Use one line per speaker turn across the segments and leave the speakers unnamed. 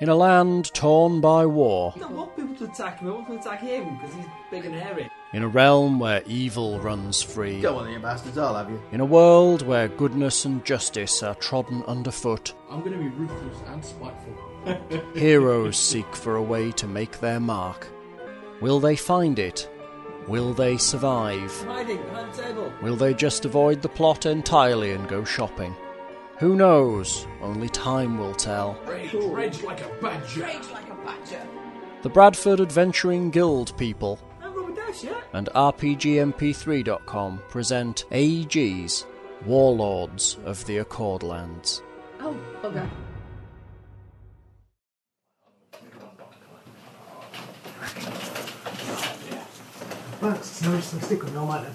in a land torn by war,
I don't want people to attack him. I want them to attack him because he's big and hairy.
in a realm where evil runs free,
You don't want any bastards, I'll have you.
in a world where goodness and justice are trodden underfoot,
I'm going to be ruthless and spiteful.
heroes seek for a way to make their mark. Will they find it? Will they survive?
Hiding behind the table.
Will they just avoid the plot entirely and go shopping? Who knows? Only time will tell.
Rage, rage like a badger.
Rage like a badger.
The Bradford Adventuring Guild people
And Robert Dash, yeah?
and RPGMP3.com present AEG's Warlords of the Accordlands.
Oh, bugger.
Bugs, no, just stick with no matter.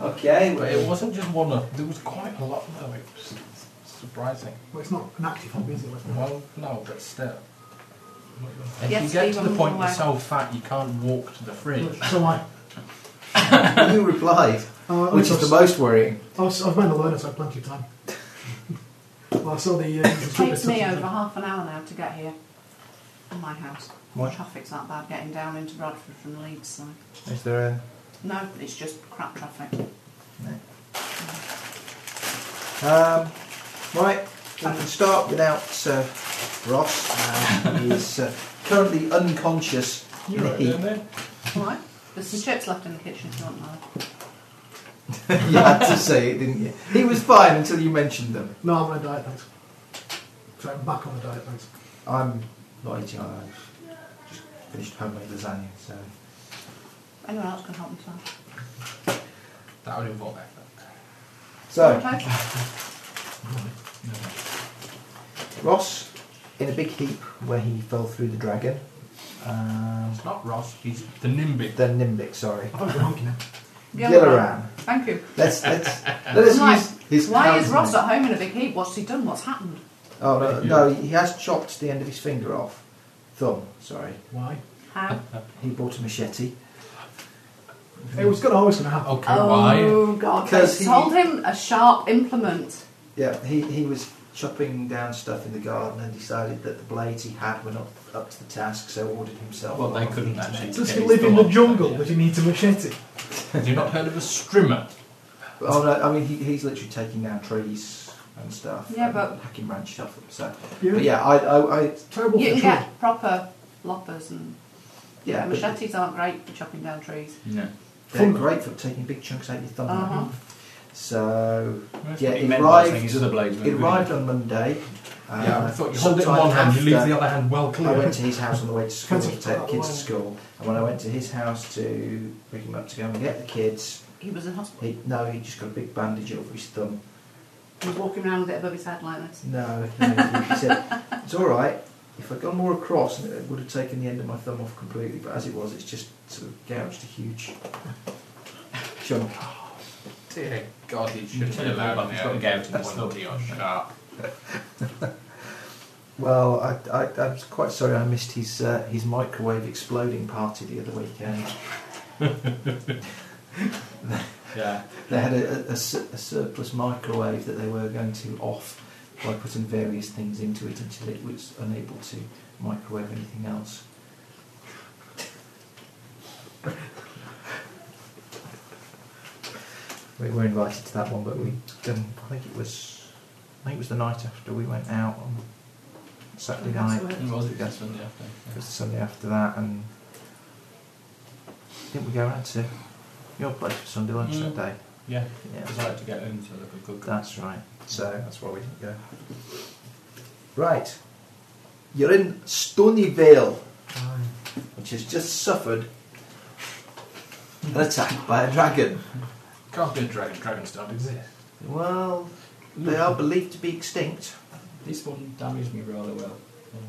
Okay,
But it wasn't just one of. There was quite a lot though. It was surprising.
Well, it's not an active hobby, is it? Let's be honest.
Well, no, but still. If
Yes,
you get to
Steve,
the
I'm
point
aware.
you're so fat you can't walk to the fridge.
So I,
Who replied?
Uh,
Which is the most worrying.
I was, I've been a learner, so I have plenty of time. well, I saw the. Uh, the stupid
It takes me
substitute.
over half an hour now to get here. From my house.
What?
Traffic's that bad getting down into Bradford from Leeds, so.
Is there a.
No, it's just crap traffic.
Um, right, we can start without uh, Ross. Uh, he is uh, currently unconscious.
You're right down there.
Alright. There's some chips left in the kitchen if you want another.
you had to say it, didn't you? He was fine until you mentioned them.
No, I'm on a diet, thanks. Sorry, I'm back on a diet, thanks.
I'm not eating either. I've just finished homemade lasagna, so.
Anyone else can help me tonight.
That would involve effort.
So,
Okay.
Ross, in a big heap where he fell through the dragon. Um,
It's not Ross. He's the Nimbic.
the Nimbic, sorry.
I thought you were honking now.
Gilleran.
Thank you.
Let's, let's, let us
Right.
use his
Why
pound's
is Ross
name.
at home in a big heap? What's he done? What's happened?
Oh, no, no, he has chopped the end of his finger off. Thumb, sorry.
Why?
How?
He bought a machete. Mm-hmm.
It was gonna, always going to happen.
Okay, why?
Oh God!
Because
They
he-
sold him a sharp implement.
Yeah, he, he was chopping down stuff in the garden and decided that the blades he had were not up to the task, so ordered himself.
Well,
one
they
off
couldn't
the
actually.
internet.
Does
get
he
his
live in
thumb
the
off,
jungle
yeah.
that he needs a machete?
Have you not heard of a strimmer?
Oh, no, I mean, he, he's literally taking down trees and stuff.
Yeah,
and
but-
hacking branches off them. So,
Yeah.
but yeah, I, I, I
Terrible
you
for children.
can get proper loppers and
yeah, but
machetes aren't great for chopping down trees.
No.
they're great for taking big chunks out of your thumb.
Uh-huh.
So,
That's
yeah,
what he
it
meant by saying
arrived-
his other blades
it
went
arrived on Monday. Uh,
Yeah, I thought you hold it in
sometime
one hand, you leave
after-
the other hand well clear.
I went to his house on the way to school to
Can't
take the
you-
kids to school, and when I went to his house to pick him up to go and get the kids,
He was in hospital.
he no, he just got a big bandage over his thumb.
He was walking around with it above his head like this.
No, no, he he said it's all right. If I'd gone more across, it would have taken the end of my thumb off completely. But as it was, it's just sort of gouged a huge chunk.
Dear God, he should have
Turn it
been allowed
around,
on
it's
the
got
open.
to go to
That's
one
not-
of your sharp.
Well, I, I, I'm quite sorry I missed his uh, his microwave exploding party the other weekend.
Yeah.
They had a, a- a su- a surplus microwave that they were going to off by putting various things into it until it was unable to microwave anything else. we were invited to that one, but we um, I think it was I think it was the night after we went out on Saturday night.
It was it
That's-
Sunday
It
after.
was the Sunday after that, and didn't we go round to your place for Sunday lunch that
Mm.
day?
Yeah,
Yeah,
because I had to get home so that we could cook.
that's right. So that's why we didn't go. Right. You're in Stonyvale, which has just suffered an attack by a dragon.
Can't be a dragon. Dragons don't exist.
Well, they are believed to be extinct.
This one damaged me rather well.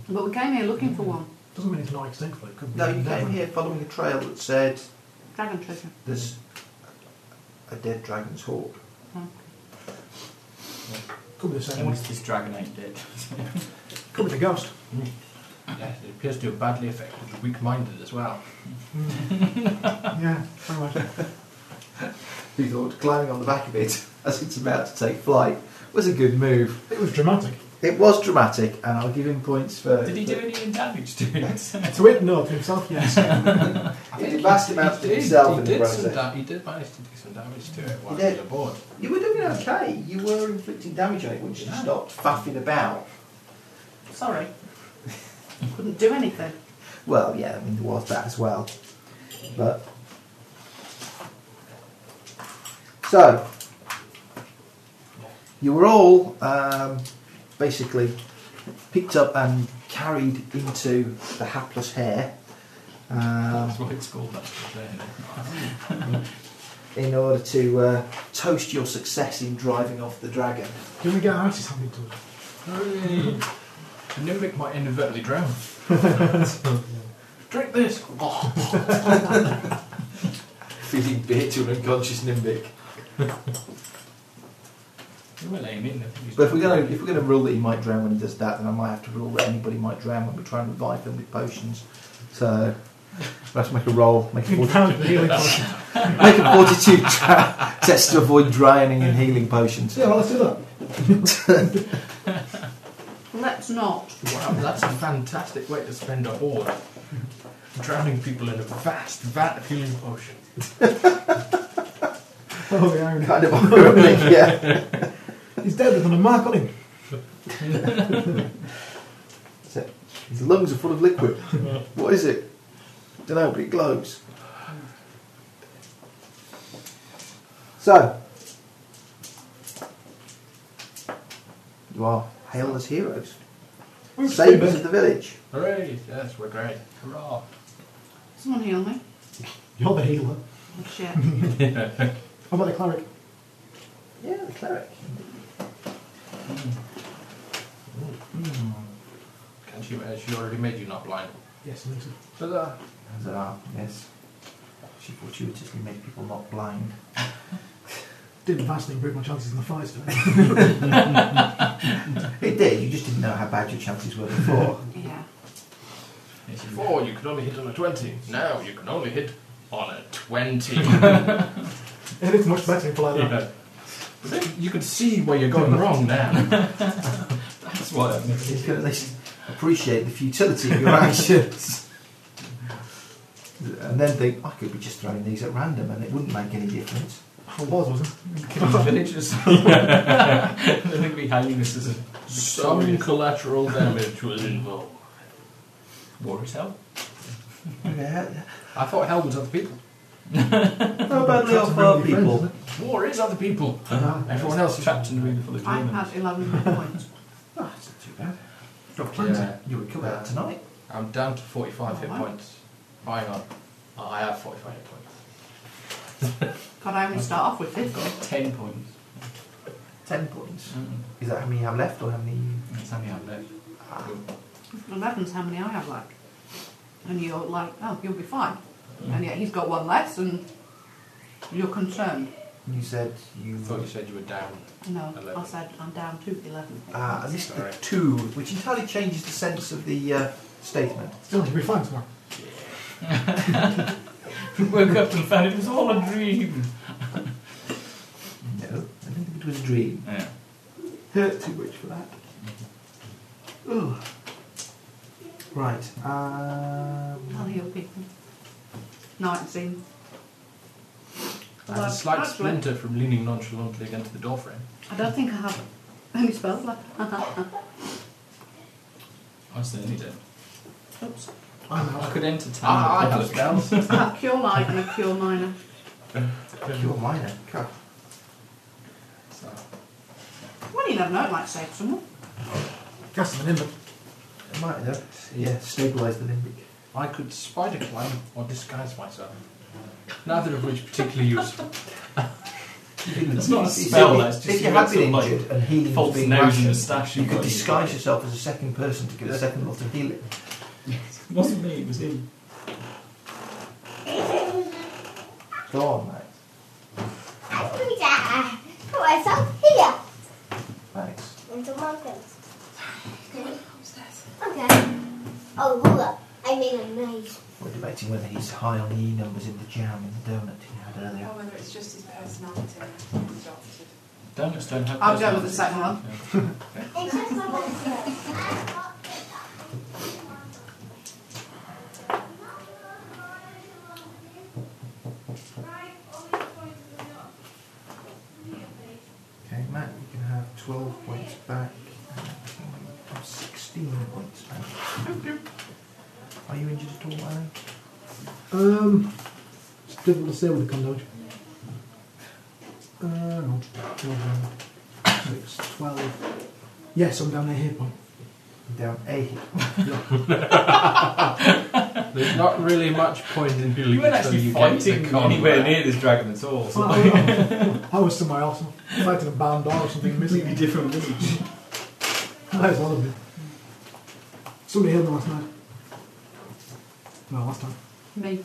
But we came here looking for one.
Doesn't mean it's not extinct, but it could be.
No, you came here following a trail that said
Dragon treasure.
there's a dead dragon's hoard.
Could be the same
And
one.
this, this dragon ain't dead.
Could be the ghost.
Yeah, it appears to have badly affected the weak-minded as well.
yeah, pretty much.
Who thought climbing on the back of it as it's about to take flight was a good move.
It was dramatic.
It was dramatic, and I'll give him points for.
Did he do any damage to it?
To it, no, to himself, yes.
I
He
think
did vast amounts to
did,
himself
he
in the
did some
process.
da- he did manage to do some damage to it while
He
he
did.
was aboard.
You were doing okay. You were inflicting damage on it once you
Yeah.
stopped faffing about.
Sorry. Couldn't do anything.
Well, yeah, I mean, there was that as well. But. So. You were all um, basically picked up and carried into the hapless hare um,
That's what it's called, actually. isn't it?
in order to uh, toast your success in driving off the dragon.
Can we get our asses handed to us?
Hooray! The Nimbic might inadvertently drown. Drink this! Oh,
Feeding beer to an unconscious Nimbic.
You were lame, innit?
But if we're going to if we're going to rule that he might drown when he does that, then I might have to rule that anybody might drown when we try and revive them with potions. So let's make a roll, make a fortitude,
Down really close.
make a fortitude tra- test to avoid drowning and healing potions.
Yeah, well, let's do that.
Let's not.
Wow, that's a fantastic way to spend a hoard. Drowning people in a vast vat of healing potion.
Oh, the irony.
Kind of ironic, yeah.
He's dead with a mark on him.
That's it. His lungs are full of liquid. What is it? Don't know, but it glows. So you are hailed as heroes, savers of the village.
Hooray! Yes, we're great. Hurrah!
Someone heal me.
You're the healer.
Oh, shit.
How about the cleric?
Yeah, the cleric.
Can't you? uh, She already made you not blind.
Yes, Lucy.
Ta-da!
As there are, yes. She fortuitously made people not blind.
Didn't vastly improve my chances in the fights, did it?
It did, you just didn't know how bad your chances were before.
Yeah.
Before you could only hit on a twenty. Now you can only hit on a twenty.
It is much better if like that.
Yeah. But then you can see where you're going wrong now.
That's what I mean.
you can at least appreciate the futility of your actions. And then think, I could be just throwing these at random and it wouldn't make any difference.
I was, wasn't it?
Killing villagers. They're going to be hiding this as a
Some collateral damage was involved.
war is hell.
Yeah.
I thought hell was other people.
Not badly off our people.
War is other people. Everyone else is
trapped in a room full of
I've
demons.
had 11 hit points.
Oh, it's not too bad. Drop
Yeah.
yeah. You recover that tonight.
I'm down to 45 hit
Alright.
points. Hang on. Oh, I have 45 hit points.
God, I only start off with 50.
Got ten points.
Ten points. Is that how many you have left or how many?
That's how many I've left.
11's how many I have left. And you're like, oh, you'll be fine. And yet he's got one less and you're concerned.
You said you.
I thought you said you were down.
No, I
11.
said I'm down to 11.
Ah, at least the
Sorry.
two, which entirely changes the sense of the uh, statement.
Still, you'll be fine tomorrow.
Woke up and found it was all a dream.
No, I don't think it was a dream.
Yeah.
Hurt too much for that. Ugh. Right. Um,
I'll heal people. No, I haven't seen.
That's a slight splinter from leaning nonchalantly against the doorframe.
I don't think I have any spells left.
I still need it.
Oops.
I'm
I
out.
could enter town.
Ah, I
and
have
pick up
spells.
I have cure light and a cure minor.
cure minor. God.
So,
Well, you never know, it might save someone.
Cast him an inlet.
It might have. Yeah, stabilise the limbic.
I could spider climb or disguise myself. Neither of which particularly useful.
It's not a
You see,
spell,
if-
that's just
If you
you
had
got
been
some, like,
injured and healing was
false
being
nose and
rationed,
moustache
you
you've
could
got.
disguise yourself as a second person to give a second lot of healing.
it wasn't me, it was him.
Go on, mate.
I put myself here
Thanks.
into mountains. Okay. Oh, look, I made a maze.
We're debating whether he's high on the E
Oh,
numbers in the jam and the donut he had earlier.
Or whether it's just his personality and he's adopted.
Donuts don't have
I'll go with the
personalities.
second one.
Yeah.
It's just my one
Okay, Matt, you can have 12 points back. and Kim, you have 16 points back. Are you injured at all, Larry?
Um, it's difficult to say when they come down. Uh, no. 12, um, 6, 12. Yes, I'm down there here, point.
Down A. There's not really much point in healing
You weren't
until
actually
you get to
fighting
the combat.
anywhere near this dragon at all.
Well,
So
I, I was somewhere else. Fighting a band or something missing.
completely different reach.
That is horrible. Somebody hit me last night. No, last time.
Me.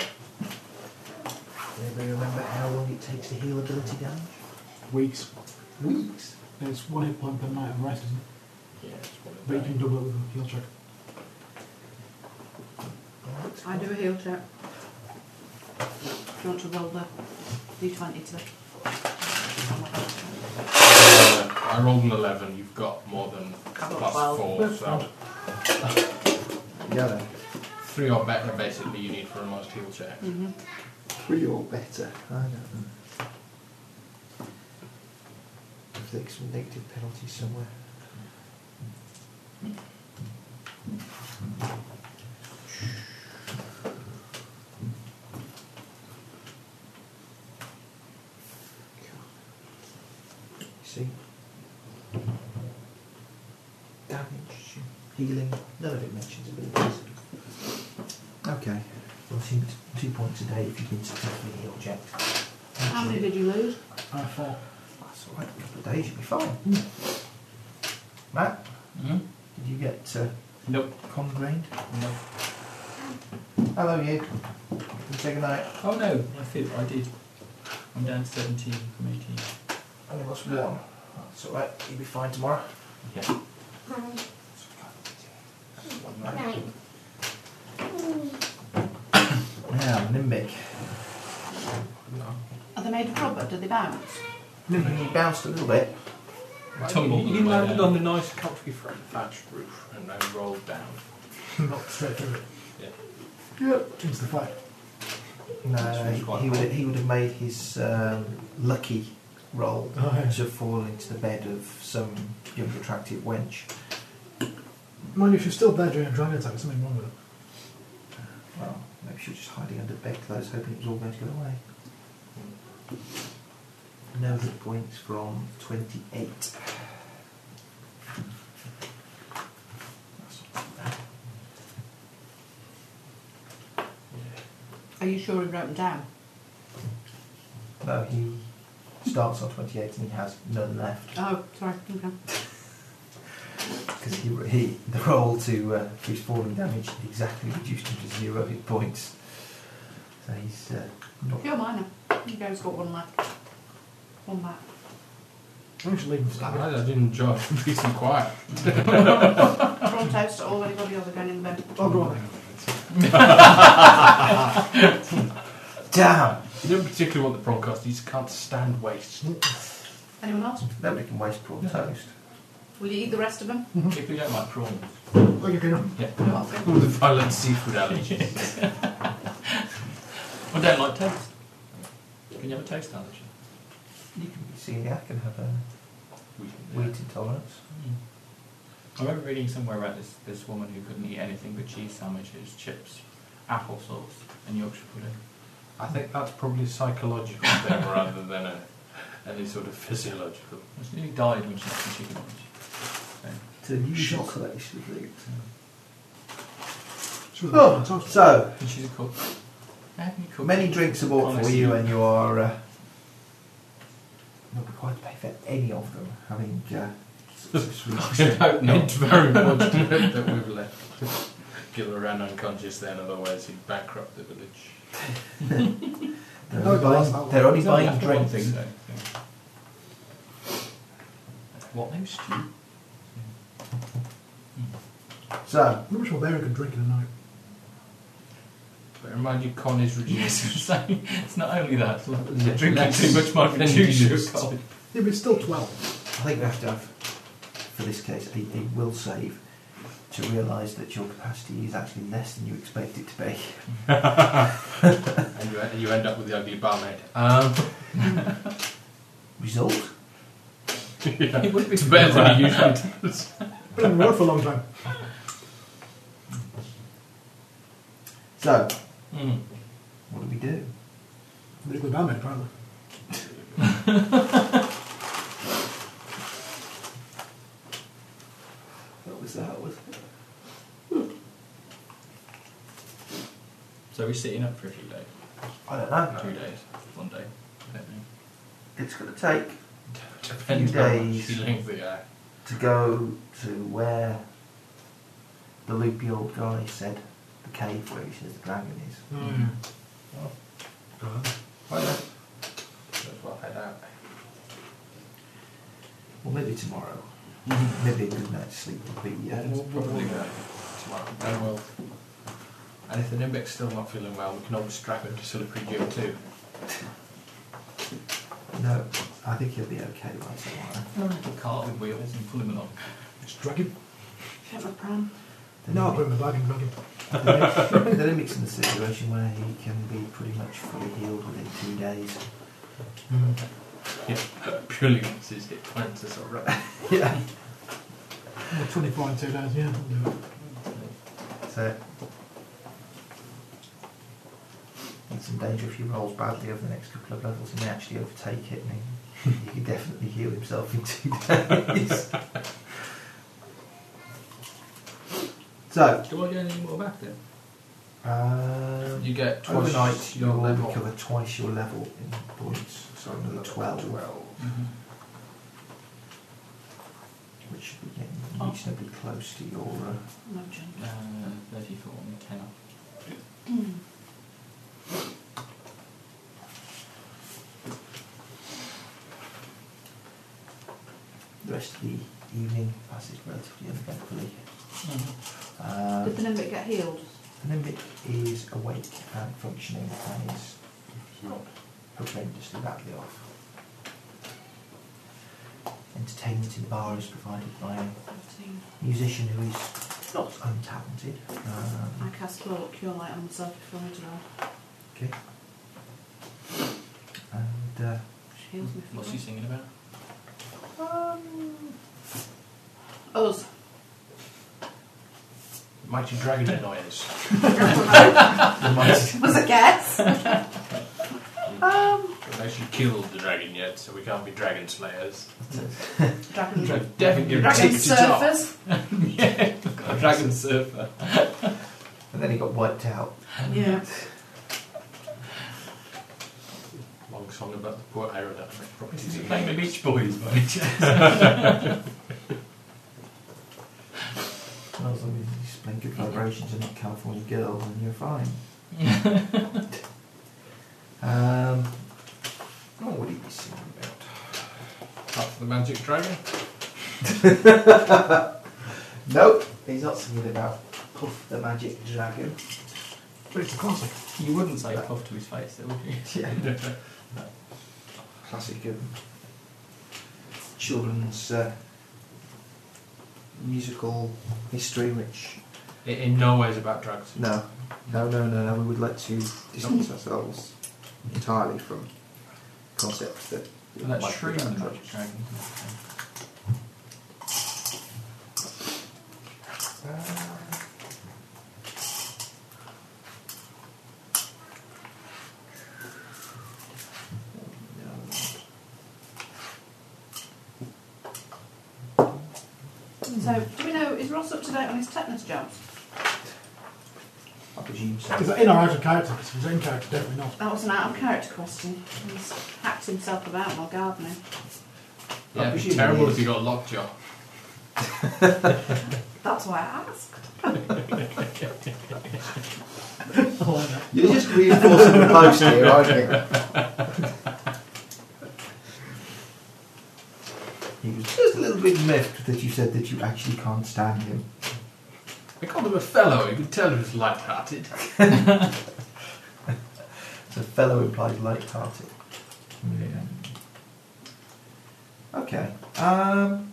Anybody remember how long it takes to heal ability damage?
Weeks.
Weeks.
It's one hit point per night of rest, isn't it?
Yeah, it's
But you can double it with a heal check.
I do a heel check. Do you want to roll the d20 to
I rolled an 11, you've got more than
got plus 12.
four, so
Yeah, then.
three or better basically you need for a most heal check.
Three or better. I don't know. I've taken some negative penalties somewhere. See? Damage, healing, none of it mentions abilities. Okay. Well, two, two points a day if you can successfully heal Jack.
How many did you lose?
Uh, four.
That's all right. A couple of days, you'll be fine. Matt,
Mm?
did you get uh,
Nope.
congrained? Hello, you. Can say goodnight.
Oh no, I feel I did. I'm down to 17 from 18.
Only lost one. That's all right. You'll be fine tomorrow.
Yeah.
One
night.
night.
Night.
Now, Nimbic.
Are they made of rubber? Do they bounce?
Nimbic, you bounced a little bit.
Tumbled on
You
the way
landed
down.
on the nice country front thatched roof and then rolled down.
Not straight through it. Yep. Into the fight.
No, no, he, he would he would have made his um, lucky roll
Oh, yeah.
to fall into the bed of some young attractive wench.
Mind you, if you're still there during a dragon attack, there's something wrong with it.
Well, maybe she was just hiding under bedclothes, hoping it was all going to go away. No hit points from 28.
Are you sure he wrote them down?
No, he starts on 28 and he has none left
Oh, sorry. Okay.
because he, he the roll to uh, his falling damage exactly reduced him to zero hit points. So he's uh, not.
Pure minor. You guys got one left. One back.
I should leave him standing.
I did enjoy peace and quiet.
Roll toast to all anybody else going in the bed.
Oh, go on then.
Damn!
You don't particularly want the broadcast, you just can't stand waste.
Anyone else?
Nobody can waste prawn toast.
Will you eat the rest of them?
People don't like prawns.
Okay, okay, no.
No, I'll go.
All the violent seafood allergies.
I don't like taste. Can you have a taste allergy?
You can be celiac and have a
We can do
wheat
that.
intolerance.
Mm. I remember reading somewhere about this, this woman who couldn't eat anything but cheese sandwiches, chips, applesauce, and Yorkshire pudding.
I think that's probably a psychological thing rather than a, any sort of physiological.
She nearly died when she had some chicken orange.
It's a new chocolate, I should think.
It's really
Oh,
good. It's
so,
And she's a cook. How can you cook?
Many drinks are bought for
Honestly.
you, and you are uh, not required to pay for any of them, having uh,
I hope not. It's very much that we've left Gilloran unconscious then, otherwise he'd bankrupt the village.
they're
No,
only
that's
buying,
not-
they're only
It's only
buying
after one
drinks.
thing, so- What, no stew?
So,
not much more beer I could drink in a night.
But remind you, Con is reduced.
Yes, it's, like, it's not only that. It's like
Yeah,
drinking
less
too much might
than
reduce
you
your
used to.
alcohol.
Yeah, but it's still 12.
I think we have to have, for this case, a, a will save to realise that your capacity is actually less than you expect it to be.
And you, and you end up with the ugly barmaid. Um,
Result?
It would be better than it usually does.
Been on the road for a long time.
So,
Hmm.
what do we do?
Medically bound, apparently.
What was that? Was
So we're sitting up for a few days.
I don't know.
Two days. One day. I don't know.
It's going to take
Depends
Few
how
days.
much you link eh? the guy.
to go to where the loopy old guy said the cave where he says the dragon is.
Hmm. Mm. Why not? That's what I doubt.
Well, maybe tomorrow. Maybe a good night's sleep would be. Uh,
It's probably going tomorrow. And we'll. And if the Nimbic's still not feeling well, we can always strap him to Solitary Geo too.
No, I think he'll be okay by tomorrow.
A little cart with wheels and pull him along.
Just drag him.
Get my pram.
The
No, I'll put
limit-
him in the bag and drag him.
the limit- the limit's in the situation where he can be pretty much fully healed within two days.
Purely once his hit points are alright.
Yeah.
Well, 24 and 2 days, yeah. I'll do it.
So. It's in danger if he rolls badly over the next couple of levels, he may actually overtake it and he, he could definitely heal himself in two days. so,
Do I get any more back then?
um,
You get twice
overnight you
your
will
level.
recover twice your level in points, so another 12,
Mhm.
which should be getting reasonably close to your. Uh,
No change.
Uh, 34 and 10 off.
Mm.
the rest of the evening passes relatively uneventfully. Um,
Did the Nimbic get healed?
The Nimbic is awake and functioning and is not horrendously badly off. Entertainment in the bar is provided by a
13.
musician who is not untalented.
I
Um,
cast Cure Cure Light on myself before I die.
okay. And uh,
She heals me.
What's he singing about?
Us.
Mighty Dragon Annoyance.
the mighty,
Was a guess. Um.
We've actually killed the dragon yet, so we can't be dragon slayers.
Dragon.
Dra- Definitely a
Dragon
tick to top.
surfers.
yeah, a dragon surfer.
and then he got wiped out.
Yeah.
Long song about the poor aerodynamic properties of the Beach Boys, mate.
Well, as long as you explain good vibrations and not California girl, then you're fine. um, oh, what are you singing about?
Half the magic dragon.
Nope, he's not singing about Puff the Magic Dragon.
But it's a classic.
You wouldn't say puff to his face, though, would you?
Yeah. Classic um, children's uh, musical history, which.
It in no way is about drugs.
No, no, no, no, no, we would like to distance ourselves entirely from concepts that.
Well, that's
might be
true.
about
The
drugs.
magic dragon.
So, do we know, is Ross up to date on his tetanus jabs?
I presume
Is
so.
that in or out of character? If it's in character, definitely not.
That was an out of character question. He's hacked himself about while gardening.
Yeah,
I
it'd be
presume
terrible
it
if you got lockjaw.
That's why I asked.
You're just reinforcing the post here, aren't you? He was just a little bit miffed that you said that you actually can't stand him.
I called him a fellow. You could tell he was light-hearted.
So fellow implies light-hearted.
Yeah.
Okay. Um,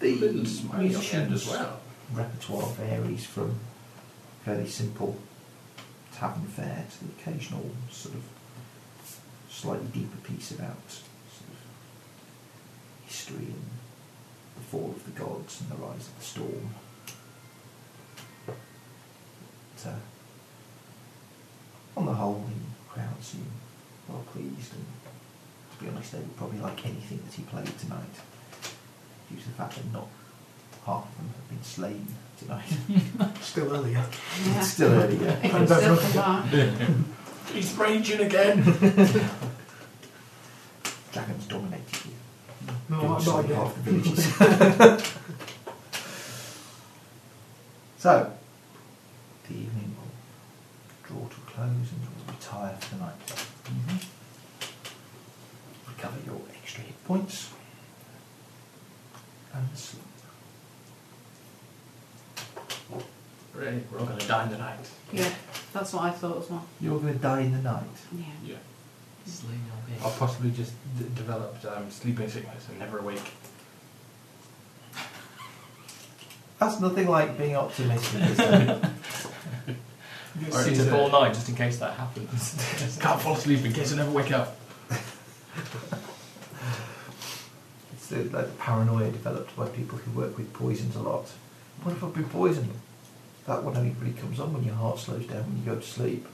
Bitten
the
smiley on the end as well.
repertoire varies from fairly simple tavern fare to the occasional sort of slightly deeper piece about sort of history and the fall of the gods and the rise of the storm. But, uh, on the whole, the crowd seem well pleased, and to be honest, they would probably like anything that he played tonight, due to the fact that not half of them have been slain tonight.
Still earlier.
Yeah.
it's still early
It
yet.
can still come back.
He's raging again.
Dragons dominated you.
No,
Didn't
not,
slay
not yet.
half the villages. so, the evening will draw to a close and you'll retire for the night. recover your extra hit points and sleep.
Really, we're all going to die in the night.
Yeah, that's what I thought as well.
You're going to die in the night.
Yeah.
Yeah. I'll possibly just d- develop um, sleeping sickness and never awake.
That's nothing like being optimistic. Is it?
Or it's up all night just in case that happens. Just Can't fall asleep in case I never wake up.
it's the, like the paranoia developed by people who work with poisons a lot. What if I've been poisoned? That one only really comes on when your heart slows down when you go to sleep.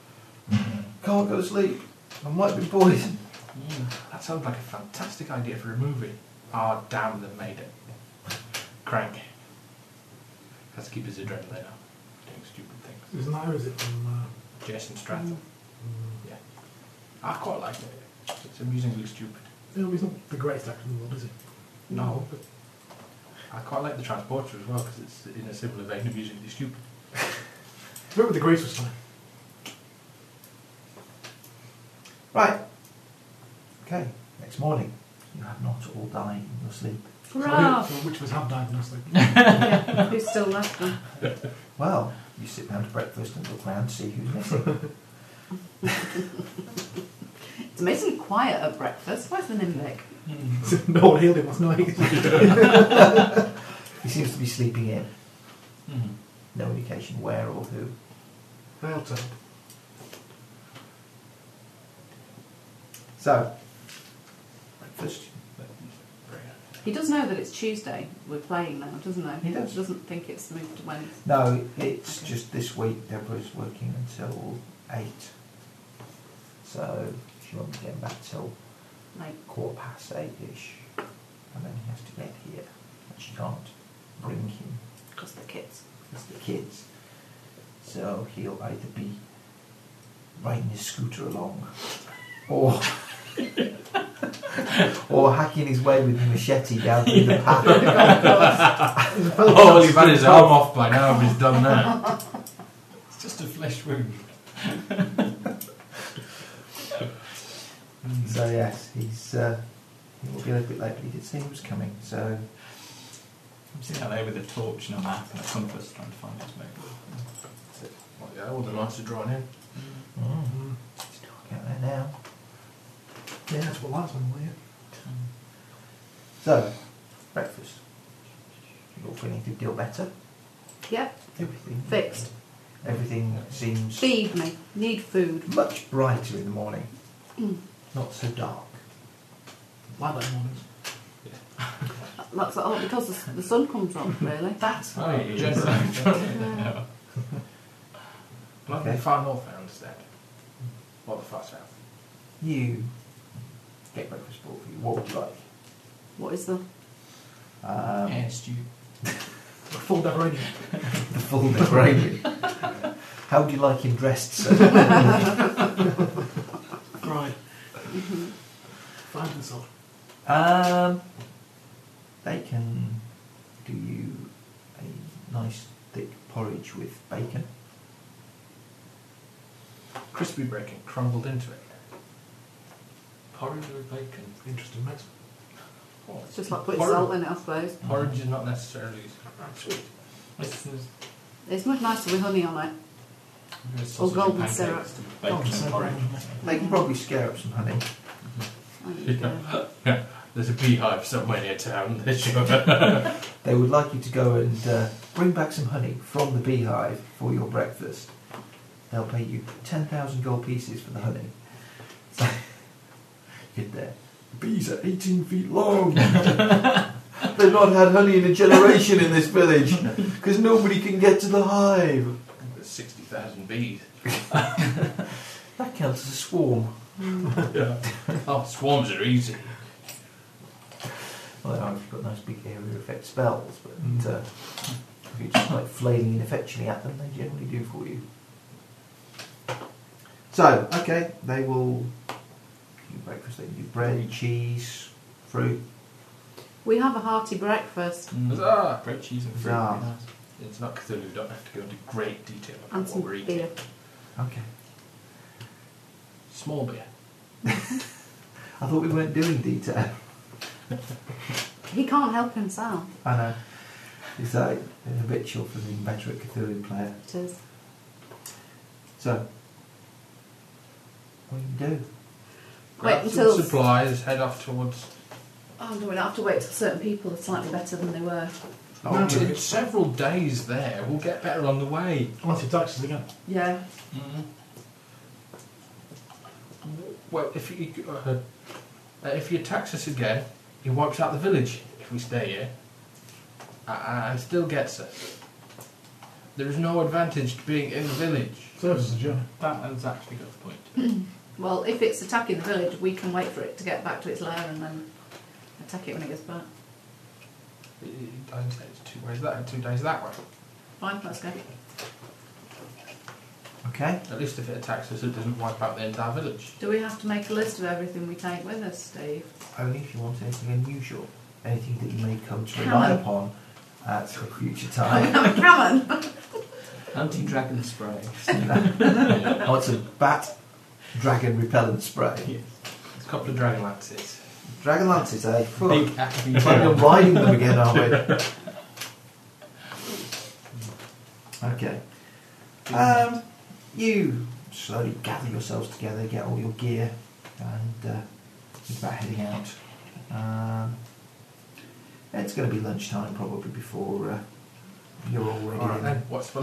Can't go to sleep. I might be poisoned.
That sounds like a fantastic idea for a movie. Ah, damn, they've made it. Crank. Has to keep his adrenaline up. Doing stupid things.
Isn't that, is it? From, uh,
Jason Stratham. Yeah. I quite like it. It's amusingly stupid.
you know, he's not the greatest actor in the world, is he?
No. I quite like the transporter as well because it's in a similar vein of musically stupid.
The bit with the grease was fine.
Right. Okay. Next morning, you have not all died in your sleep.
Hurrah!
So which of us have died last week?
yeah. Who's still left then?
Well, you sit down to breakfast and look round to see who's missing.
It's amazingly quiet at breakfast. Where's the Nimbic?
no one healed him last night.
he seems to be sleeping in. No indication where or who.
I'll tell.
So, breakfast.
He does know that it's Tuesday. We're playing now, doesn't he?
He does.
Doesn't think it's moved to Wednesday.
No, it's
Okay.
just this week. Deborah's working until eight, so she won't be getting back till
Like,
quarter past eight-ish, and then he has to get here. And she can't bring him
because the kids.
It's the kids. So he'll either be riding his scooter along or or hacking his way with a machete down through the path.
Oh, well, he's had his arm off by now if he's done that. it's just a flesh wound.
so yes, he's uh, he will be a little bit late, but he did say he was coming. So
I'm sitting out there with a torch and a map and a compass trying to find his way. Well, yeah, all the lights are drawn in.
it's dark out there now.
Mm-hmm. Yeah, that's what last one was, yeah.
So breakfast. You're feeling to deal better.
Yep,
Everything
fixed.
Everything seems
Feed me. Need food.
much brighter in the morning. Not so dark.
Like that morning.
That's all because the, s- the sun comes up, really. That's
Oh, yeah, yeah. Not
Okay.
the far north, I understand. Or the far south.
You get breakfast brought for you. What would you like?
what is the.
Um,
stew.
The full decoration.
The full gravy. How would you like him dressed, sir?
Right. Mm-hmm. Find and sod.
um, they can do you a nice thick porridge with bacon.
Crispy bacon crumbled into it. Porridge with bacon.
Interesting mix.
Oh,
It's just like putting
porridge-
salt in it, I suppose.
Porridge is not necessarily sweet. It's, it's
It's much nicer with honey on it.
There's
Or
sausage
golden
and pancakes
syrup.
and Bacon and porridge.
They can probably scare up some honey.
Uh, There you go.
There's a beehive somewhere near town. There's your-
They would like you to go and uh, bring back some honey from the beehive for your breakfast. They'll pay you 10,000 gold pieces for the honey. Get there. The bees are 18 feet long. They've not had honey in a generation in this village because nobody can get to the hive.
There's 60,000 bees.
That counts as a swarm.
Hmm.
Oh, swarms are easy.
Well, they've obviously got nice big area effect spells, but uh, if you're just like flailing ineffectually at them, they generally do for you. So, okay, they will give you breakfast. They can do bread, cheese, fruit.
We have a hearty breakfast
Mm. Huzzah! Great cheese and fruit.
Huzzah.
Nice. It's not Cthulhu, we don't have to go into great detail about
and
what we're
some
eating.
beer.
Okay.
Small beer.
I thought we weren't doing detail.
He can't help himself.
I know. It's like an habitual for the veteran Cthulhu player.
It is.
So, what do you do?
Grab
Wait
some
until-
supplies, head off towards.
Oh no, we'll have to wait till certain people are slightly better than they were.
Oh,
No,
no,
it's
it's-
several days there. We'll get better on the way.
Once it touches again.
Yeah.
Well, if you uh, uh, if he attacks us again, he wipes out the village. If we stay here, uh, and still gets us. There is no advantage to being in the village.
So it's a journey.
That is actually a good point.
Well, if it's attacking the village, we can wait for it to get back to its lair and then attack it when it gets back.
I'd say it's two ways that, and two days that way.
Fine, let's go.
Okay.
At least if it attacks us, it doesn't wipe out the entire village.
Do we have to make a list of everything we take with us, Steve?
only if you want anything unusual, anything that you may come to
Can
rely
I?
upon at a future
We
time.
have a cannon.
Anti-dragon spray.
I want some bat dragon repellent spray.
It's a couple of dragon lances.
Dragon lances, eh? Fuck.
Big happy
Planning on riding them again, are we? okay. Um, you slowly gather yourselves together, get all your gear, and uh, think about heading out. Um, it's going to be lunchtime probably before uh, you're already
All right
in.
then. What's for?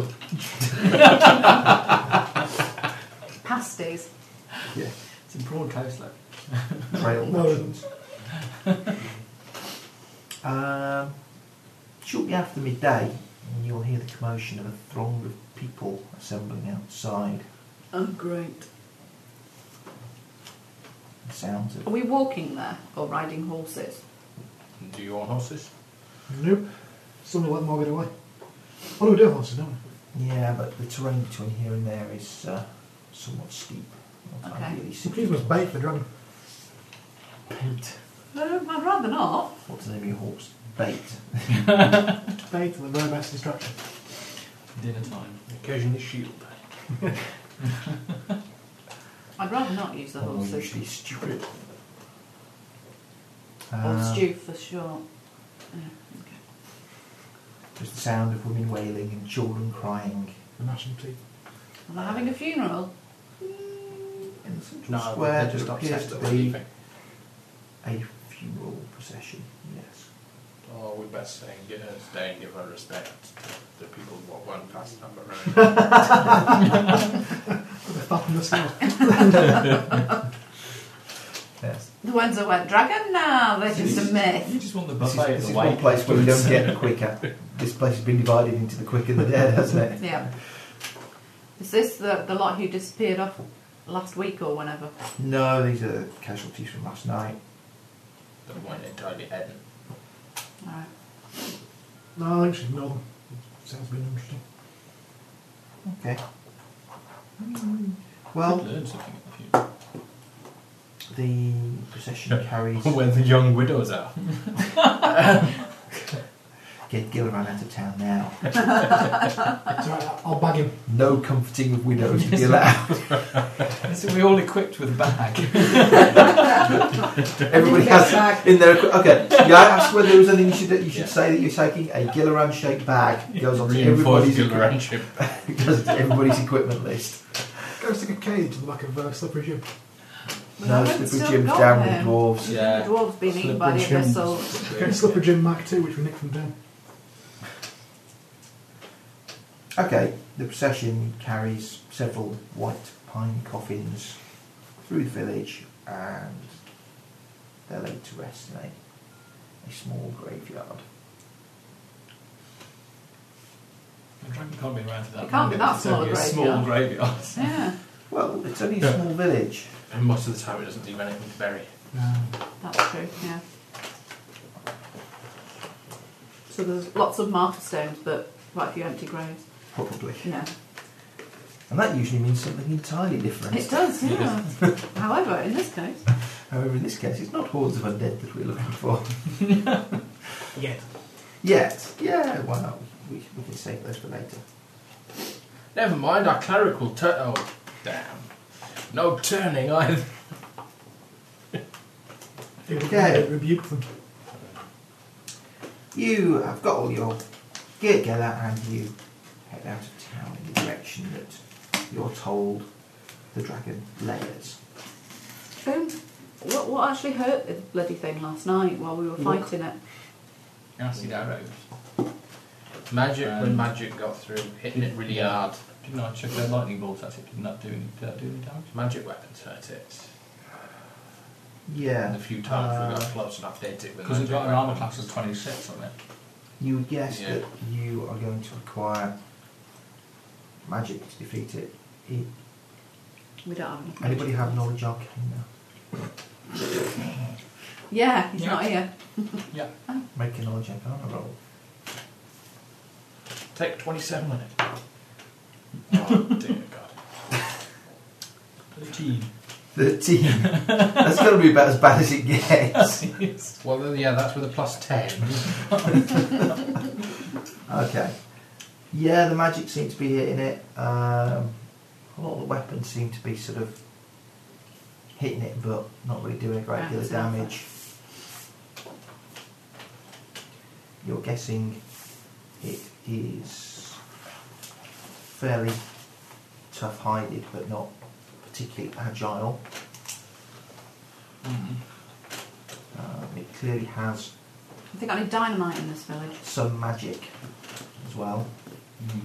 Pasties.
Yeah.
It's in prawn coastline.
rail
No.
options. um, shortly after midday, you'll hear the commotion of a throng of people assembling outside.
Oh, great.
The sounds
Are
of
we walking there or riding horses?
Do you want horses?
Nope. Somebody let Morgan away. What do we do, horses, don't we?
yeah, but the terrain between here and there is uh, somewhat steep. Not
Okay.
ideally
So
suited.
please must bait the dragon.
No, Um, I'd rather not.
What's the name of your horse? Bait.
Bait and the very best distraction.
Dinner time.
Occasionally shield.
I'd rather not use the
Or
horses.
usually stupid.
Or
Um,
stew for sure.
There's the sound of women wailing and children crying.
The national team.
Am I having a funeral?
In the central
No,
square,
they're just
there appears
upset
to
that we're
be
leaving.
a funeral procession. Yes.
Oh, we better stay and, get, uh, stay and give her respect. The people what went past up around.
The fat and the snout.
Yes.
The ones that went dragon? Nah, they're just a myth.
You just want the
This is,
buffet at
this is
the
one
white
place where we don't get the quicker. This place has been divided into the quick and the dead, hasn't it?
Yeah. Is this the, the lot who disappeared off last week or whenever?
No, these are casualties from last night.
the one entirely hidden.
Alright.
No, I think she's northern. Sounds been interesting.
Okay. Well,
Learn something at the future.
the procession carries.
Where the young widows are.
Get Gilliran out of town now.
It's alright, uh, I'll bag him.
No comforting of widows to be allowed.
So we're all equipped with a bag.
Everybody has in their. equi- Okay, yeah, I asked whether there was anything you should, that you should say that you're taking. A Gilliran shaped bag goes onto
Reinforced
everybody's,
good
equi-
friendship.
goes onto everybody's equipment list.
Go stick a cage in the back of uh, slippery shoe.
But
No,
I
it's
haven't
the
still
Jim's
got
down with
them.
dwarves.
Yeah.
The dwarves been eaten by the
Slippery Jim's.
abyssal.
Okay, Slipper Jim Mark II, which we nicked from Dan.
Okay, the procession carries several white pine coffins through the village and they're laid to rest in a, a small graveyard.
I'm trying to can't be around to that.
It can't be
many,
that
it's
small a
only small graveyard.
Yeah,
Well, it's only a
Yeah.
small village.
And most of the time, it doesn't do anything to bury.
Um,
that's true. Yeah. So there's lots of martyr stones, but quite a few empty graves.
Probably.
Yeah,
And that usually means something entirely different.
it does. Yeah. However, in this case,
However, in this case, it's not hordes of undead that we're looking for.
Yet.
Yet. Yeah, why not? We, we can save those for later.
Never mind, our cleric will turn. Oh, damn. No turning either.
Okay.
Rebuke them.
You have got all your gear together and you head out of town in the direction that you're told the dragon layers.
boom. um, What, what actually hurt the bloody thing last night while we were fighting it?
Acid arrows. Magic when
Um,
magic got through, hitting it really hard.
Didn't I check their lightning bolts? That's it. Didn't that do any, did that do any damage?
Magic weapons hurt it. And
Yeah.
a few times we
Uh,
got close enough, they hit it with
Because
magic
it's got an
weapon.
armour class of 26 on it.
You would guess
Yeah.
that you are going to require magic to defeat it. It-
We don't have any.
Anybody have knowledge arcana?
Yeah, he's
Yeah.
not here.
Yeah.
Make a knowledge arcana roll.
Take 27 on it. Oh, dear God.
13.
13. That's going to be about as bad as it gets.
Well, then, yeah, that's with a plus 10.
Okay. Yeah, the magic seemed to be hitting it. Um, a lot of the weapons seem to be sort of hitting it, but not really doing a great
Yeah,
deal of
it's not
damage. You're guessing it is fairly tough hided, but not particularly agile. Um, it clearly has
I think I need dynamite in this village.
some magic as well.
Mm.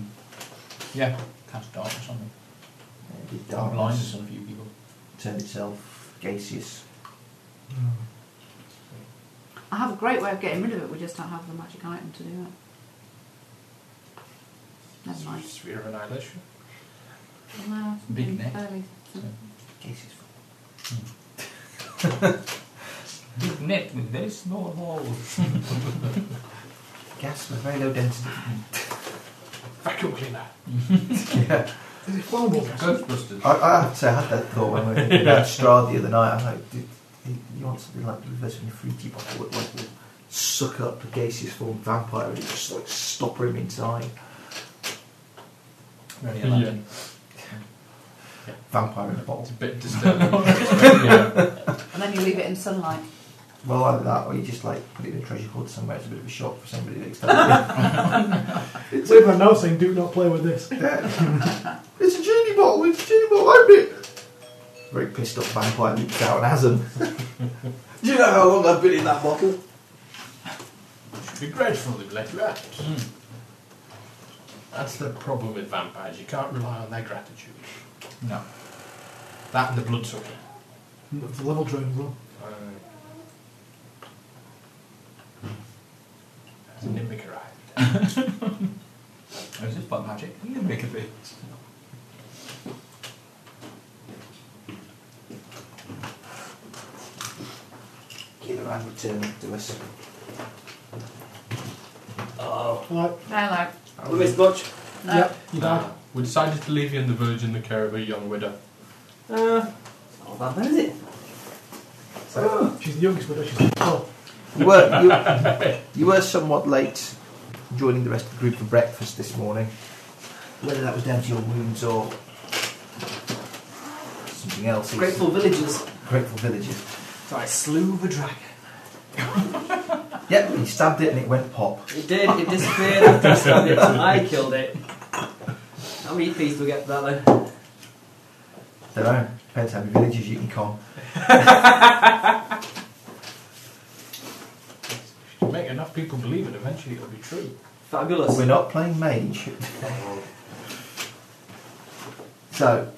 Yeah, cast dark or something.
It did
Dark
darkness.
blindness on a few people.
turned itself gaseous.
I have a great way of getting rid of it. We just don't have the magic item to do it. Never mind.
Sphere of Annihilation.
No,
Big
mm,
neck.
fairly simple.
Gaseous.
Big neck with very small holes.
Gas with very low density.
Vacuum cleaner.
yeah.
Is it flammable?
Ghostbusters.
I, I have to have that thought when we were thinking about Strahd the other night. I'm like, dude, you you want something like the reverse of a fruity bottle that like will suck up the gaseous form vampire and just like stop him inside.
Very
Yeah.
yeah.
Vampire in a bottle.
It's a bit disturbing. yeah.
And then you leave it in sunlight.
Well, either that or you just like put it in a treasure hoard somewhere. It's a bit of a shock for somebody next time.
It's in my now saying, do not play with this.
it's a genie bottle. It's a genie bottle. Open it. Very pissed off vampire leaps out and has him.
Do you know how long I've been in that bottle?
Should be grateful they've let you out.
Hmm.
That's the problem with vampires. You can't rely on their gratitude.
No.
That and the blood sucking.
Mm, The level drain as well.
Uh, It's an imbecile.
I was just about magic. You can make a bit.
Killer and return it to us.
Right.
Hello.
Miss Butch.
No.
Yep, you died.
Ah, we decided to leave you in the village in the care of a young widow.
Uh, not bad then, is it?
She's the youngest widow. She's oh,
You were you, you were somewhat late joining the rest of the group for breakfast this morning. Whether that was down to your wounds or something else. is-
Grateful villagers.
grateful villages.
So I slew the dragon.
Yep, he stabbed it and it went pop.
It did, it disappeared after I stabbed it. I killed it. How many fees do we get for that then?
Don't know. Depends how many villages you can con.
If you make enough people believe it, eventually it'll be true.
Fabulous.
We're not playing mage. so,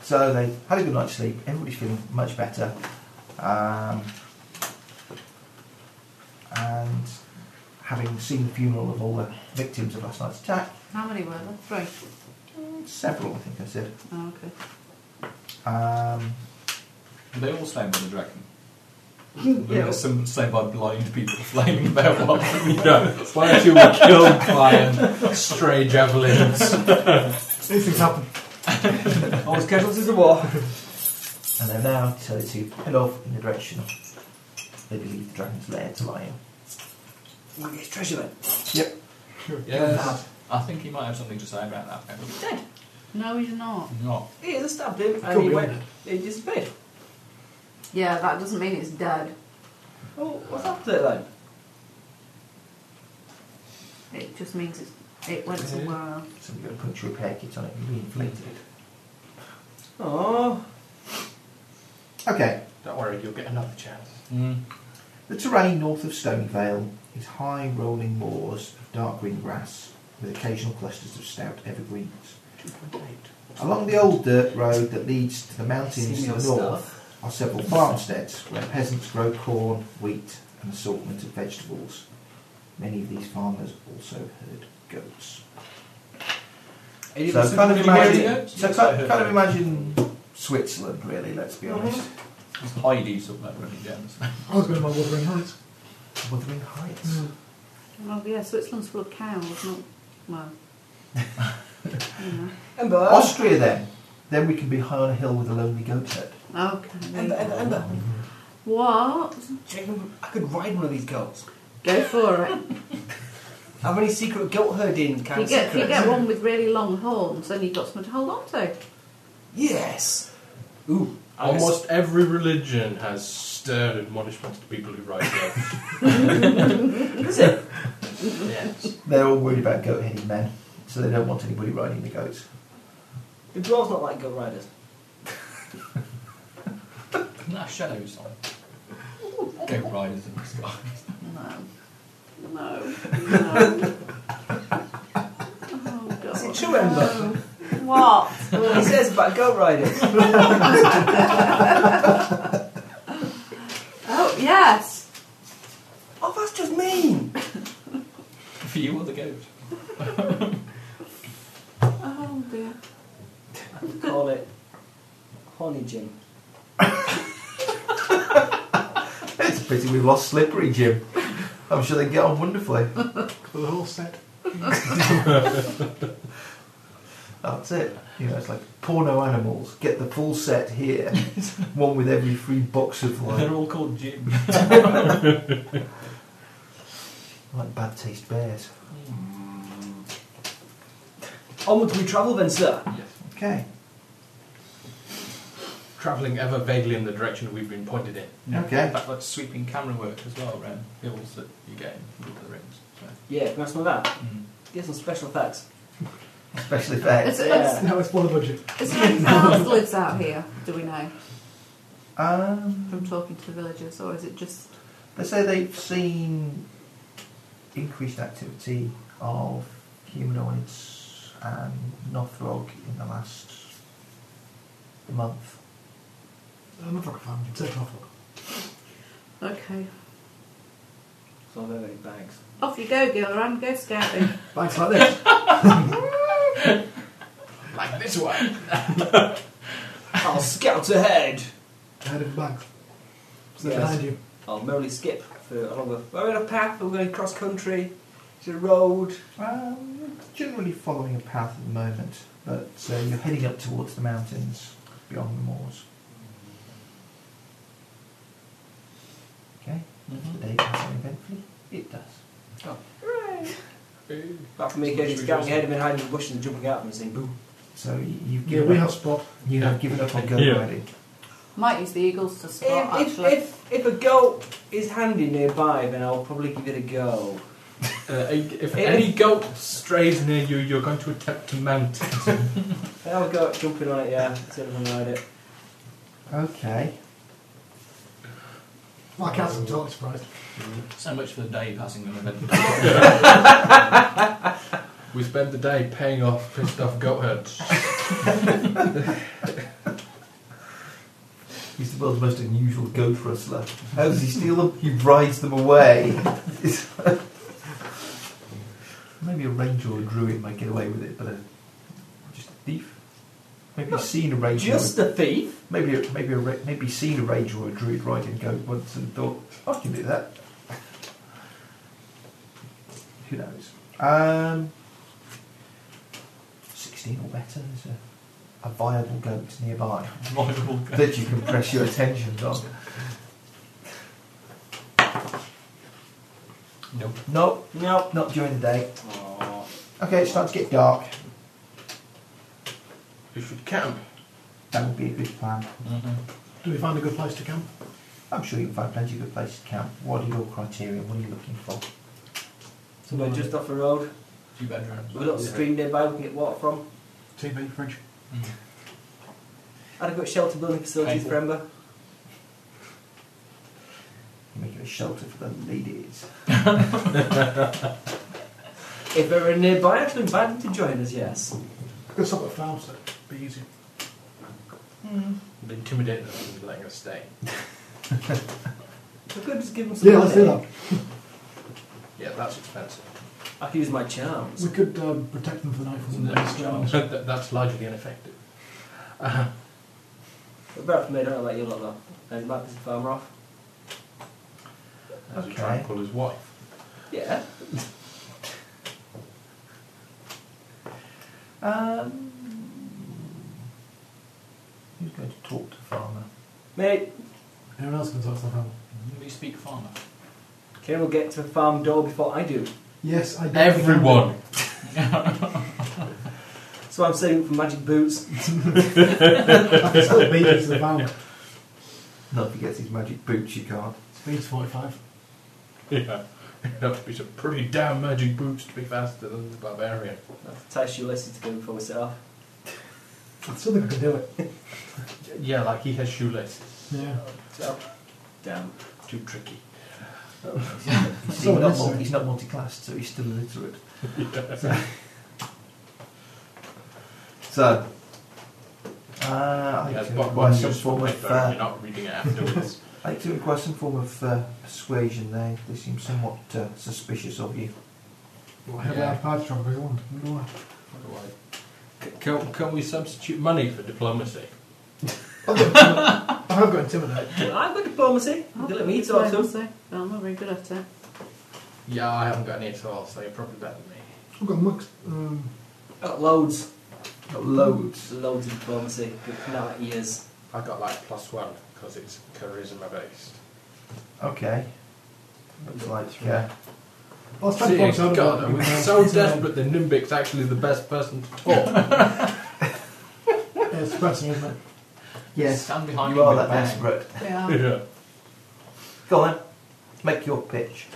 so they had a good night's sleep. Everybody's feeling much better, um, and having seen the funeral of all the victims of last night's attack,
How many were there? Three.
several, I think I said.
Oh, okay.
Um,
Were they all slain by the dragon? Were
Yeah.
there some slain by blind people flaming about what? no, one or two were killed by stray javelins.
These things happen. Always casualties of war.
and they're now decided to head off in the direction they believe the dragon's lair to lie in.
Might get his treasure then.
Yep.
Yes, I think he might have something to say about that. Maybe.
No, he's not.
Not.
Yeah, they stabbed him and
Could
he
be
went.
honest.
He disappeared.
Yeah, that doesn't mean it's dead.
Oh, what's happened to it then?
It just means it's, it went somewhere else.
So we're going to put a repair kit on it and reinflate it.
Oh,
Okay.
Don't worry, you'll get another chance.
Mm.
The terrain north of Stonyvale is high rolling moors of dark green grass with occasional clusters of stout evergreens. Along the old dirt road that leads to the mountains to the north are several farmsteads where peasants grow corn, wheat, and assortment of vegetables. Many of these farmers also herd goats. So kind of imagine, so kind, kind of imagine Switzerland, really. Let's be honest.
It's Heidi's up there running gems.
I was going to my Wuthering Heights.
Wuthering Heights.
Well, yeah, Switzerland's full of cows, not. Well. you know.
Ember.
Austria, then. Then we can be high on a hill with a lonely goat herd.
Okay. there you
Ember, Ember,
go.
Ember.
What?
Jacob, I could ride one of these goats.
Go for it.
How many secret goat herding
If
kind
you,
of
get, if you
secrets?
get one with really long horns, then you've got something to hold on to.
Yes. Ooh. I guess-
Almost every religion has stern admonishments to people who ride goats.
Is it?
yes.
They're all worried about goat headed men, so they don't want anybody riding the goats.
The dwarves not like goat riders.
Isn't that a shadow sign? Goat riders in the sky.
No. No. No. oh, God.
Is it true, Ember?
No. What?
What he says about goat riders.
Oh, yes.
oh, that's just mean.
For you or the goat?
Oh, dear.
Call it horny Jim.
It's a pity we've lost Slippery Jim. I'm sure they get on wonderfully.
The whole set.
That's it. You know, it's like porno animals. Get the full set here. One with every free box of
They're
like,
all called Jim.
like bad taste bears.
Onward we travel then, sir.
yes.
Okay.
Travelling ever vaguely in the direction we've been pointed in.
Okay.
That like sweeping camera work as well around hills that you get in Lord of the Rings. So.
Yeah, can I smell that?
Mm.
Get some special effects.
Especially bears.
Is,
Yeah.
Now it's for the budget.
is there anything else lives out here, do we know,
Um,
from talking to the villagers, or is it just.
they say they've seen increased activity of humanoids and Nothrog in the last month.
I'm a rock fan. Take off.
Okay.
So very many bags.
Off you go, Gilran, go scouting.
Bags like this.
Like this way.
I'll scout ahead.
Head of bags. So
Yes.
behind you.
I'll merrily skip for along the. We're in a path. We're going cross country. To the road.
Um, generally following a path at the moment, but uh, you're heading up towards the mountains beyond the moors. Okay,
Mm-hmm.
the day passes eventfully. It does.
Apart from me getting scouting ahead of me and hiding in the bushes and jumping out of them and saying boo.
So y- you've
Yeah,
given
we have
up,
spot.
you have given up on goat
Yeah.
riding.
Might use the eagles to spot,
If, if,
actually.
if, if a goat is handy nearby, then I'll probably give it a go.
Uh, if
If-
any goat strays near you, you're going to attempt to mount it.
I'll go jumping on it, yeah. See if I can ride it.
Okay,
My cat's not totally surprised.
So much for the day passing them
We spend the day paying off pissed off goat herds.
He's the world's most unusual goat rustler. How does he steal them? He rides them away. Maybe a ranger or a druid might get away with it, but a, just a thief. Maybe he's seen a ranger.
Just a thief.
Maybe a, maybe a, ra- maybe he's seen a ranger or a druid riding goat once and thought I can do that. Who knows? Um, Sixteen or better is a, a viable goat nearby that you can press your attention on.
Nope.
No,
No.
not during the day.
Oh,
Okay, it's starting to get dark.
We should camp.
That would be a good plan.
Mm-hmm.
Do we find a good place to camp?
I'm sure you can find plenty of good places to camp. What are your criteria? What are you looking for?
Somewhere just off the road.
two bedrooms.
With a little stream nearby we can get water from.
TV, fridge.
Adequate shelter building facilities for Ember.
You're making a shelter for the ladies.
If there are nearby, I should invite them to join us, yes.
Go somewhere farm, so it'd be easier.
They intimidate us into letting us stay.
We could just give them some
Yeah, let's do
money.
that.
Yeah, that's expensive.
I could use my charms.
We could um, protect them for the night from the
That's, that- that's largely ineffective.
But Apart from me, I don't know about you lot though. And might piss the farmer off.
As we try and
Okay.
pull his wife.
Yeah.
Um, who's going to talk to the farmer?
Mate,
Anyone else can talk to the farmer?
We speak farmer.
Karen will get to the farm door before I do.
Yes, I do.
Everyone.
So I'm saving for magic boots.
I can still beat it to the farmer.
Not if he gets his magic boots, you can't.
Speed's 45.
Yeah. You'd have to be some pretty damn magic boots to be faster than the barbarian.
I'll have to tie shoelaces to go before we set off.
I still think I can do it.
Yeah, like he has shoelaces.
Yeah.
So, damn.
Too tricky.
He's
So
not,
unnecessary.
mul- he's not multi-classed, so he's still illiterate. so, uh, I
yeah,
like
it's
to
but one
request some
use for
form of,
paper and
uh,
you're not reading it afterwards.
I like to request some form of uh, persuasion. They they seem somewhat uh, suspicious of you.
I have
Yeah.
a hard time with one. I wonder why.
C- Can, can we substitute money for diplomacy?
I have got intimidate.
Well, I've got diplomacy.
Oh,
Let me
that's
talk
what
to
I
them.
say. No, I'm not very good at it.
Yeah, I haven't got any at all, so you're probably better than me.
I've got mixed. Um,
I've got loads,
Got loads.
loads of diplomacy. Good for now, ears.
I got like plus one because it's charisma based.
Okay. Looks like uh,
I'll spend
Dear
five soda
God,
water
I'm
because,
so
uh,
desperate that Nimbic's actually the best person to talk.
yeah, It's depressing, isn't it?
yes,
Stand behind
you
me
are
with a
that
bang.
desperate.
Yeah.
yeah.
Go on, then. make your pitch.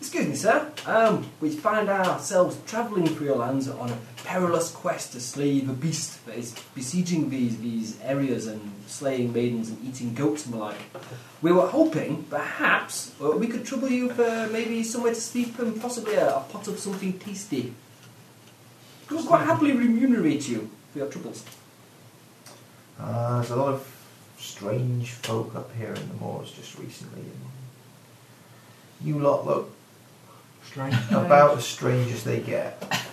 Excuse me, sir. Um, we find ourselves travelling through your lands on a perilous quest to slay the beast that is besieging these these areas and slaying maidens and eating goats and the like. We were hoping, perhaps, uh, we could trouble you for maybe somewhere to sleep and possibly a, a pot of something tasty. We'll quite happily remunerate you for your troubles.
Uh, there's a lot of strange folk up here in the moors just recently. And you lot look
Strange.
about as strange as they get.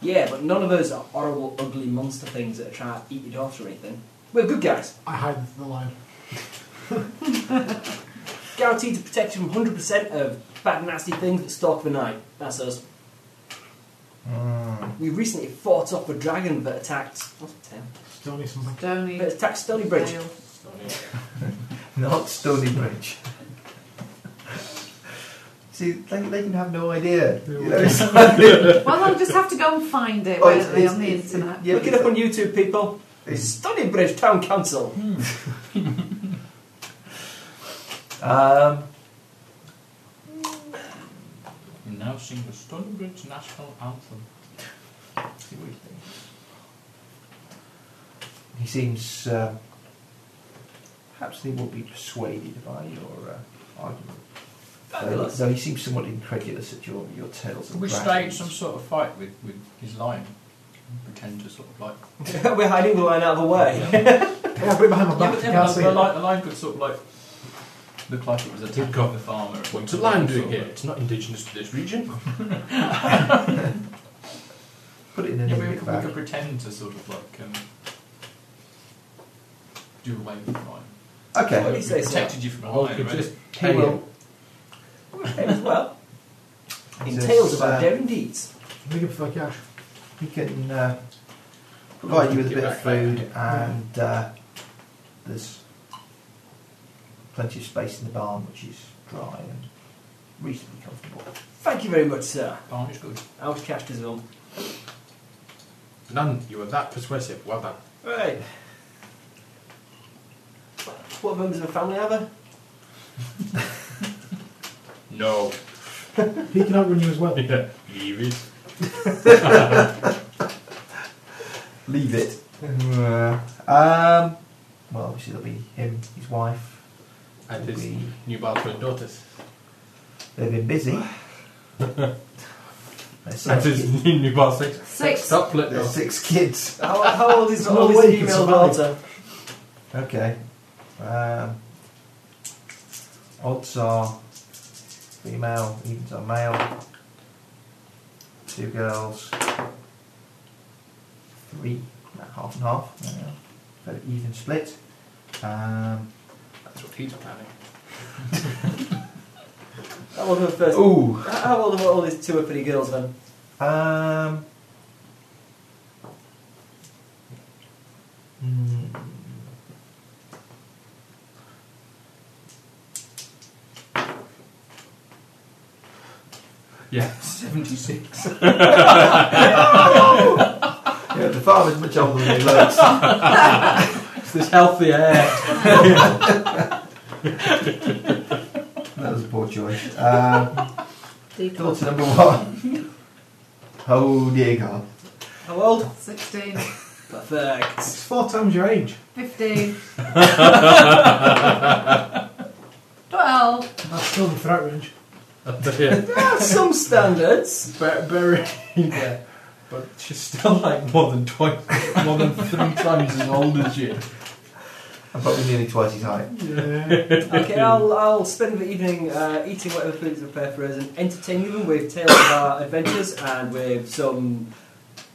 Yeah, but none of those are horrible, ugly monster things that are trying to eat your daughter or anything. We're good guys.
I hide the line.
Guaranteed to protect you from 100% of bad, nasty things that stalk the night. That's us.
Mm.
We recently fought off a dragon that attacked. What's it, Tim?
Stony something.
Stony.
That attacked Stony Bridge.
Dale.
Not Stony Bridge. See, they, they can have no idea. You know, it's-
Well, I'll just have to go and find it
Oh,
won't
it's-
they,
it's-
on the
it's-
internet.
yeah,
Look it up on YouTube, people.
it's-
Stony Bridge Town Council.
um,
We now sing the Stonebridge National Anthem.
see what he thinks. He seems. Uh, perhaps they will be persuaded by your uh, argument. Though,
Fabulous.
though he seems somewhat incredulous at your, your tales of
We stage
dragons.
some sort of fight with, with his lion. Pretend to sort of like.
We're hiding the line out of the way.
Yeah, put it behind my back.
Yeah, but
you
then
can't
the,
see
the,
it.
lion, the lion could sort of like look like it was attacking the farmer. at one
What's a
point,
lion
sort
doing
of
here?
like-
It's not indigenous to this region.
Put it in an
Yeah, we,
area
we
bag.
could pretend to sort of like um, do away with the lion.
Okay.
What do you
Like,
say,
we
sir?
protected you from a
Or we
lion.
could Oh,
already.
just
He
pay him.
will.
as well. In
It's,
tales of our
uh,
daring deeds.
Make it for cash.
He can uh, provide you with a bit of food and uh, there's plenty of space in the barn which is dry and reasonably comfortable.
Thank you very much, sir.
Barn is good.
I'll cash this on.
None, you were that persuasive. Well done.
Right. What members of the family are there?
No.
He can outrun you as well.
Yeah. Leave it.
Leave it. um, well, obviously there'll be him, his wife.
And his
We-
new bathroom daughters.
They've been busy. There's six
And
kids.
his new bathroom
Six.
There's
Stoplet daughters.
six kids.
How, how old is
No
all
way
this
you can
female
survive.
daughter?
Okay. Um, odds are female, evens are male. Two girls. Three. no, half and half. no, no, Very even split. Um,
That's what he's planning.
How old are the first?
ooh.
How- How old are all these two or three girls then?
Um, mm,
Yeah.
76.
yeah, the farmer's much older than he looks.
It's this healthy air.
That was a poor choice. Um,
Decal.
daughter number one. Oh dear God.
How old?
16.
Perfect.
It's four times your age.
15. 12.
That's still the threat range.
yeah.
There are some standards.
Bur- Bury. Yeah. But she's still like more than twice, more than three times as old as you.
I'm probably nearly twice his height.
Yeah.
Okay, I'll, I'll spend the evening uh, eating whatever food is prepared for us and entertaining them with tales of our adventures and with some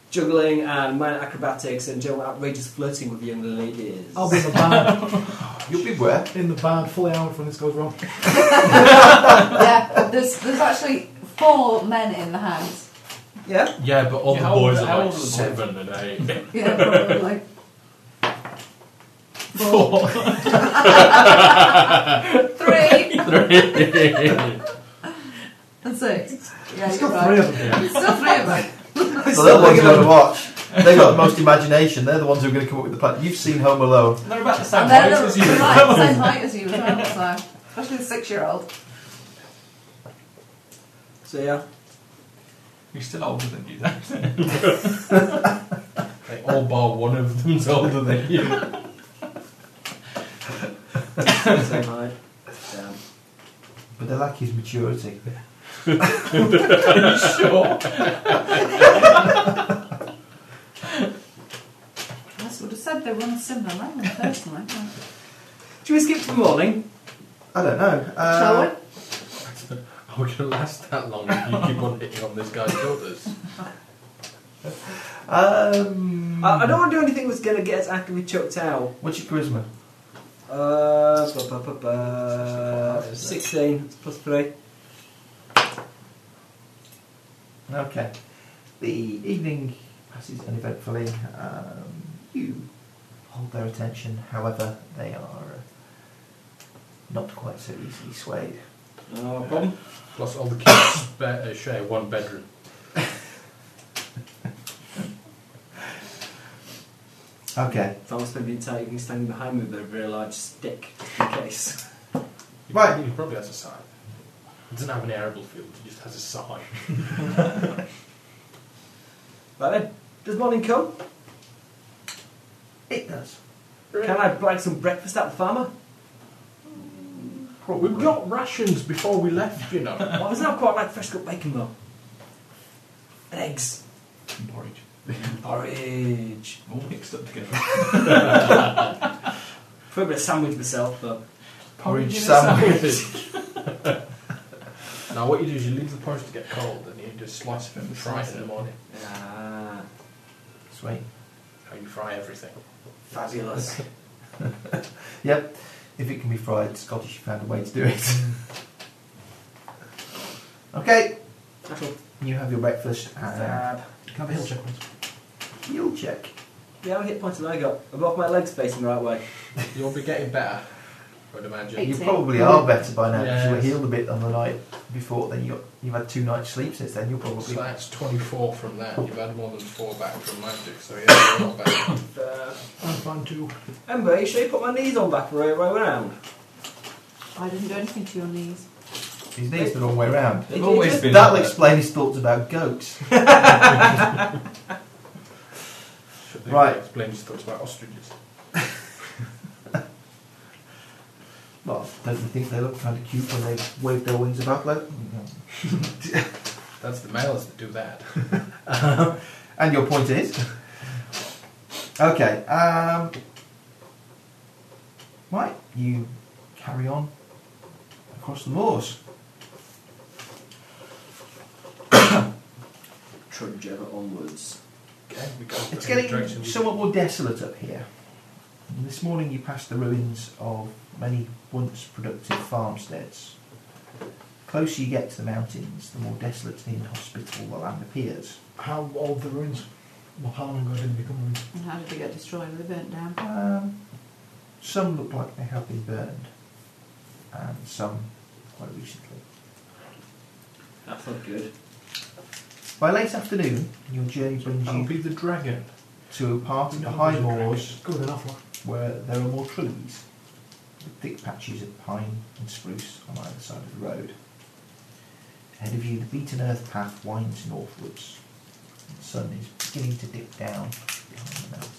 juggling and minor acrobatics and general outrageous flirting with young ladies.
I'll be in the barn.
You'll be where?
in the barn, fully armed when this goes wrong.
Yeah, there's, there's actually four men in the house.
Yeah?
Yeah, but all
Yeah,
the
how old-
boys
how
are
old
like
are the boys?
seven and eight.
Yeah, probably. Four. Three. And six. Yeah,
It's
you're
got three of
right.
them.
yeah.
Still three of them.
So they're the ones you got to watch. They've got the most imagination. They're the ones who are going to come up with the plan. You've seen Home Alone.
They're about the same
And
height
they're the,
as you.
the right same height as you as well, so. Especially the six year old.
So yeah.
You're still older than you, though.
They all bar one of them's older than you.
Same height. Damn.
But they lack his maturity.
sure.
I would have said they were on a similar level personally.
Should we skip to the morning?
I don't know. Uh,
Shall we?
Are we going to last that long if you keep on hitting on this guy's shoulders?
Um,
I, I don't want to do anything that's going to get us actively chucked out.
What's your charisma?
Uh, ba- ba- ba- ba- 16 plus 3.
Okay. The evening passes uneventfully. Um, you hold their attention, however, they are uh, not quite so easily swayed.
No problem.
Plus, all the kids spe- uh, share one bedroom.
Okay.
So I'll spend the entire evening standing behind me with a very large stick, just in case.
He
Right.
probably- He probably has a sign. He doesn't have an arable field, he just has a sign.
Right then, does morning come?
It does.
Can I blag some breakfast at the farmer?
We got rations before we left, you know.
Well, it's not quite like fresh cooked bacon though. And eggs.
Porridge.
Porridge.
All mixed up together.
Probably a sandwich myself, but
Porridge
in a sandwich. now, what you do is you leave the porridge to get cold and you just slice it and fry it in the morning.
ah,
Sweet.
How you fry everything.
fabulous.
Yep. If it can be fried, Scottish found a way to do it. okay.
That'll
You have your breakfast
Ah.
and uh,
fab.
Can I have a hill check, please?
you'll check.
Yeah, how many hit points have I got? Above my legs facing the right way.
You'll be getting better, I would imagine.
You
Eighteen.
probably are better by now because you were
Yes.
healed a bit on the night before. Then you you've had two nights sleep since then. You're
So
probably
that's 24 from that. You've had more than 4 back from magic, so yeah, you're not bad.
Uh,
I'm fine too.
Ember, you sure you put my knees on back the right way round?
I didn't do anything to your knees.
his knees the wrong way round.
It-
They've
it
always
just-
been
That'll
like
explain his thoughts about goats.
Should they
Right.
explain his thoughts about ostriches?
Well, don't you think they look kind of cute when they wave their wings about like?
That's the males that do that.
And your point is? Okay. Um, right, you carry on across the moors.
Trudge ever onwards.
Okay, we go
It's
in the
getting
direction we-
somewhat more desolate up here. And this morning you passed the ruins of many once productive farmsteads. Closer you get to the mountains, the more desolate and inhospitable the land appears.
How old the ruins? Well, how long ago did they become ruins?
And how did they get destroyed? Were they burnt down?
Um, some look like they have been burned, and some quite recently.
That's not good.
By late afternoon, your journey brings
That'll
you
be the dragon.
to a part of the high moors
Good enough, look.
where there are more trees, with thick patches of pine and spruce on either side of the road. Ahead of you, the beaten earth path winds northwards. The sun is beginning to dip down behind the mountains.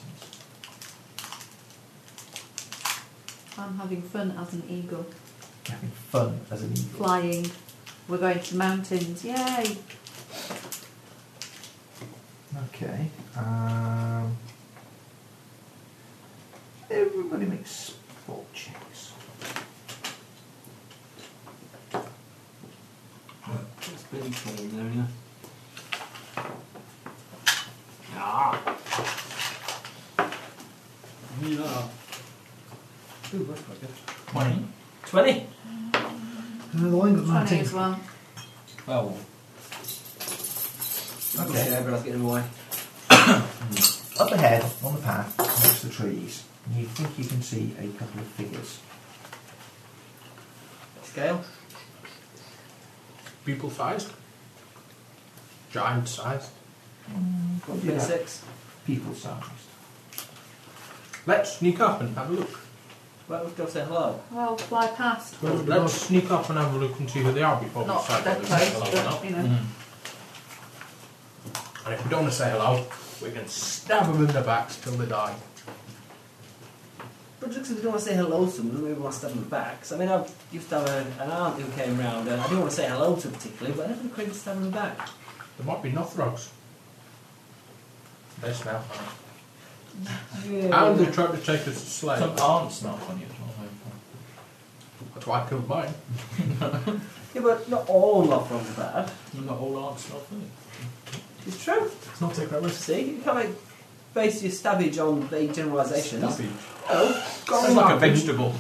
I'm having fun as an eagle.
You're having fun as an eagle.
Flying. We're going to the mountains. Yay!
Okay. Um, everybody makes spot checks.
It's been cold there, yeah. Ah. You know. Ooh, that's quite good.
Twenty.
Twenty.
Another one got 19.
Funny as well.
Well,
Okay.
Yeah, but I was getting away.
Up ahead, on the path, amongst the trees, you think you can see a couple of figures.
Scale.
People sized? Giant sized?
One
Yeah.
point six.
People sized.
Let's sneak up and have a look.
Well, let's go say hello.
Well, fly past.
Well, it'd be
Let's sneak up and have a look and see who they are before we
Not
decide
that
whether to say
close,
hello or
but
not.
you know.
And if we don't want to say hello, we can stab them in the backs till they die.
But just because we don't want to say hello to them, doesn't mean we want to stab them in the backs. I mean, I used to have a, an aunt who came round, and I didn't want to say hello to her particularly, but I never craved to stab them in the back.
There might be Nothrogs. They smell funny. And they tried to take us to slave.
some aren't not Oh, funny at all. though.
That's why I killed mine.
Yeah, but not all love from bad.
Not all aren't not funny.
It's true.
Let's not take that risk.
See, you can't like, base your stabbage on vague generalisations.
Snappy.
Oh,
Sounds like a vegetable.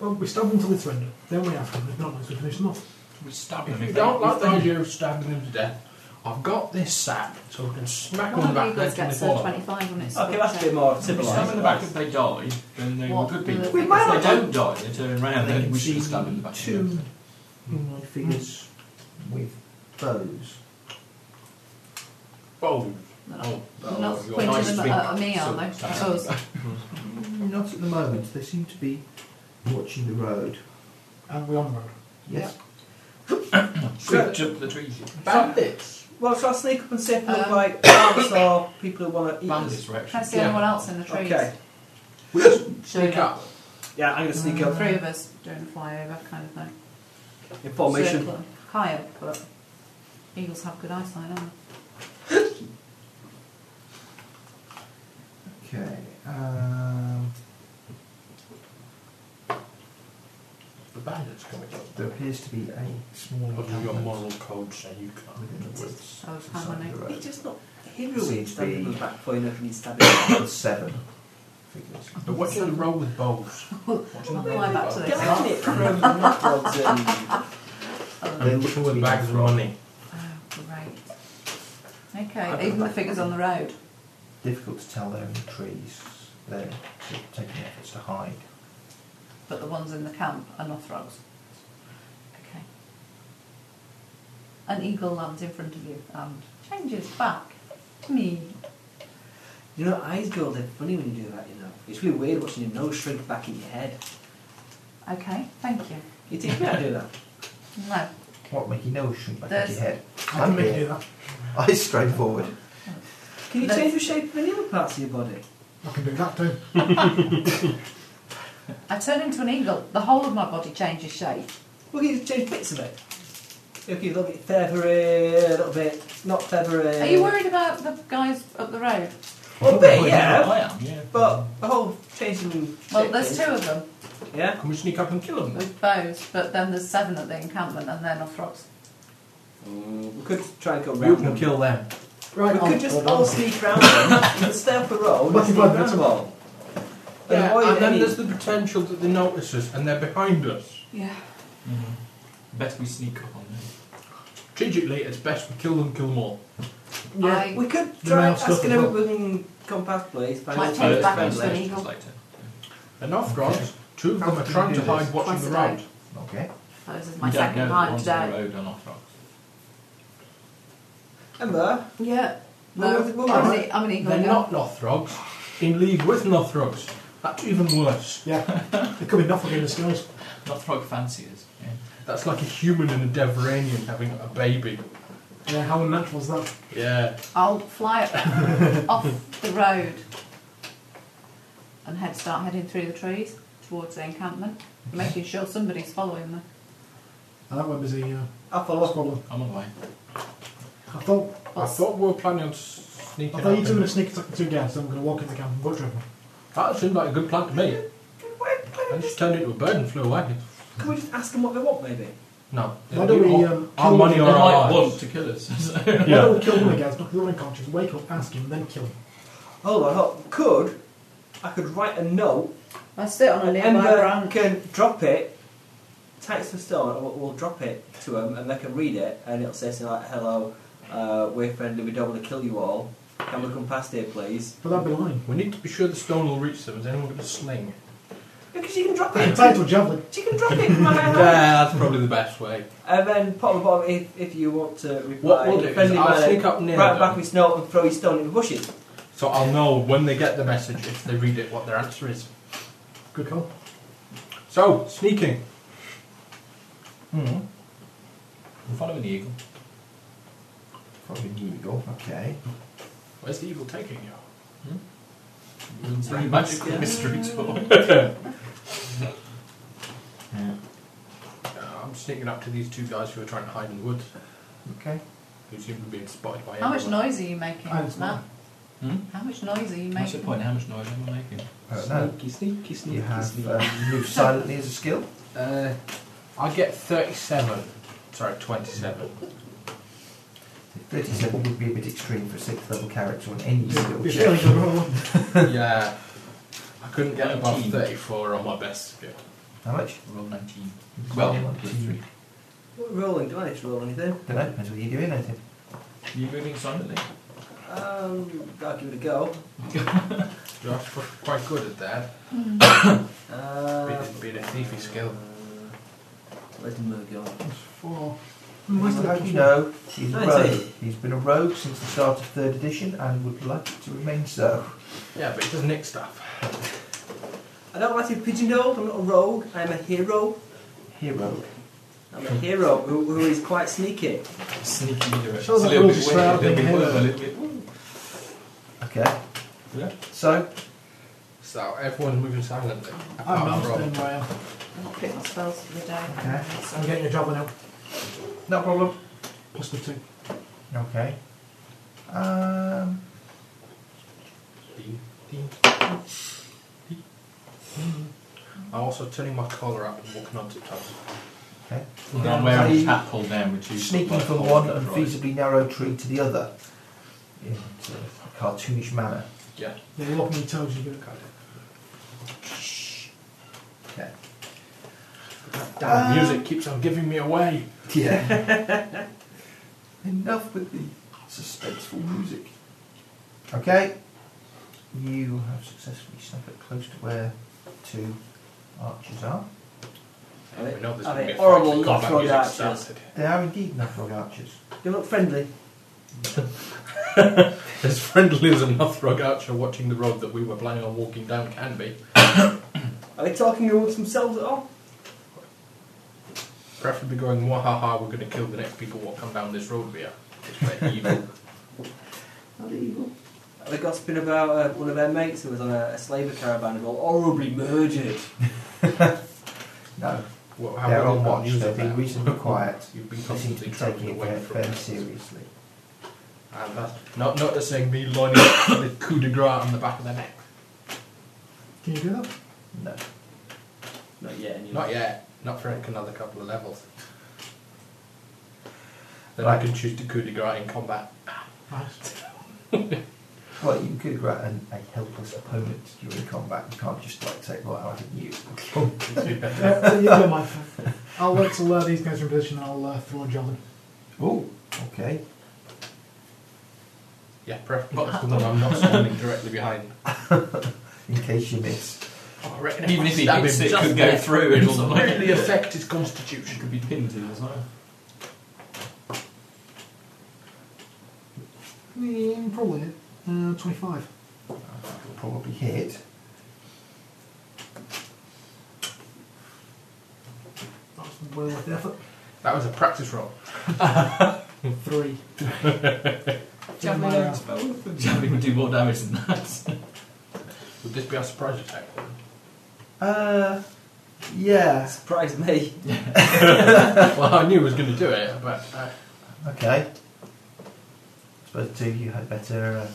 Well, we stab them till they surrender. Then we have them. If not, let's finish them off.
We stab them
If you
if
don't
they-
like
if
the
they-
idea of stabbing them to death, I've got this sack so we can smack
One
them
of you
back
guys
next time
gets
they
uh,
fall.
25 when it's
okay, that's a bit
split.
more
If you stab in
civilised.
the back if they die, then they were
What?
good people.
We
if
might
they
not-
don't die, they turn around,
They
then
can
we should
see
stab in the back.
Two humanoid figures with bows.
Oh,
They're not-
oh,
they're not
oh, you're
pointing
nice
them
big
at, at me, are they?
sort of
At us.
Not at the moment. They seem to be watching the road.
And we're on the road.
Yes.
Sweep up the trees.
bandits.
Well, shall I sneak up and see if they look
Um,
like ants or people who want to eat us?
Bandits were actually.
Can I see anyone else in the trees?
Okay.
Sneak up.
Yeah, I'm going to sneak up.
Uh, Three of us doing a flyover kind of thing.
In formation.
Circle, high up, but eagles have good eyesight, don't they?
Okay. Um,
The bandit's coming up.
there appears to be a small
What does your
encampment
moral code say you can't
within
do
the
with?
woods.
Oh, it's
beside
harmony.
the road.
He's just not heroically
Seems to
standing
be-
on the back foot enough and he's stabbing.
Got seven figures.
But what do you roll with bows? What do you
I'll
roll
fly
with
back to
bows?
this.
Damn it, from backwards and-
They
And
look
people
to be
with bags of
from
money.
Oh, great. Okay, even the figures on the road.
Difficult to tell they're in the trees. They're sort of taking efforts to hide.
but the ones in the camp are Nothrogs. Okay. An eagle lands in front of you and changes back to me.
You know, eyes go they're funny when you do that, you know. It's really weird watching your nose shrink back in your head.
Okay, thank you.
You think me I do that?
No,
What, Mickey? No, shrink back into
There's-
your head.
I can make you do that.
Eyes straight forward.
Can you
No.
change the shape of any other parts of your body?
I can do that too.
I turn into an eagle. The whole of my body changes shape.
Well, can you change bits of it? Okay, a little bit feathery, a little bit not feathery.
Are you worried about the guys up the road?
Well, a bit,
Well,
yeah.
I am, yeah.
But the whole changing.
Well,
shape
there's
thing,
two of them
Yeah?
Can we sneak up and kill them? then?
with bows, but then there's seven at the encampment and they're Nothrogs.
Mm, we could try and go
We
round
can
them.
kill them.
We
Right, on,
could just
hold
all
on.
sneak round them. We could stay up the road and
Lucky
sneak
one,
round them all.
Yeah,
Avoid
and then
any-
there's the potential that they notice us and they're behind us.
Yeah.
Bet Mm-hmm. we sneak up on them.
Strategically, it's best we kill them, kill them all.
I
We could
The
try
male stuff
asking
as well.
everyone come past, please. find
Might
us
change
a
back
friendly.
into an eagle.
Later.
Enough, guys. Two of them
How
are
do
trying
you
to
do
hide
this?
watching
Twice
the
a
road.
day.
Okay.
This is my
you don't know
second
the
time
ones on the
today.
road are not rocks.
Emma,
Yeah.
Well,
No,
we're- we're
I'm,
alright.
an, I'm an eagle.
They're
yeah.
not Nothrogs. In league with Nothrogs. That's even worse.
Yeah, it could be nothing in the skills.
Not frog fanciers. Yeah.
That's like a human and a Deveranian having a baby.
Yeah, how unnatural is that?
Yeah.
I'll fly off the road and head start heading through the trees towards the encampment, making sure somebody's following me.
And that won't be the uh,
I follow up.
problem.
I'm on the way.
I thought
I thought we were planning on sneaking
I
up.
thought you two were going to
in.
sneak attack the two guys, so I'm going to walk in the camp and butcher them.
That seemed like a good plan to me. I just turned into a bird and flew away.
Can we just ask them what they want, maybe?
No.
Why don't we,
Our-
um,
our
kill
money
They
or
might
our
want
lives.
to kill us.
Why don't we kill one of the guys, knock the other unconscious, wake up, ask him, then kill him?
Hold on, hold on. Could I could write a note?
I sit on a
uh, Emma can drop it. Types of stone. We'll, we'll drop it to them, and they can read it, and it'll say something like, "Hello, uh, we're friendly. We don't want to kill you all. Can we come past here, please?"
But that'd be lying.
We need to be sure the stone will reach them. Is anyone got a sling?
Because you can drop
It's
it.
tied to a javelin.
She can drop it from my hand.
Yeah, that's probably the best way.
And then pop the bottom if, if you want to reply.
What we'll do is
friendly
I'll
manner,
sneak up near
Right back
them.
with snow and throw your stone in the bushes.
So I'll know when they get the message if they read it what their answer is.
Good call.
So, sneaking.
I'm following the eagle.
Probably an eagle. Okay.
Where's the eagle taking you?
It's a magical mystery tour.
Yeah.
Uh, I'm sneaking up to these two guys who are trying to hide in the woods,
Okay.
who seem to be being spotted by
How much
everyone.
noise are you making,
I was
Matt?
Hmm?
How much noise are you
What's the
making?
point? How much noise am I making?
I don't know.
sneaky, sneaky,
You have um, move silently as a skill.
Uh, I get 37. Sorry, 27.
37 would be a bit extreme for a 6th level character on any
It'd
skill
be a fairly
check.
good roll.
yeah. I couldn't get above
19.
34 on my best skill.
How much?
Roll 19. Well, plus 3.
What rolling? Do I need to roll anything?
Don't know, depends whether you're doing anything.
Are you moving silently?
Um, I'll give it a go.
Josh was quite good at that.
Hmm.
Being
Um,
a, being a thiefy skill.
Let's move on.
Four.
How do you know he's a
Nineteen.
rogue? He's been a rogue since the start of 3rd edition and would like to remain so.
Yeah, but it does nick stuff.
I don't like to be pigeonholed. I'm not a rogue. I'm a hero.
Hero.
I'm a hero who, who is quite sneaky.
Sneaky hero. It's a
Shows that
little
rules
bit
straight
weird,
out
a little
being
bit
hero.
woo, a little bit woo.
Okay.
Yeah.
So,
So everyone's moving silently.
I'm
apart
not
from Rob.
standing where I am.
I'm not putting my spells for the day.
Okay.
So
I'm getting a job now.
No problem.
Plus the two.
Okay. Um,
Ding, ding, ding, ding. I'm also turning my collar up and walking on tiptoes.
okay.
And I'm wearing a hat pulled down, which is
Sneaking
like
from
all
one
that, right?
unfeasibly narrow tree to the other in sort of a cartoonish manner.
Yeah.
Yeah, you're locking your toes, you're gonna cut it.
Okay.
Damn,
Uh,
Um,
the music keeps on giving me away.
Yeah. Enough with the suspenseful music. Okay. You have successfully snuck it close to where two archers are.
Are they-
we know there's
are
going to be
they
a
horrible
fight. The combat
Northrog
music
archers?
started.
They are indeed Nuthrog archers.
They look friendly.
As friendly as a Northrog archer watching the road that we were planning on walking down can be.
Are they talking amongst themselves at all?
Preferably going, wahaha, we're going to kill the next people what come down this road here. It's very evil.
Are they evil? Are they gossiping about uh, one of their mates who was on a, a slaver caravan and got horribly murdered?
No,
Well, how
they're
would
on
they not
watch.
use
They're
it
being
that?
reasonably quiet.
You've been
They seem to
constantly
be
travelling
taking it
away
very,
from
very
us.
seriously.
And that's not noticing me lining up the coup de grace on the back of their neck.
Can you do that?
No.
Not yet, anyway.
Not yet. Not for like another couple of levels. Then I
Right.
can choose to coup de grace in combat.
Nice.
Well, you could grab an, a helpless opponent during combat. You can't just like take right out of you.
Yeah, Uh, you go, Mike. I'll wait till uh, these guys are in position and I'll uh, throw a javelin.
oh, okay.
Yeah, preferably so that I'm not standing directly behind.
In case you miss.
Oh, I reckon
Even
I
if he
stab
hits
him
it,
just
could go
there,
through and all
It'll
the way.
really affect his
It
constitution.
could be pinned to as well.
Mm, Probably uh, 25.
You'll probably hit.
That's well worth the effort.
That was a practice roll.
Three.
Javelin
Yeah.
don't spell with them. Javelin would do more damage than that.
Would this be our surprise attack?
Uh, yeah.
Surprised me.
well, I knew he was going to do it, but uh,
Okay. I suppose the two of you had better uh,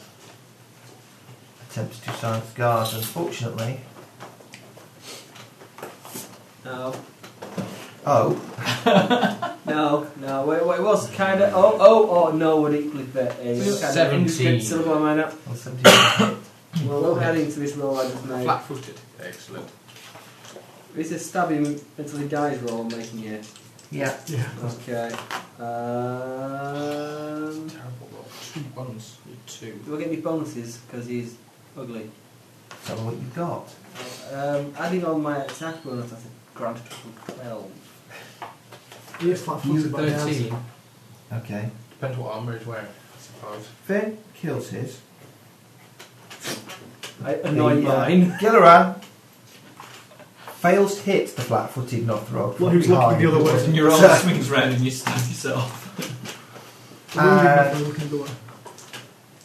attempts to silence guards. Unfortunately.
No,
Oh,
no, no. Well, well, it was kind of. Oh, oh, oh, no, would equally fit. It's kind of
17.
indistinct syllable, am I not?
well, somebody hit.
Well, no heading to this roll I just made.
flat-footed. Excellent.
This is stabbing into the guy's roll I'm making here.
Yeah.
Yeah.
Okay. Um,
Terrible roll. Two ones. Two.
do I get any bonuses? Because he's ugly.
Tell me what you got.
Um, adding on my attack bonus, that's a grand total of 12.
He is flat
You
footed by the hands.
thirteen.
Okay.
Depends what armour he's wearing, I suppose.
Finn kills his.
I annoy
The, uh,
mine.
Gilleran fails to hit the flat-footed Nothrog. from
Well, he was looking
behind.
the other way.
And your arm
So-
swings round and you stab yourself.
The wounded
Uh,
man looking the way.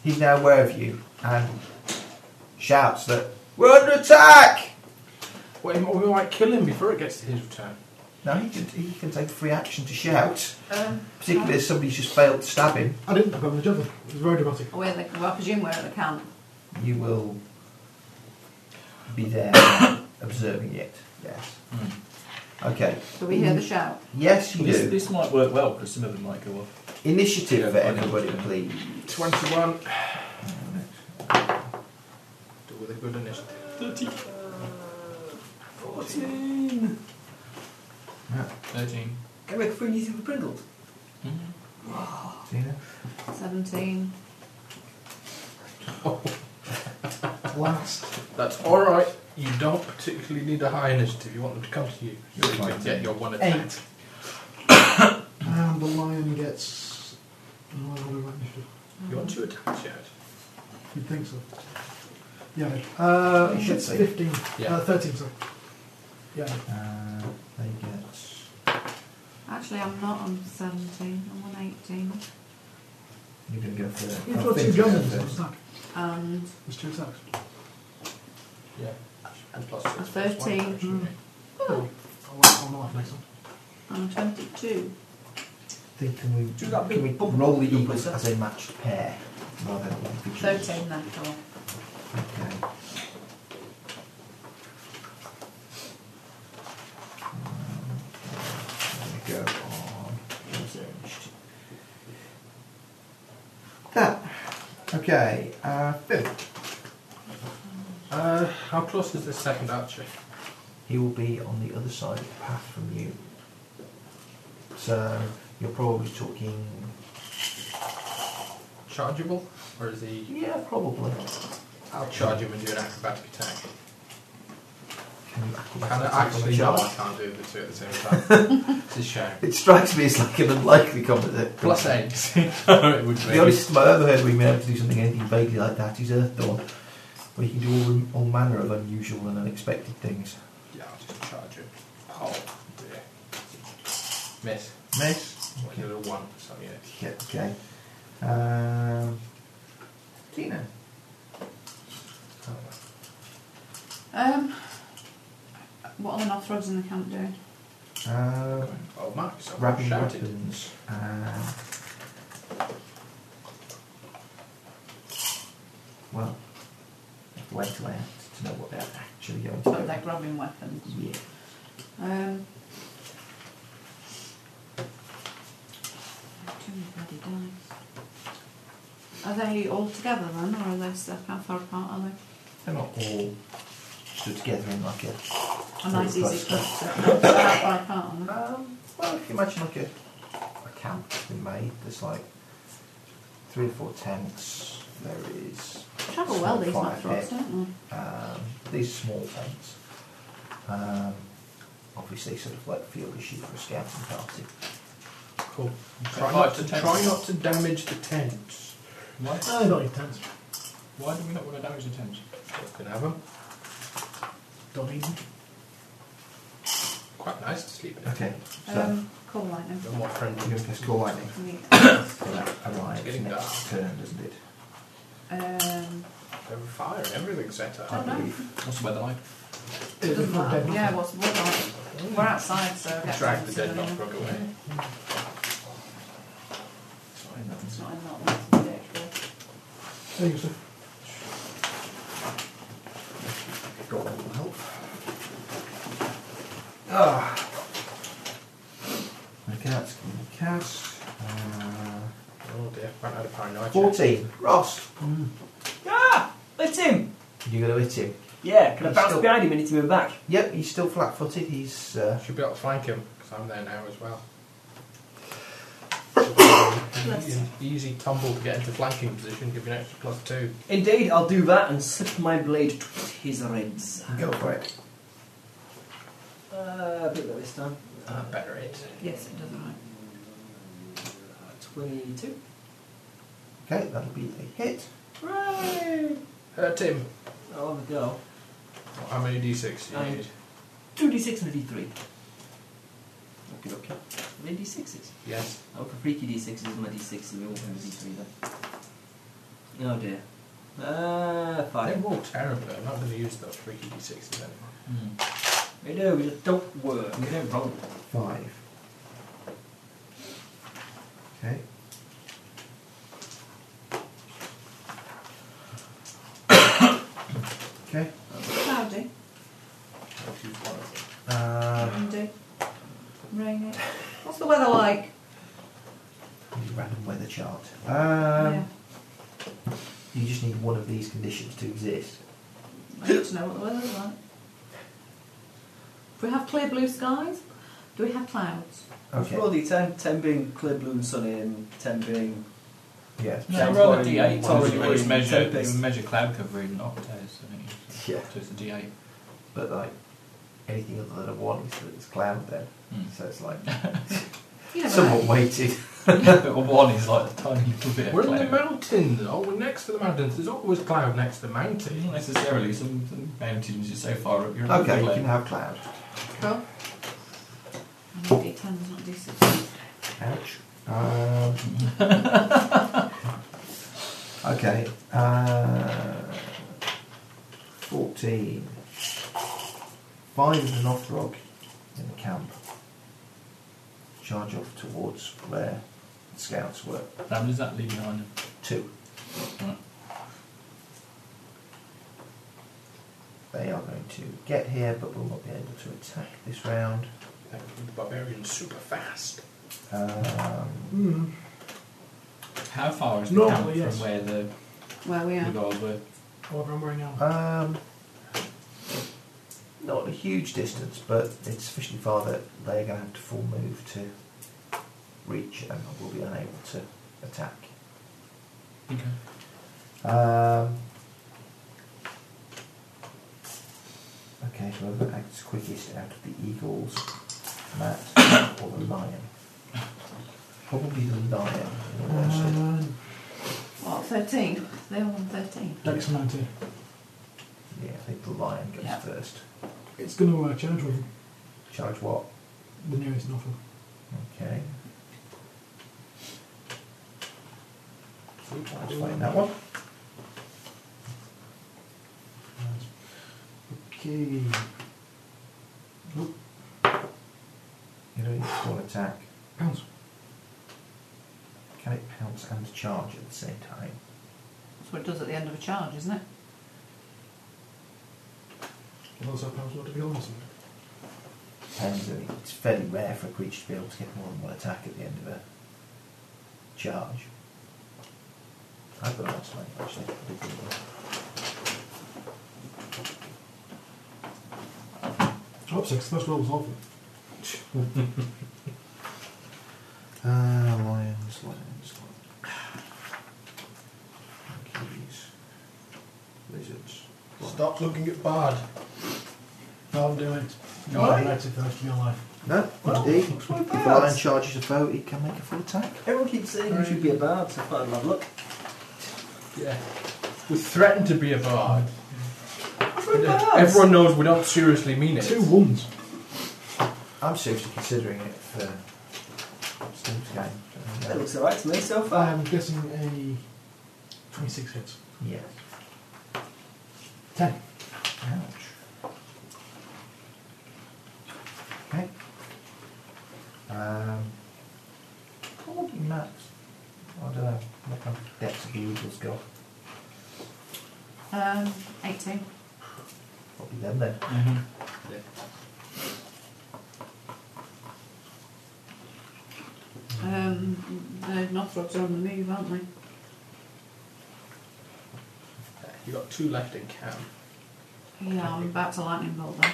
He's now aware of you and shouts that we're under attack.
Well, he- we might kill him before it gets to his return.
Now he can he can take free action to shout,
Um,
particularly if somebody's just failed to stab him.
I didn't pick up the javelin. It was very dramatic.
where they, well, I presume we're at the camp.
You will be there observing it. Yes.
Hmm.
Okay.
Do we hear the shout?
Yes, you
This,
do.
this might work well because some of them might go off.
Initiative for
Yeah, I know.
everybody, please.
Twenty-one. Do with a good initiative.
30. 14. 13.
Can I make free and easy for Pringles?
Tina?
17.
Last.
That's all right. You don't particularly need a high initiative. You want them to come to you.
You're
You
fine.
get your one attack.
Eight. And the lion gets. Oh, I don't know what initiative.
You want two attacks yet?
You'd think so. Yeah. Uh,
You should
it's
see.
15.
Yeah.
Uh, 13, sorry. Yeah.
Uh, they get.
Actually, I'm not on 17. I'm on 18.
You're going to go for.
You
I
throw two
think you're
javelins
going
on
Um,
the stack.
And
There's two stacks.
Yeah. And plus
A 13.
Mm.
Oh,
I'll wait for my face on.
I'm 22.
think can we
Do that
can we
big bump
roll the
bump
eagles
with
as a matched pair rather than individuals?
13 then. Oh.
Okay. Uh, Um, Go on. What's their initiative? That. Okay. Uh, Phil.
Uh, how close is this second archer?
He will be on the other side of the path from you. So you're probably talking.
Chargeable? Or is he.
Yeah, probably.
I'll charge him and do an acrobatic attack.
Can you
Can
acrobatic
I
attack on the
actually. No, I
charge?
can't do the two at the same time. it's a shame.
It strikes me as like an unlikely comment.
Plus eight. it would
The only system I ever heard we've been able to do something anything vaguely like that is Earthdawn, where you can do all, all manner of unusual and unexpected things.
Yeah, I'll just charge it. Oh, dear. Miss.
Miss?
Well, you're a one, so yeah.
Yeah, okay. Um, Tina?
Oh,
Um, what are the Northroads in the camp doing?
Uh,
well. oh Mark, so
grabbing
shouted.
weapons. Uh, well, you have to wait till I have to know what they're actually going to
But
do.
they're grabbing weapons.
Yeah.
Um, too many bloody dice. Are they all together then, or are they set how far apart are they?
They're not all stood together in like a
A nice
Very
easy
close.
club to how far apart are they?
Um, well, if you imagine like a, a camp that's been made, there's like three or four tents. There is
Travel well these
Fire
Northroads,
pit.
don't
um, these small tents. Um, obviously, sort of like field issue for a scouting party.
Cool. Try
Oh,
not,
it's
to,
a tent.
try not to damage the tents.
Why,
No, Uh, not intense.
why do we not want to damage the tent?
Can have them.
Don't need them.
Quite nice to sleep in.
Okay,
they?
so
Um, call lightning.
They're more
you're
friendly.
going to press call lightning
Yeah.
for that arrives
getting
next turn, doesn't it?
um,
They're fire and everything set up.
don't know.
What's the weather like?
Doesn't matter. Yeah, what's the weather like? We're outside, so it gets
Drag the
obvious,
dead
isn't it?
knock rug away.
It's not in that one, it's in the actual-
There you go, sir.
God will help. Ah. Okay, that's going to cast. Uh,
Oh dear, I had a paranoia. check.
14. Ross,
Ah! It's him!
you're going to hit him.
Yeah, can I
He's
bounce
still-
behind him and hit him in the back?
Yep, he's still flat footed. He's. Uh,
Should be able to flank him, because I'm there now as well.
Bless.
Easy tumble to get into flanking position, give you an extra plus two.
Indeed, I'll do that and slip my blade twist his ribs.
go for it.
Uh, a bit like this time.
Uh, better eight.
Yes, it does, right.
Uh, 22.
Okay, that'll be a hit.
Hooray!
Hurt him.
I'll have a go.
Uh, How many d6 do you
Um,
need?
2d6 and a d3. Okay, okay. Are they d6s?
Yes.
Oh, for freaky d6s and my d6, so we won't have a d3 then. Oh dear. Uh,
They
five.
roll terribly. I'm not going to use those freaky d6s anymore.
They do, they just don't work.
We don't roll.
Five. Okay. okay.
Cloudy,
Uh,
windy, rainy. What's the weather like?
random weather chart. Um,
yeah.
You just need one of these conditions to exist.
I need to know what the weather's like. Do we have clear blue skies? Do we have clouds?
Okay.
Roll d10, 10 being clear blue and sunny, and 10 being.
Yeah.
No,
Sounds
roll a
like
d8.
it's already
You always
been
measure,
tempest.
you measure cloud cover in octaves, I think.
Yeah.
So it's a d8.
But like anything other than a one is that it's cloud then.
Mm.
So it's like
You never know.
somewhat weighted.
a one is like a tiny little bit. of
We're in the
cloud.
mountains, though. We're next to the mountains. There's always cloud next to the mountain.
Not necessarily. Some, some mountains are so far up. You're not
Okay, you
really-
can have cloud.
Cool. I need D10s, not D6s.
Ouch. Um, okay. Uh, 14. find an Othrog in the camp, charge off towards where the scouts were.
How does that leave behind him?
Two. They are going to get here, but will not be able to attack this round.
The barbarian's super fast.
Um,
Mm.
How far is the
Normally,
camp
yes.
from where the,
Where we
the
are.
guard were?
However, I'm wearing now.
um, not a huge distance, but it's sufficiently far that they're going to have to full move to reach and will be unable to attack.
Okay.
Um, okay, whoever acts quickest out of the eagles, Matt, or the lion. Probably the lion. in all honesty.
Uh,
What, 13? They're all on 13.
Dex 19.
Yeah, I think the lion goes
Yeah.
first.
It's going to uh, charge with
Charge what?
the nearest novel.
Okay. Let's find that one.
Okay. Nope.
You know, it's one attack.
Pounce.
Can it pounce and charge at the same time?
That's what it does at the end of a charge, isn't it?
Well, also pounce not to be honest.
Depends, I mean, it's fairly rare for a creature to be able to get more than one attack at the end of a charge. I've got an outstanding, actually. I did do that.
Top six. First roll was awful.
Uh, lions, lions, lions. Monkeys. Lizards.
Stop looking at Bard.
I'll do it.
No, Why?
That's the first in your life.
No,
Well,
indeed.
what's my
If a
bad?
lion charges a foe, it can make a full attack.
Everyone keeps saying you should be a bard, so far, have a look.
Yeah. We threatened to be a Bard.
We're bards.
Everyone knows we don't seriously mean it.
Two ones.
I'm seriously considering it for Steam's game.
That looks alright to me so far.
I'm guessing a 26 hits.
Yeah.
10.
Ouch. Okay. Um, probably max. I don't know. What kind of depth of the eagles got?
Um, 18.
Probably them then.
Mm-hmm.
Um, the Northrogs are on the move, aren't they?
You got two left in camp.
Yeah, I'm about to lightning bolt them.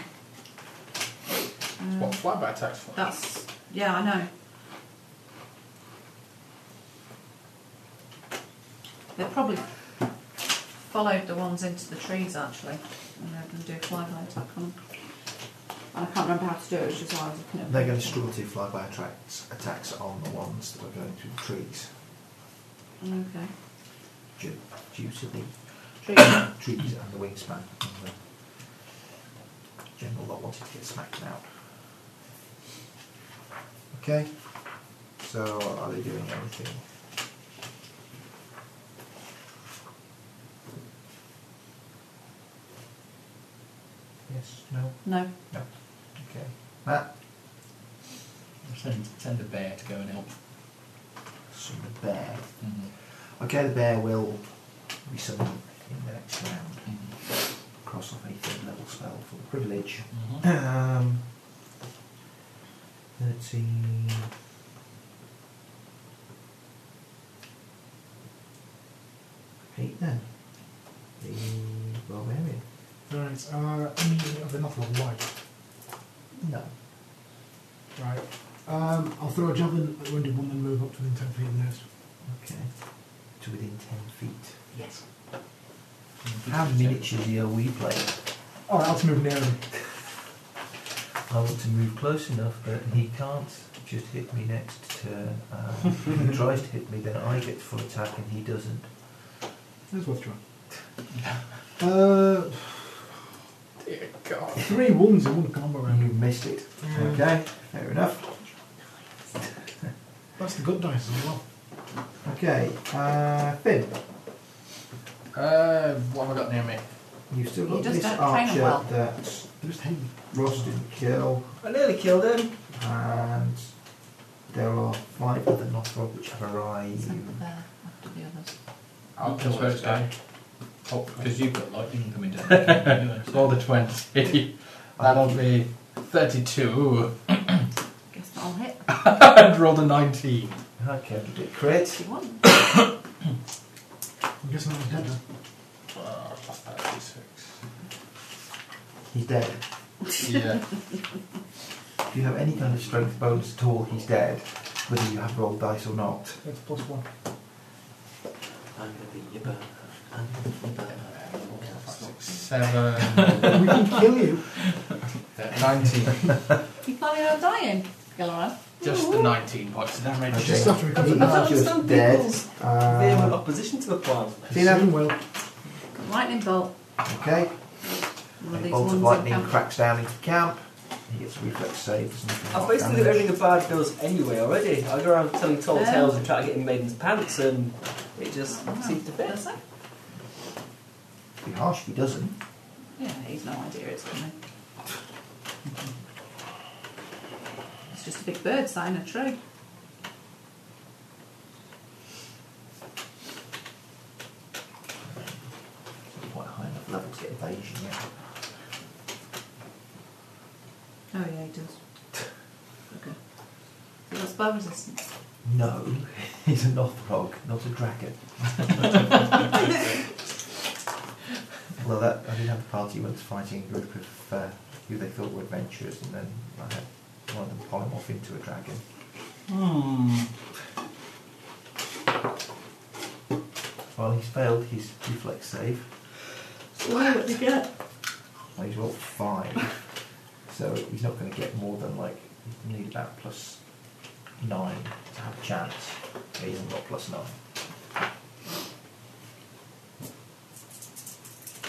Um,
What flyby attacks for?
That's yeah, I know. They probably followed the ones into the trees actually, and they're going to do a flyby attack on them. And I can't remember how to do it, which is why I was looking at.
They're going to struggle to fly by attacks, attacks on the ones that are going through the trees.
Okay.
Due, due to the
Trees.
trees and the wingspan and the general that wanted to get smacked out. Okay. So are they doing anything? Yes, no,
no.
no. Okay. Matt,
Send, send a bear to go and help.
so the bear.
Mm-hmm.
Okay, the bear will be summoned in the next round. Cross off a third level spell for the privilege.
Mm-hmm.
Um, 13. Eight then. The barbarian.
Right, uh, any of the novel white.
No.
Right. Um, I'll throw a javelin at the wounded one, then move up to within 10 feet of theirs.
Okay. To within 10 feet.
Yes.
How miniaturely are we playing?
Alright, I'll just move nearer. them.
I want to move close enough that he can't just hit me next turn. Uh, if he tries to hit me, then I get full attack and he doesn't.
It's worth trying. Uh,
Dear God.
three ones in one combo
And you
round.
missed it.
Yeah.
Okay, fair enough.
That's the good dice as well.
Okay, uh, Finn.
Uh, what have I got near me?
You've still
You
got
just
this
don't train 'em
archer
well.
that's
Just hanging.
Ross didn't kill,
I nearly killed him.
and there are five other Nothrog which have arrived.
Send the bear uh, after the others.
I'll
kill
kill
those
those guy.
Oh, Because you've got lightning coming down. anyway, so-
Roll the 20. That'll be 32.
Guess that will hit
and rolled a 19.
Okay, did it crit?
if you want.
I'm guessing that was dead then.
Uh, plus that d6.
He's dead.
Yeah.
If you have any kind of strength bonus at all, he's dead, whether you have rolled dice or not.
That's plus one.
I'm gonna be your burner. I'm gonna be your burner.
Six, seven,
we can kill you.
yeah, 19.
You planning on dying, Gilora?
Just the 19 points of damage.
Okay.
Just after we
He's
complete
That's
that.
what
just
some
dead.
people's Vehement
Uh,
opposition to the plan.
see that?
Soon will.
Lightning bolt.
Okay.
One of
A
these
bolt
ones
of
in
lightning
camp.
cracks down into camp. He gets a reflex save. doesn't he?
I've basically done everything a bard does anyway already. I go around telling tall
Oh.
tales and trying to get in maidens' pants, and it just
Wow.
seems to fit.
Oh, Does it?
It'd Be harsh if he doesn't.
Yeah, he's no idea it's coming. It's just a big bird sign a tree.
Quite high enough level to get evasion. Yeah.
Oh yeah, he does. Okay. So that's spell resistance.
No, he's a Northrog, not a dragon. well, that I did have a party once fighting a group of uh, who they thought were adventurers, and then I had one of them polymorph into a dragon.
Hmm.
Well, he's failed his reflex save.
So what did you get?
Well, he's rolled five, so he's not going to get more than like you need about plus nine to have a chance. He hasn't got plus nine.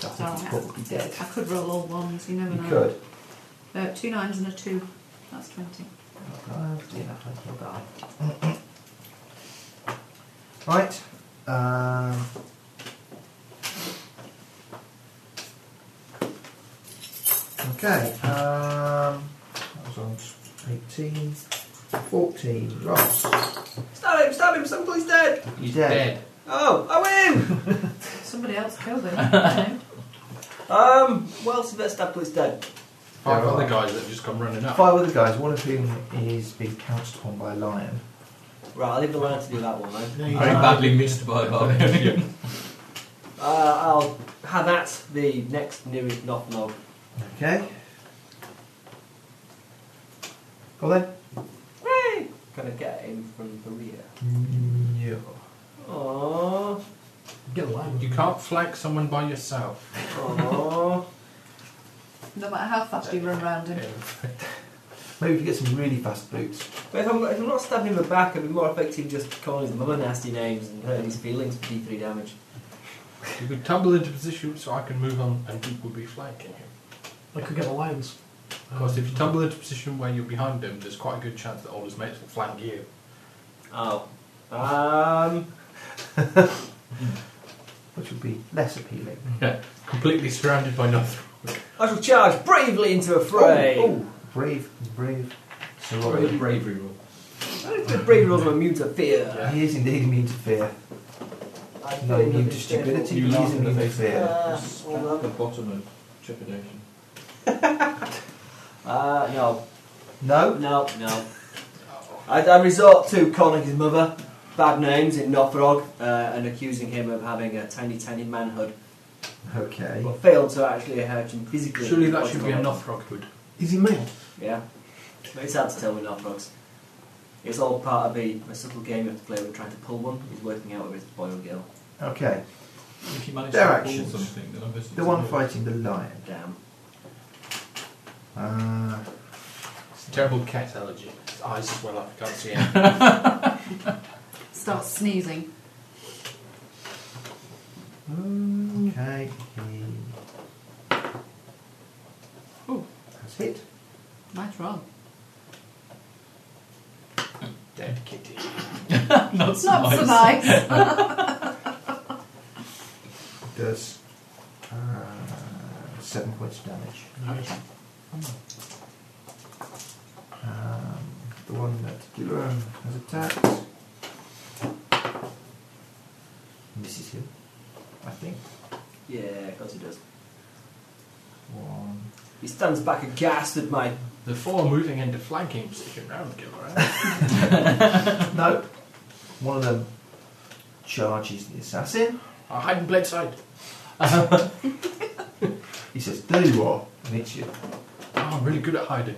So I think he's
Sorry.
probably dead.
I could roll all ones, you never
You
know.
could.
Uh, two nines and a two. That's twenty.
Uh, yeah, he'll die. right. Um, okay. Um, that was on 18. 14. Ross.
Stab him! Stab him! Somebody's dead.
He's
Dead.
Oh, I win.
Somebody else killed him. didn't
Um, well, Sylvester stabbed till he's dead.
Five
There
other
are.
guys that have just come running up.
Five other guys, one of whom is being pounced upon by a lion.
Right, I'll leave the lion to do that one then.
There you
Very
go.
badly missed by a barbarian.
Uh, I'll have at the next nearest knock knock.
Okay. Go then.
Hey! Can I get him from the rear?
Yeah.
Aww.
Get a line.
You can't flank someone by yourself.
Aww.
you? No matter how fast you run around him.
Maybe if you get some really fast boots.
but if I'm, if I'm not stabbing him in the back, I'd be more effective just calling his mother nasty names and hurting his feelings for D3 damage.
You could tumble into position so I can move on and Duke would be flanking him.
I could get a lion's.
Of course, if you tumble into position where you're behind him, there's quite a good chance that all his mates will flank you.
Oh. Um.
which would be less appealing.
Yeah. Completely surrounded by nothing.
I shall charge bravely into a fray!
Oh, oh, brave, brave. Sir
Sorry, the
Robert.
bravery rule.
I don't think brave rules are immune to fear.
He is indeed immune to fear.
I
No
think
immune to
it's
stupidity,
You
but he
laugh
is
in
immune
the
to
face.
fear.
Uh,
At the bottom of trepidation.
uh, no.
No?
No, no. I, I resort to calling his mother bad names in Northrog uh, and accusing him of having a tiny, tiny manhood,
Okay.
but failed to actually hurt him physically.
Surely that should be a Nothrog hood.
Is he male?
Yeah. It's hard to tell with Northrogs. It's all part of a, a subtle game you have to play when trying to pull one. He's working out whether it's boy or girl.
Okay.
If you manage
Their
to pull
actions.
something, then obviously
The
it's
one
good.
fighting the lion.
Damn.
Uh,
It's a terrible cat allergy. His eyes as well up, I can't see anything.
Starts sneezing.
okay. He...
Ooh.
That's it.
Nice roll.
Dead kitty.
Not
It's
so
not so
nice.
nice.
Does uh, seven points of damage.
Nice.
Um, the one that Gilleran has attacked. Misses him, I think.
Yeah, of course he does.
One.
He stands back aghast at my.
The four moving into flanking position round Gilran.
No. One of them charges the assassin.
I hide in plain sight.
He says, There you are, and hits you.
Oh, I'm really good at hiding.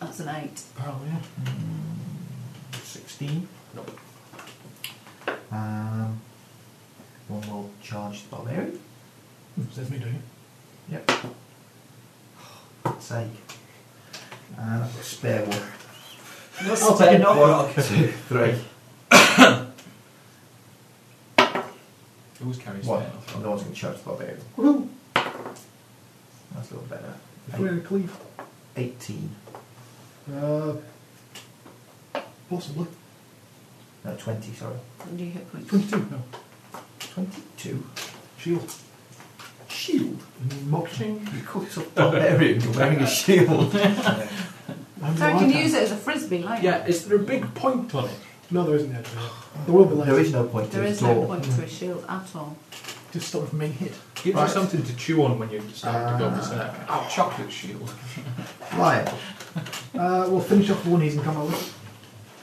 That's an eight.
Apparently, Oh, yeah.
16.
Nope.
Um, one will charge the barbarian.
Um,
Says me, do you?
Yep. Sake. And Ah, I've got a spare one.
I'll take it.
One, two, three.
Always carries
One.
spare.
No one's going to charge the barbarian.
Woohoo!
That's a little better.
If we had a cleave.
18.
Uh, possibly.
No, 20, sorry.
What do you hit points?
22, no.
22.
Shield.
Shield.
Mm-hmm. Boxing.
You call yourself barbarian, you're wearing a shield.
I'm
So I can
like
use
that.
it as a frisbee later.
Yeah, is there a big point on it?
No, there isn't actually. There will be later.
there is no point to
There
the
is no
door.
point to a shield at all.
Just stop it from being hit.
Gives
Right.
you something to chew on when you start to go
Ah.
berserk.
Oh, chocolate shield.
Lion.
Uh, we'll finish off the one he's in combat with.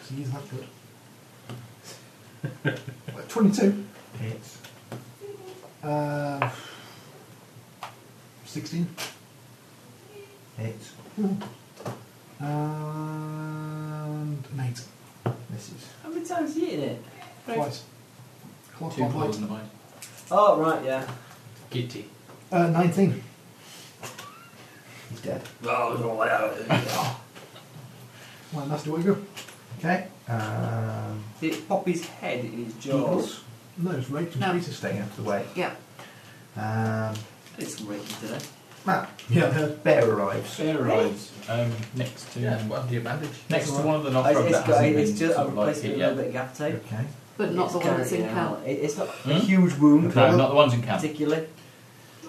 So he's that good. Uh, 22.
Hits.
Uh, 16.
Hits.
And an 8.
Misses.
How many times you eaten it?
Twice. Clock
Two
on
claws
light.
in the mind.
Oh, right, yeah.
Gitty.
Uh, 19.
He's dead.
Well, that's the way to go.
Okay. Um,
Did it pop his head in his jaws?
Eagles.
No, it's raped and
No.
treated.
Staying out of the way.
Yeah.
Um,
It's raking today.
Matt.
Yeah, uh,
Bear arrives.
Fair rides. Um, next to
Yeah, well, the bandage.
next to one of the
Oh,
knock
It's,
rope
it's,
that
got,
hasn't
it's
been
just,
sort
I've
of like
replaced it
hit
with a little
yet.
bit of Gaptape.
Okay.
But not
It's
the one that's in
carrying out.
camp.
It, it's not a
Hmm?
huge wound,
No, not the ones in camp.
particularly.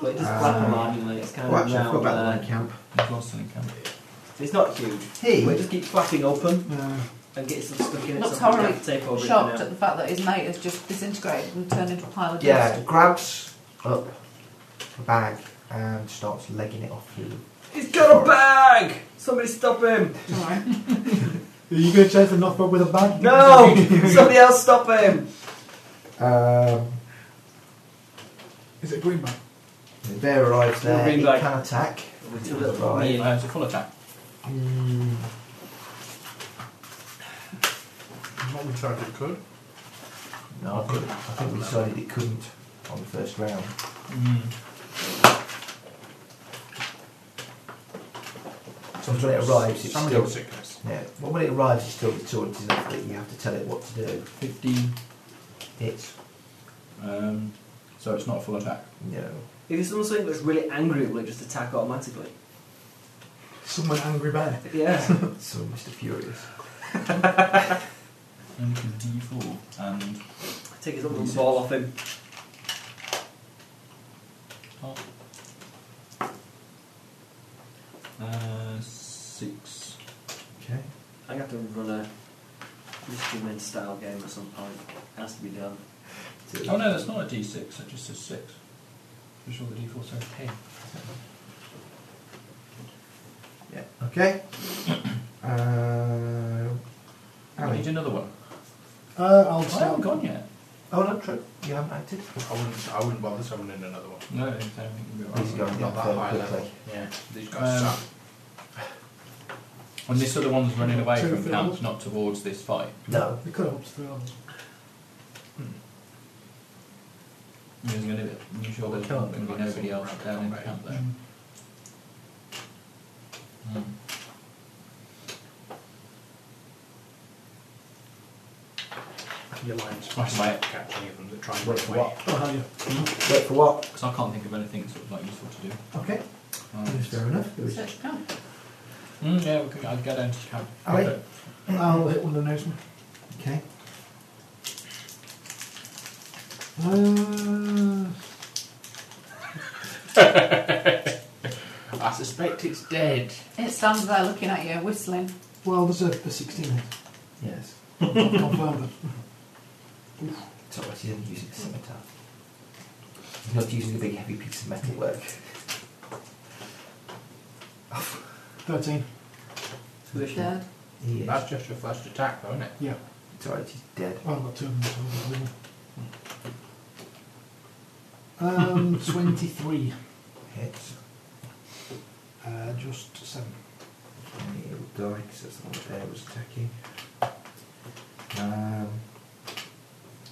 But it does
Ah.
flap marginally. It's kind
Well,
of
actually, I
round.
forgot about the
there.
uh,
line camp.
Of course, they're in camp.
It's not huge.
He.
But it just keeps flapping open
uh,
and gets stuck in it.
Looks
so I've got
horribly
Gaptape over
Shocked
it
at the fact that his mate has just disintegrated and turned into a pile of
Yeah,
dust.
grabs up the bag and starts legging it off you.
for now. He's got a bag! Somebody stop him!
It's all right.
are you going to chase the knockback with a bag?
No! Somebody else stop him!
Um,
Is it a green bag?
the bear arrives there.
Green
He
bag.
can attack.
With a little
Right.
knee in.
Uh, it's a full attack.
Mm,
Not the charge it could.
no, I think, I think we decided it couldn't on the first round.
Mm.
So when it arrives, it's
Somebody
still.
got sickness.
Yeah, well, when it arrives, it's still determined enough that you have to tell it what to do.
15.
It's
Um, so it's not a full attack.
no.
If it's something that's really angry, will it just attack automatically?
Someone angry bear.
Yeah.
So Mr. Furious.
And it's D4. And
Take his little ball off him.
top. Uh, 6.
Okay.
I have to run a mystery men style game at some point. It has to be done.
Oh no, that's not a D6, that just says 6. Just roll the D4, so 10.
Yeah. Okay. uh,
I need
Ali.
another one.
Uh, I'll
I haven't
start.
gone yet.
Oh no, true. You haven't acted.
I wouldn't, I wouldn't bother summoning another one.
No, I don't think we'll be
He's
right.
going down
Not that
fairly
high
quickly.
level. Yeah, these
Um,
guys suck.
And this other one's running away
Two
from
films.
camp, not towards this fight.
No.
They could have upped the levels.
hmm.
He's going to be, you sure there's
Kill
not
them,
going to
like
be nobody
someone
else
around
down in
combat.
camp there. Mm.
Your lines
Right.
might catch any of them that try and
Wait
run
for
away.
what?
Oh, hell yeah.
Wait for what?
Because I can't think of anything sort of like useful to do.
Okay.
Um,
That's fair enough. It was-
Search camp.
mm, yeah, we could, I'd go down to camp.
Ali.
Okay.
I'll hit one of the next one.
Okay.
Uh,
I suspect it's dead.
It stands there looking at you, whistling.
Well, there's a, a 16 head.
Yes.
Confirmed.
So what he's only using a scimitar. He's not using a big heavy piece of metalwork.
13.
Dead.
He is.
That's just your first attack, though, isn't it?
Yeah.
It's alright, he's dead.
Oh, I've got two of them. so I've got one. Um, 23.
Hits.
Uh, just 7.
And he will die because that's the one that there was attacking. Um,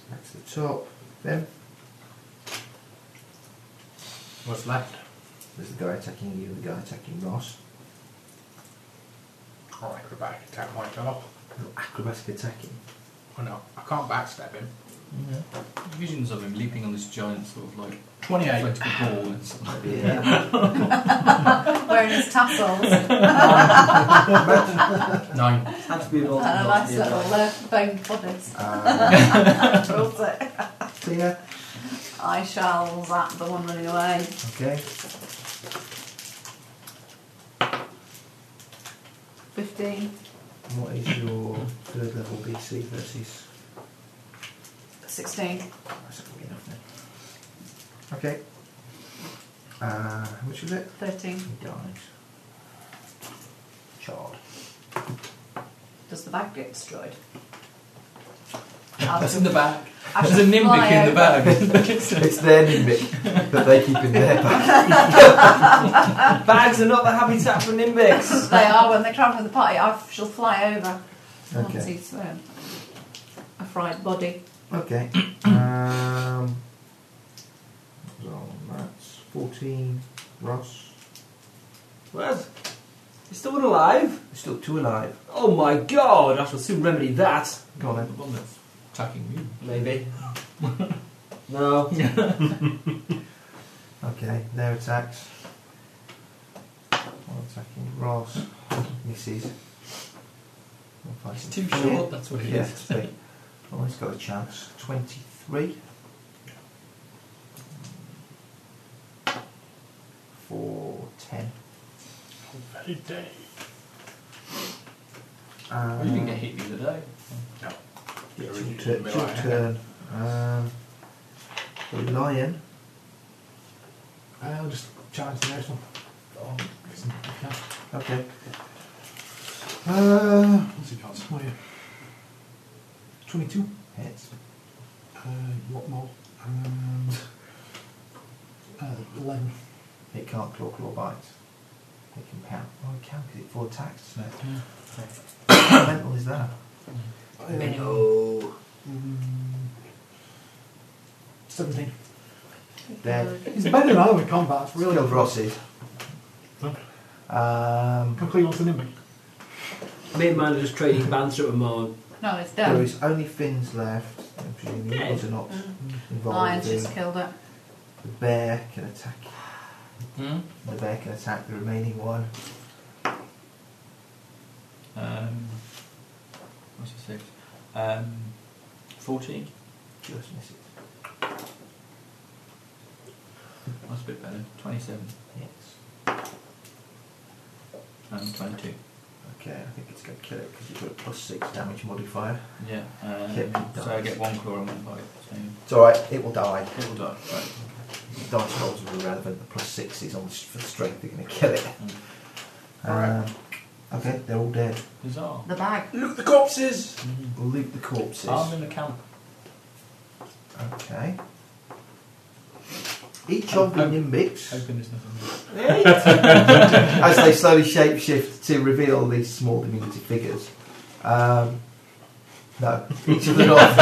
back to the top. Then
What's left?
there's the guy attacking you and the guy attacking Ross.
Or acrobatic attack might go off.
Little acrobatic attacking.
Oh no, I can't backstab him.
Visions of him leaping on this giant sort of like
28.
inflatable ball and something.
Yeah.
Wearing his tassels.
Nine.
Had to be involved.
and a nice little uh, bone bodice.
um,
Rules it.
so yeah.
I shall zap the one running away.
Okay.
15.
And what is your third level BC versus?
16.
That's not gonna be enough then. Okay. Uh, how much was it?
13.
He dies. Charred.
Does the bag get destroyed?
That's in the bag.
I
There's
shall
a nimbic
fly
in the
over-
bag.
It's their nimbic that they keep in their bag.
Bags are not the habitat for Nimbics.
They are when they travel with the party. I shall fly over once
Okay.
he's um, a fried body.
Okay. um, so that's 14. Ross.
What? Is someone alive?
There's still two alive.
Oh my god, I shall soon remedy that.
Go on
The
then.
one that's attacking you.
Maybe. no.
Okay, their attacks. One attacking Ross. Misses. One
It's
fighting
too
Finn.
short, that's what it
Yeah,
is.
it's big. Well, oh, he's got a chance. 23. Four, ten.
Very dead.
Um,
you didn't get hit the other day.
No.
It's
Or
your,
you
tur-
can be
it's your
like-
turn. Um, the lion.
Uh,
I'll just charge the next one.
Okay. Uh,
What's he got? Oh, yeah. 22.
hits.
Uh, what more? Um, uh, 11.
It can't claw, claw, bite. It can pound. Oh, it can because it four attacks, doesn't it? How mental is that?
Um,
Minnow.
um, 17.
Dead.
It's better than I would combat, it's
Really
really.
old Rosses. Um,
Complete onto Nimbic.
Made man just trading banter at the moment.
No, it's
there
dead.
is only fins left. I presume the others are not involved.
Mm. Lion's
in-
just killed it.
The bear can attack.
Hmm?
The bear can attack the remaining one.
Um, what's your six? Um, 14.
Just misses.
That's a bit better. 27
Hits.
and 22.
Okay, I think it's going to kill it because you've got a plus six damage modifier.
Yeah.
Hit
Um,
and
so I
dies.
get one claw and one bite. So
It's alright, it will die.
it will die. Right.
dice rolls are irrelevant. The plus six is on s- for strength. They're going to kill it.
Alright.
Um, okay, they're all dead.
Bizarre.
The bag.
Look, the corpses!
We'll loot the corpses.
I'm in the camp.
Okay. Each of the
Hope-
nimbics,
Hoping there's nothing there.
as they slowly shapeshift to reveal these small diminutive figures. Um, no, each of the north.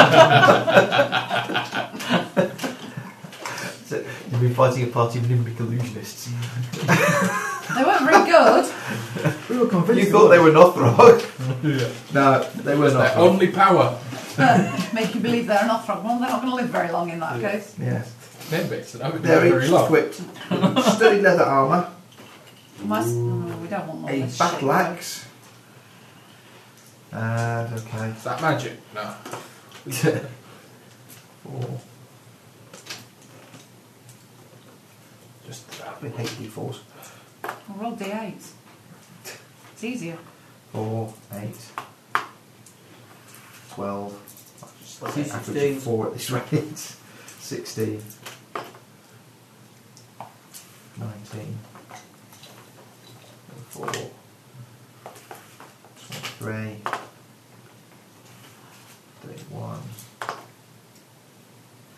so you've been fighting a party of nimbic illusionists.
They weren't very good.
We were convinced.
You thought they were Northrog?
Yeah.
No, they were
Their
not.
only power.
but make you believe they're an off one. They're not going to live very long in that case.
Yes.
Nimbits, that would be
They're
very
each
low.
equipped with sturdy leather armour,
Must, no, we don't want all
a
this
battle
shit.
axe, and okay,
Is that magic? No.
four.
Just
I hate d4s.
I'll roll d8s. It's easier.
Four, eight, twelve. I'll just
What's
say
his
average of
16?
Four at this rate. Sixteen. Nineteen. Four. Twenty-three. Thirty-one.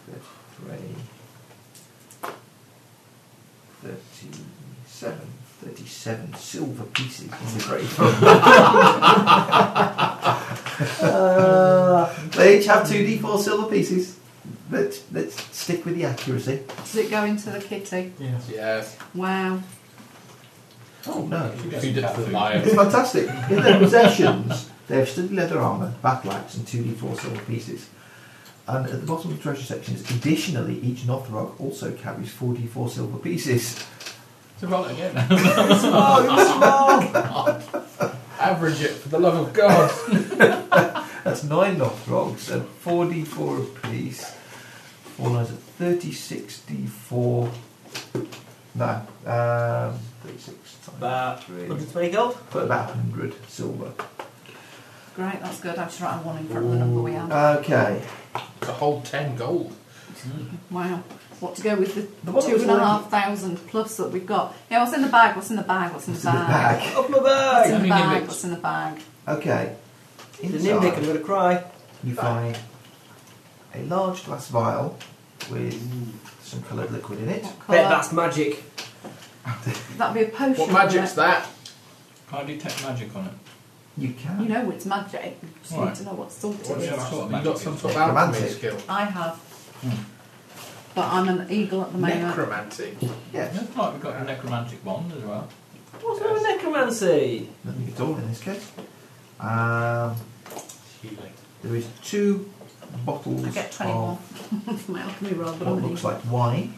Thirty-three. Thirty-seven. Thirty-seven silver pieces in the grave. Uh, they each have two d4 silver pieces. Let's, let's stick with the accuracy.
Does it go into the kitty?
Yes.
Yes.
Wow.
Oh no.
Feed it to the lion.
It's fantastic. In their possessions, they have sturdy leather armour, battle axe, and 2d4 silver pieces. And at the bottom of the treasure section is additionally, each Nothrog also carries 4d4 silver pieces.
So roll it again.
Oh,
Average it for the love of God.
That's 9 Nothrogs and 4d4 apiece. 4 lines of 36d4. No, um, 36 times
About
3.
120 gold?
Put about 100 silver.
Great, that's good. I just write a one in front of the number we had.
Okay.
It's a whole ten gold.
Wow. What to go with the,
The one that
two
was
and a
like-
half thousand plus that we've got? Yeah, what's in the bag? What's in the bag? What's in the
This is the
bag?
bag.
Up my
What's in
bag!
the
Only
bag?
limits.
What's in the bag?
Okay.
The Nimbic, I'm
Inside,
going to cry.
you find a large glass vial with some coloured liquid in it.
Bet
What colour?
that's magic.
That'd be a potion.
What
wouldn't
magic's
it?
that?
Can I detect magic on it?
You can.
You know it's magic. You just need
Right.
to know what sort it
What's
is.
your
sort of
sort? You
magic
got
is
some sort
it?
of alchemy
Romantic.
skill.
I have. But I'm an eagle at the moment.
Necromancy.
Yes.
It's like we've got a necromantic wand as well.
What's wrong with necromancy?
Nothing at all in this case. Um,
Healing.
there is two bottles
I get 21
of
for my alchemy roll, but I'm
what
an
Oh. looks
eagle.
like wine,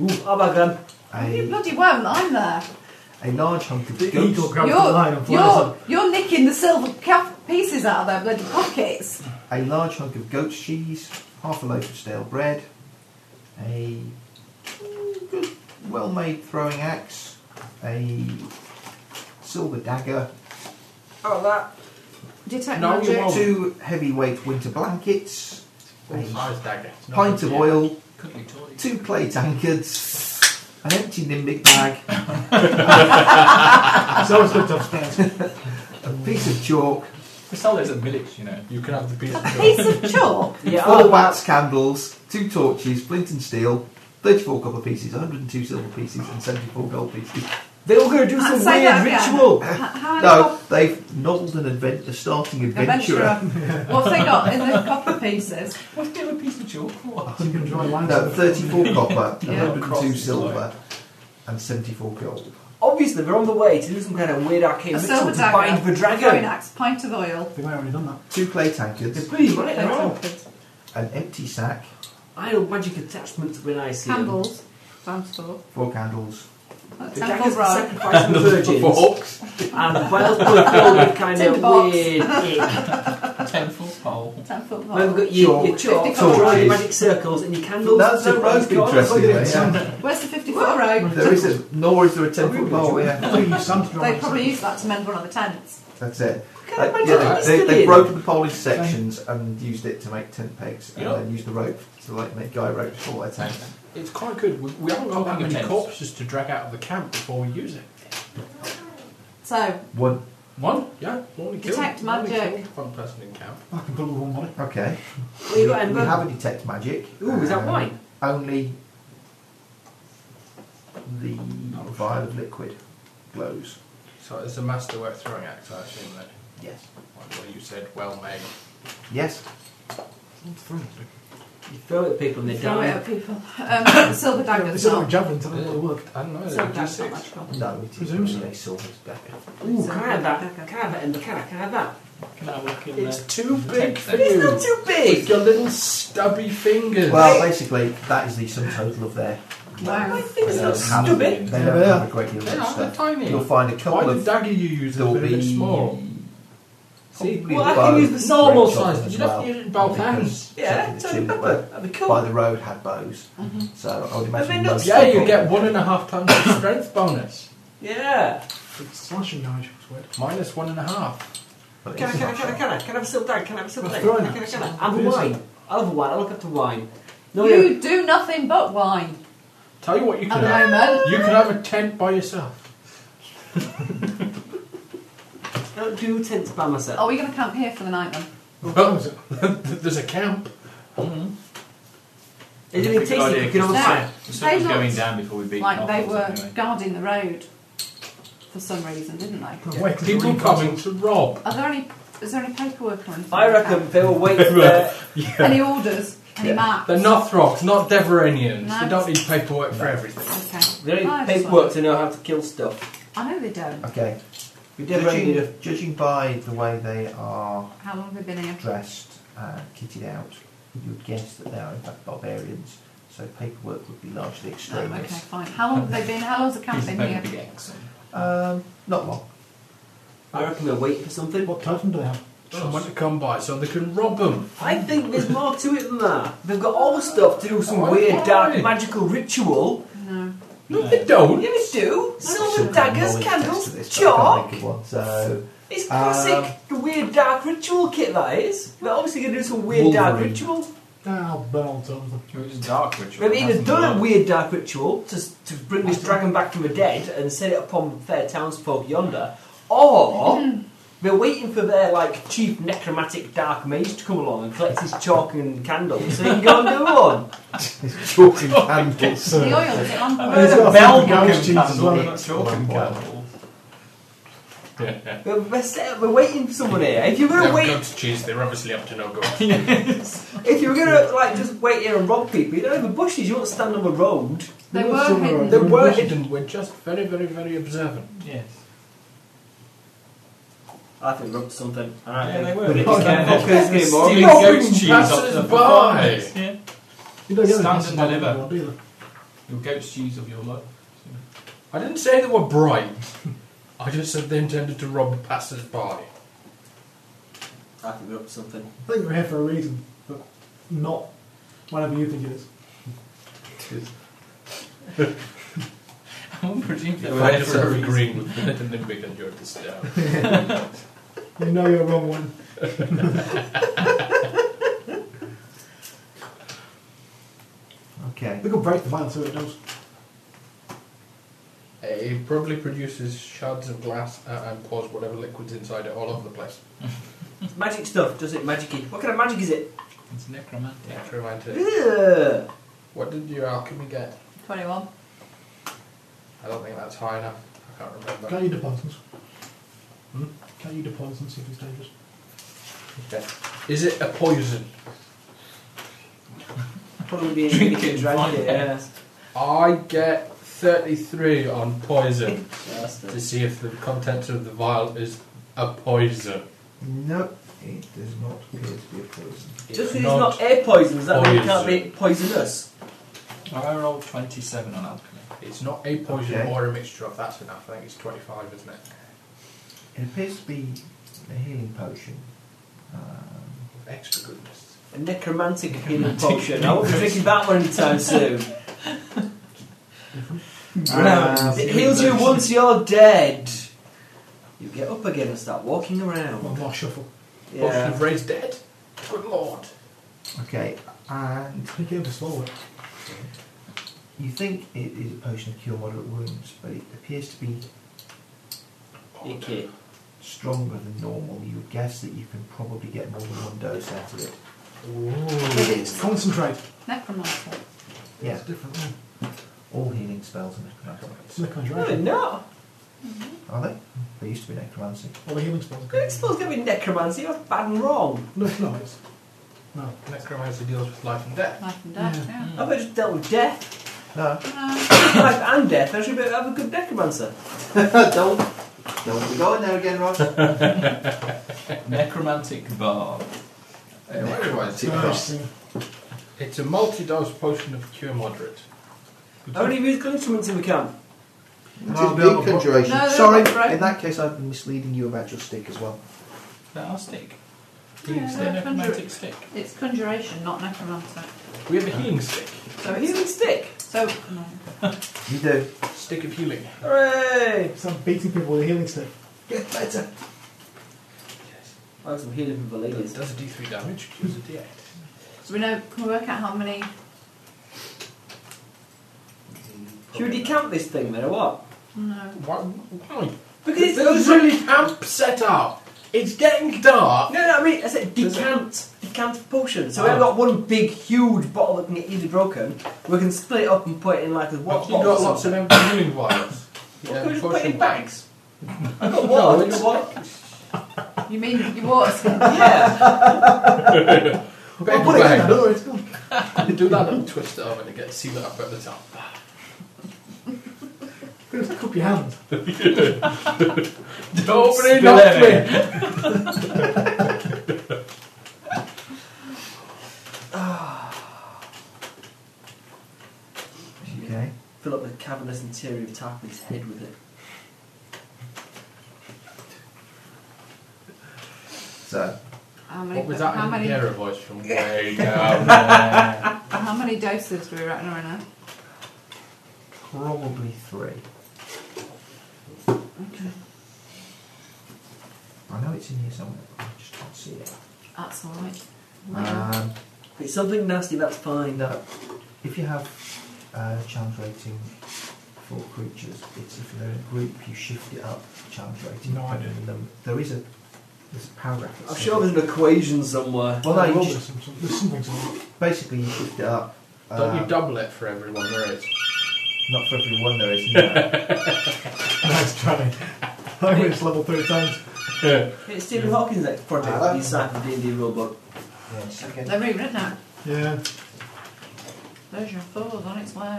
Ooh, I've had them.
You
a,
bloody won't, I'm there.
a large hunk of
The eagle
goat,
grabs the line and
You're,
flies
you're,
up.
you're nicking the silver cap pieces out of their bloody pockets.
a large hunk of goat's cheese, half a loaf of stale bread, a mm, good, well-made throwing axe, a silver dagger,
How about
Detect
No, you
magic.
won't.
two heavyweight winter blankets,
Full
a
size dagger.
pint of oil,
Could be toys.
two plate tankards, an empty nimbic bag,
It's always good to have stairs.
a piece of chalk,
We sell those at Village, you know. You can have the piece of
Piece of chalk.
that? Yeah,
four
I've-
wax candles, two torches, flint and steel, 34 copper pieces, 102 silver pieces, and 74 gold pieces.
They were going to do
Uh,
some
say
weird
that again.
ritual.
H- How many
No, they've noddled an advent, a starting
copper adventurer?
adventurer.
What's they got in the copper pieces?
What's the other piece of chalk? What?
You can draw lines.
No, 34 copper,
Yeah.
102 silver, and 74 gold.
Obviously, they're on the way to do some kind of weird arcane
A
ritual
silver
to find
dagger,
the
throwing
dragon.
axe, pint of oil.
They might have already done that.
Two clay tankards,
Please, right there are.
an empty sack,
I know magic attachments when I see them.
Candles. Sam's store.
four candles,
That's
The
Temple
daggers
Road.
sacrificed the virgins.
Forks.
And the vials were filled with kind
Tin
of
box.
weird ick.
Temple pole.
Temple
Well,
Road.
we've got your, your
Chalk.
chalk,
Torches.
drawing your magic circles, and your candles.
That's
to
the
raise
most
gods.
interesting
Look at
thing,
it.
Where's the 54 road?
There isn't, nor is there a 10 foot pole, yeah.
I think you Sam to draw
They
lines.
probably use that to mend one of the tents.
That's it.
Can I
Uh,
imagine
yeah,
what
they,
he's
they, they've
doing?
broken the pole into sections and used it to make tent pegs, and
Yeah.
then used the rope to like make guy ropes for all their tents.
It's quite good. We, we haven't got that
Talking of
many
tents.
corpses to drag out of the camp before we use it.
So,
One,
One? Yeah. we Only killed,
Detect
we only
magic.
killed One person in camp.
I can put up one body.
okay.
What you got,
We
Ember?
have a detect magic.
Ooh, is that
um,
mine?
Only the vial of liquid glows.
So it's a masterwork throwing axe, I assume, then.
Yes.
Like what you said, well made.
Yes.
You throw it at people and they
throw
die.
it at people. Um, the silver
They
dagger's
said like
not.
javelins, I don't know what work.
I don't know.
Silver
they're
dagger's not
D6.
magical.
No, it is
Presume so.
only a silver dagger.
Ooh, can
Silver
I have that?
dagger.
Can I have that, Ember? Can I, can I have that?
Can I look in
It's
there?
too big
Detect
for
them.
It's
you.
not too
With
big!
your little stubby fingers.
Well, basically, that is the sum total of their.
My
Wow.
fingers
they
are
don't have-
stupid!
They don't have a great deal of
Yeah, they're
stuff.
tiny.
You'll find a
Why
couple
the
of.
dagger you use is a
There'll
bit
be
small?
See,
well, I can use the normal size,
but you don't use it in both hands.
Yeah, Tony Pepper, that'd be cool. Mm-hmm.
By the road had bows, so I would imagine
they not-
most
Yeah, you
people-
get one and a half times the strength bonus.
Yeah.
Slashing damage was weird.
Minus one and a half.
But
Can I,
it's
can I,
not
can I,
shot.
can I, can I have a silk dagger? Can I have a silk
Well,
dagger?
throw
Can I,
it.
can I, can I? I'll have a
Yes.
wine. I'll have a wine. I look up to wine. No,
You do nothing but wine
Tell you what, you
at
can
the
have.
moment.
You can have a tent by yourself.
I don't do tints by myself.
Are we going to camp here for the night then?
Well, there's a camp.
They didn't taste it quick enough.
Now,
The sun
they
was going
looked
down before we beat them
like
off
they
or
were
something, anyway.
guarding the road for some reason, didn't they?
Wait, people coming to rob.
Are there any? Is there any paperwork or anything?
I
like
reckon they were waiting
They were.
there.
Any orders? Any maps?
They're Northrocks, not Deveranians.
No.
They don't need paperwork for everything.
Okay.
They don't
I
need
just
paperwork to know how to kill stuff.
wondered. I know they don't.
Okay.
We did really need a.
Judging, judging by the way they are
How long have they been here?
dressed and kitted out, you would guess that they are in fact barbarians. So paperwork would be largely
No, Oh, okay,
extraneous.
fine. How long have they been? How long's the camp
He's
been
very
here?
big accent.
Um, not long.
I reckon they're waiting for something.
What totem do they have?
Someone to come by so they can rob them.
I think there's more to it than that. They've got all the stuff to do some
Oh, Why-
weird, dark,
why?
magical ritual.
No.
No, they don't.
Yeah, they do.
Some
Silver
kind of
daggers,
knowledge test to
candles,
this, but I can't
chalk.
think of one. So
It's
Um,
classic, the weird dark ritual kit that is. They're obviously going to do some weird dark
Wolverine.
ritual.
Nah, Ah, I'll burn all the totems.
It was dark ritual.
They've either
Hasn't
done a
gone.
weird dark ritual to, to bring this dragon back from the dead and set it upon fair townsfolk yonder, or they're waiting for their like chief necromantic dark mage to come along and collect his chalk and candles so he can go and do one.
chalking candles.
The oil is it on
he's
board?
got a
Mel
fucking ghost
Ghost
cheese as
candle,
well.
not talking
Well,
candle.
They're, they're, set, they're waiting for someone here. If you're gonna
They're
wait,
goat's cheese. They're obviously up to no good.
if you're gonna like just wait here and rob people, you don't have the bushes. You won't stand on the road.
They
They were
were
somewhere
They
hidden.
They
Mm-hmm.
were
were
hidden. We're just very, very, very observant.
Yes.
I think robbed something.
Yeah, they were.
But
They
it's
were
kind of-
fuckers,
it's
they were.
stealing
Robbing
goat's cheese off
passers
the
by.
performance.
Yeah.
You don't get
Stand
any
and
passive
deliver.
damage, do they?
Your goat's cheese of your life.
I didn't say they were bright. I just said they intended to rob passers-by.
I think robbed something.
I think we're here for a reason, but not whatever you think it is.
I'm presuming
They
they
were
were
there
for a
for
reason.
green, and then we can joke this down.
You know you're wrong one.
Okay.
We could break the vial so it does.
It probably produces shards of glass uh, and pours whatever liquid's inside it all over the place.
Magic stuff, does it? Magicy. What kind of magic is it?
It's necromantic.
Necromantic.
Ugh.
What did your alchemy get?
21.
I don't think that's high enough. I can't remember.
Can't you do poisons? Can't you do poisons if it's dangerous?
Yeah. Is it a poison?
Probably be
Drink
drinking
it,
drink
find
it,
it.
yeah.
I get 33 on poison to
Bastard.
see if the contents of the vial is a poison.
No, it does not appear to be a poison.
Just because it's not air poison, does that mean it can't
poison.
be poisonous?
I rolled 27 on alchemy.
It's not a poison
Okay.
or a mixture of. That's enough. I think it's 25, isn't it?
It appears to be a healing potion. Um,
Extra goodness.
A necromantic healing
Necromantic
potion. I won't be drinking that one anytime soon.
Um,
it heals you
potion.
once you're dead. You get up again and start walking
One
around.
more shuffle.
Potion
Yeah.
of raised dead? Good lord.
okay, and
He gave us slow
you think it is a potion to cure moderate wounds, but it appears to be
Icky.
stronger than normal. You would guess that you can probably get more than one dose out of it.
Concentrate.
Necromancer.
Yeah,
It's different. yeah.
all healing spells are necromancy.
It's the
No, they're
conjuration.
not.
Are they? They used to be necromancy.
All the healing spells.
Don't suppose to be necromancy. That's bad and wrong.
No, it's not. It's, no.
Necromancy deals with life and death.
Life and death, yeah.
I've just dealt with death.
No,
Life and death. I should be have a good necromancer.
don't. Don't be going there again, Ross.
Necromantic bar.
Anyway,
Interesting.
it's a multi dose potion of cure moderate.
How many musical instruments in the camp?
It is big conjuration.
No, they're
Sorry,
not right.
in that case, I've been misleading you about your stick as well.
That our stick.
Yeah,
Is
they're
that necromantic
conjur-
stick?
It's conjuration, not necromancer.
We have a healing stick.
So a healing stick.
So, no.
You do.
stick of healing.
Hooray!
So I'm beating people with a healing stick.
Get better.
I have some healing for the
It
ladies.
does a D3 damage, gives a D8.
So we know, can we work out how many?
Should we decamp this thing then, or what?
No.
Why? why?
Because it's
There's really camp set up. It's getting dark.
No, no, I mean, I said decant, decant potion. So we've got one big, huge bottle that can get easily broken. We can split it up and put it in like a what
What, you got lots of empty healing vials.
Can we just put it in
unfortunately.
bags? I got one.
it's-
what?
You mean your water skin?
Yeah.
Paper
I'll put it in
bag.
another way, it's gone.
Do that and twist it over and it gets sealed up at the top.
Just cup your hand.
Don't open it
spill
up
it.
me.
Okay.
Fill up the cavernous interior of Tarquin's head with it.
So,
How many?
What was that?
How
I
many?
didn't hear a voice from way down there.
How many doses do we reckon are in there?
probably three.
Okay.
I know it's in here somewhere, but I just can't see it.
That's all right.
Uh,
Um,
If it's something nasty, that's fine. That
If you have uh, challenge rating for creatures, it's if they're in a group, you shift it up challenge rating.
No, I
depending on them. There is a there's a paragraph. that
I'm
says
sure
it.
there's an equation somewhere.
Well, no, you
there's,
just,
some, some- there's something somewhere.
basically you shift it up.
Don't
uh,
you double it for everyone there is?
not for everyone there is. No.
Nice try. I mean, it's level three times.
It's Stephen Hawking's next project.
Ah.
inside the D&D rulebook.
yes.
They're rewritten now.
Yeah.
Version 4 is on its way.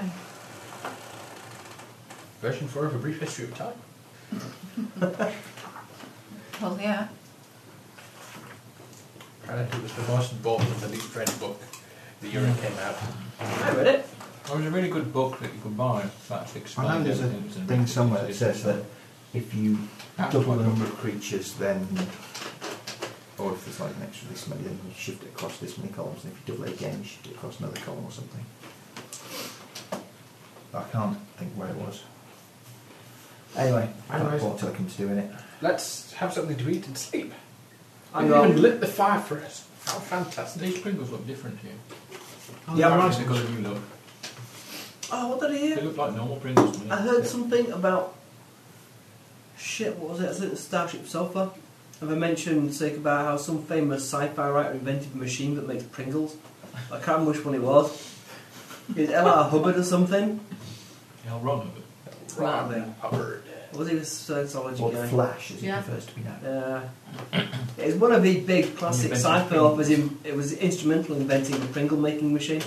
Version 4 of A Brief History of Time.
Well, yeah.
Apparently it was the most bought in the Deep Red book the year it came out.
I read it.
There was a really good book that you could buy that actually explained
I know there's a
everything that's in
thing
it.
somewhere that says that if you
That's
double
what
the
I-
number of creatures, then or if there's like an extra this many, then you shift it across this many columns, and if you double it again, you shift it across another column or something. I can't think where it was. Anyway, I've got
Anyways.
Paul Tilkins doing it.
Let's have something to eat and sleep. I
Hang
even
on.
lit the fire for us. How fantastic.
These Pringles look different to you.
Yeah,
Oh,
I'm
They got a new look.
Oh, what did I
They
hear?
look like normal Pringles to me.
I heard something about. Shit, what was it? I think it was Starship Sofa. Have I mentioned like, about how some famous sci fi writer invented a machine that makes Pringles? I can't remember which one it was. It's L.R. Hubbard or something.
How wrong of it.
Right
Ron
then.
Hubbard.
Or was he a Scientology
Or
guy?
the Flash, as
Yeah.
it prefers to be known.
Yeah. It's one of the big classic
Invented
sci-fi
Pringles.
authors. in- It was instrumental in inventing the Pringle making machine.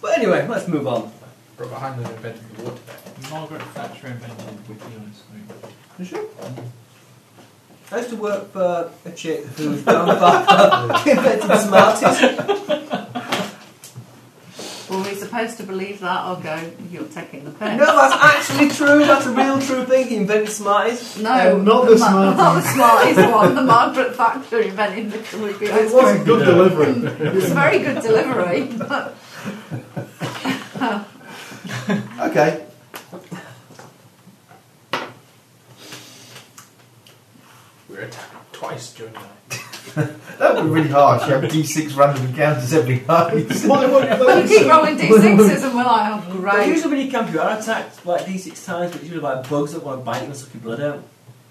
But anyway, let's move on.
Brought behind them invented the water bed.
Margaret Thatcher invented Wiki on screen.
I used to work for a chick whose grandfather invented Smarties.
Were we supposed to believe that or go, you're taking the piss?
No, that's actually true. That's a real true thing. He invented Smarties.
No,
Um, not the
Ma-
Smarties.
Not the Smarties one, the Margaret Factor inventing the Caribbean.
It was a good delivery.
It's a very good delivery, but
Okay.
We were attacked twice during the night.
That would be really hard if you have D6 random encounters every night.
Well, it wasn't-
we keep rolling d6s and we're like, oh,
But
great.
usually when you camp, you are attacked like D6 times, but it's usually by bugs that want to bite you and suck your blood out.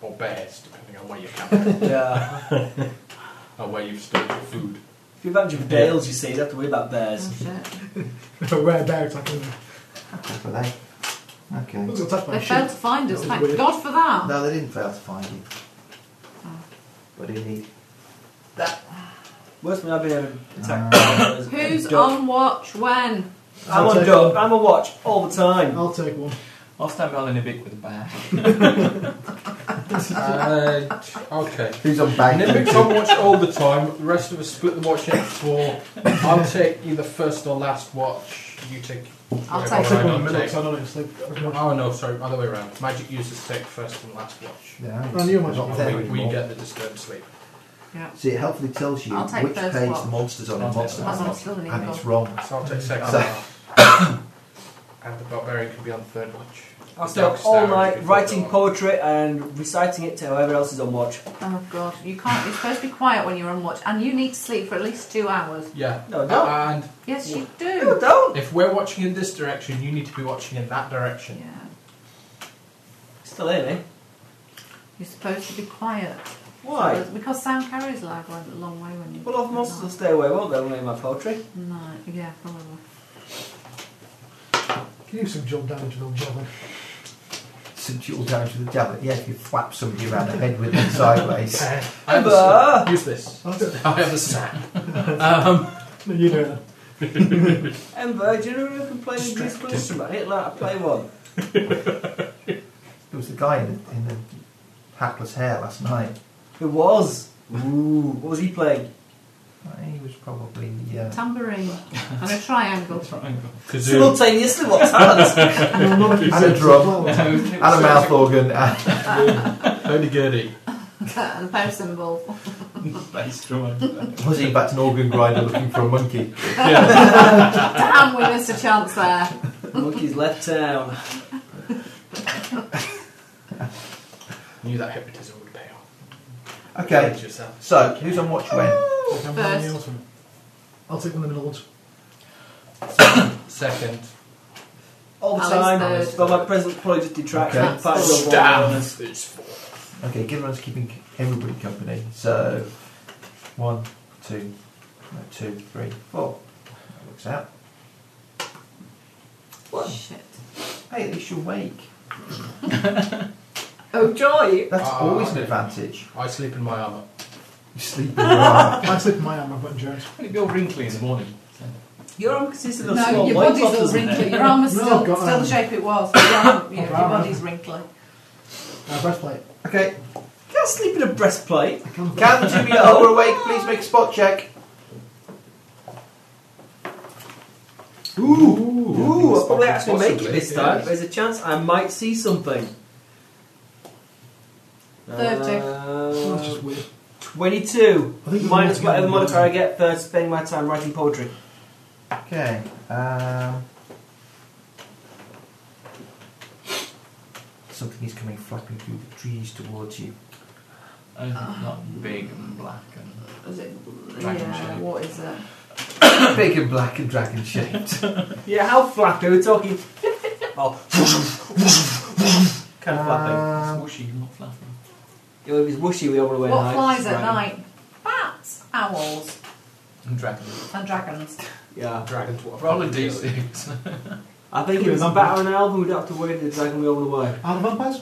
Or bears, depending on where you're camping
Yeah.
or where you've stored your food.
if you've had your Dales, you see, you have to worry about bears.
Oh, shit.
Whereabouts, I can.
Were they? Okay.
I was attacked by
They
a
failed
sheep.
to find us,
That was
thank
weird.
God for that.
No, they didn't fail to find you. But you need
Worst thing I've been ever attacked by is a
Who's
duck.
on watch when?
I'm on duck. I'm on watch all the time.
I'll take one.
I'll stand behind a bit with a bear.
Uh, okay.
who's on bank.
Nimbic on watch all the time. The rest of us split the watch into four. I'll take either first or last watch. You take.
I'll
whatever
take
I'll take one
I'll
in the middle
take.
because I don't even sleep. as much.
Oh no, sorry, other way around. Magic users take first and last watch.
Yeah,
I knew my
it's not
job.
there
We, we
anymore.
get the disturbed sleep.
Yeah.
See, it helpfully tells you
I'll take
which
first
page
one.
the monster's on and
I'll take
monster
first
on,
one.
and it's wrong.
So I'll take second.
So-
last. and the barbarian can be on the third watch.
I'll
The
stay up
dog's
all
down
night
before
writing
dawn.
poetry and reciting it to whoever else is on watch.
Oh god, you can't. You're supposed to be quiet when you're on watch, and you need to sleep for at least two hours.
Yeah.
No, don't.
And
Yes, you
No,
do.
don't.
if we're watching in this direction, you need to be watching in that direction.
Yeah,
Still here, eh?
you're supposed to be quiet.
Why?
Because sound carries a loud way, a long way when you.
Well, off monsters will
at
stay away, won't they, when they hear my poetry?
night. No, yeah, probably.
Can you use some jump down to the javelin?
Some duel down to the javelin. Yeah, if you flap somebody around the head with it sideways.
I have a
Ember!
s- Use this.
I'll do it.
I have a snack.
No, you do it.
Ember, do you know who can play an musical instrument? Hitler, I play one.
There was a guy in the, in the hatless hair last night.
It was. Ooh, what was he playing?
He was probably uh,
Tambourine and a triangle.
Oh, Kazoo.
Simultaneously, what's that?
No, not if
And a
it's
drum.
flower.
and a mouth organ. And
Only Gertie.
and a pair of cymbals.
Bass drummer.
was he back to an organ grinder looking for a monkey?
Yeah.
Damn, we missed a chance there.
Monkey's left town.
Knew that hypnotism would pay off.
Okay,
Manage yourself.
so who's on watch when?
First.
I'll take one of the middle ones.
Second.
All the
Alice
time.
third.
But my present probably just detracts
Okay.
from the fact that
Stab.
I'm
Okay, Gilman's keeping everybody company. So one, two, no, two, three, four. That works out. One.
Shit.
Hey, at least you're awake.
Oh joy!
That's
Ah,
always an
okay.
advantage.
I sleep in my armour.
You sleep in your arm.
I slip my arm, I've got endurance.
Only be all wrinkly in the morning.
Your arm consists of a
No,
small
your
white
body's
cloth,
all
isn't
wrinkly.
it?
Your armour's
No,
still,
I've got
still
iron.
the shape it was. But your, arm, you know, your
iron.
body's wrinkly.
Uh, breastplate.
Okay,
You can't sleep in a breastplate.
I can't.
can two people who are awake please make a spot check?
Ooh, Ooh,
it's
I'll probably
possible,
actually make it
possibly,
this time.
yes.
There's a chance I might see something.
Thirty.
Oh,
Uh,
that's just weird.
22.
I think
Minus
you want to
whatever
go-
moniker I get for spending my time writing poetry.
Okay. Um, something is coming flapping through the trees towards you.
Anything not big and black and.
Is it?
Dragon
yeah.
shape.
What is it?
Big and black and dragon shaped.
Yeah, how flappy are we talking? oh, kind of flappy.
Um,
Swooshy, not fluffy.
It was whooshy we all the way
What
night.
flies at
Right.
night? Bats, owls,
And dragon.
and dragons.
Yeah.
Dragon to
Roll a d6.
I think
Could
it
be
was
a
a
vampire.
batter and album, we'd have to wait for the dragon wheel all the way.
Are the vampires?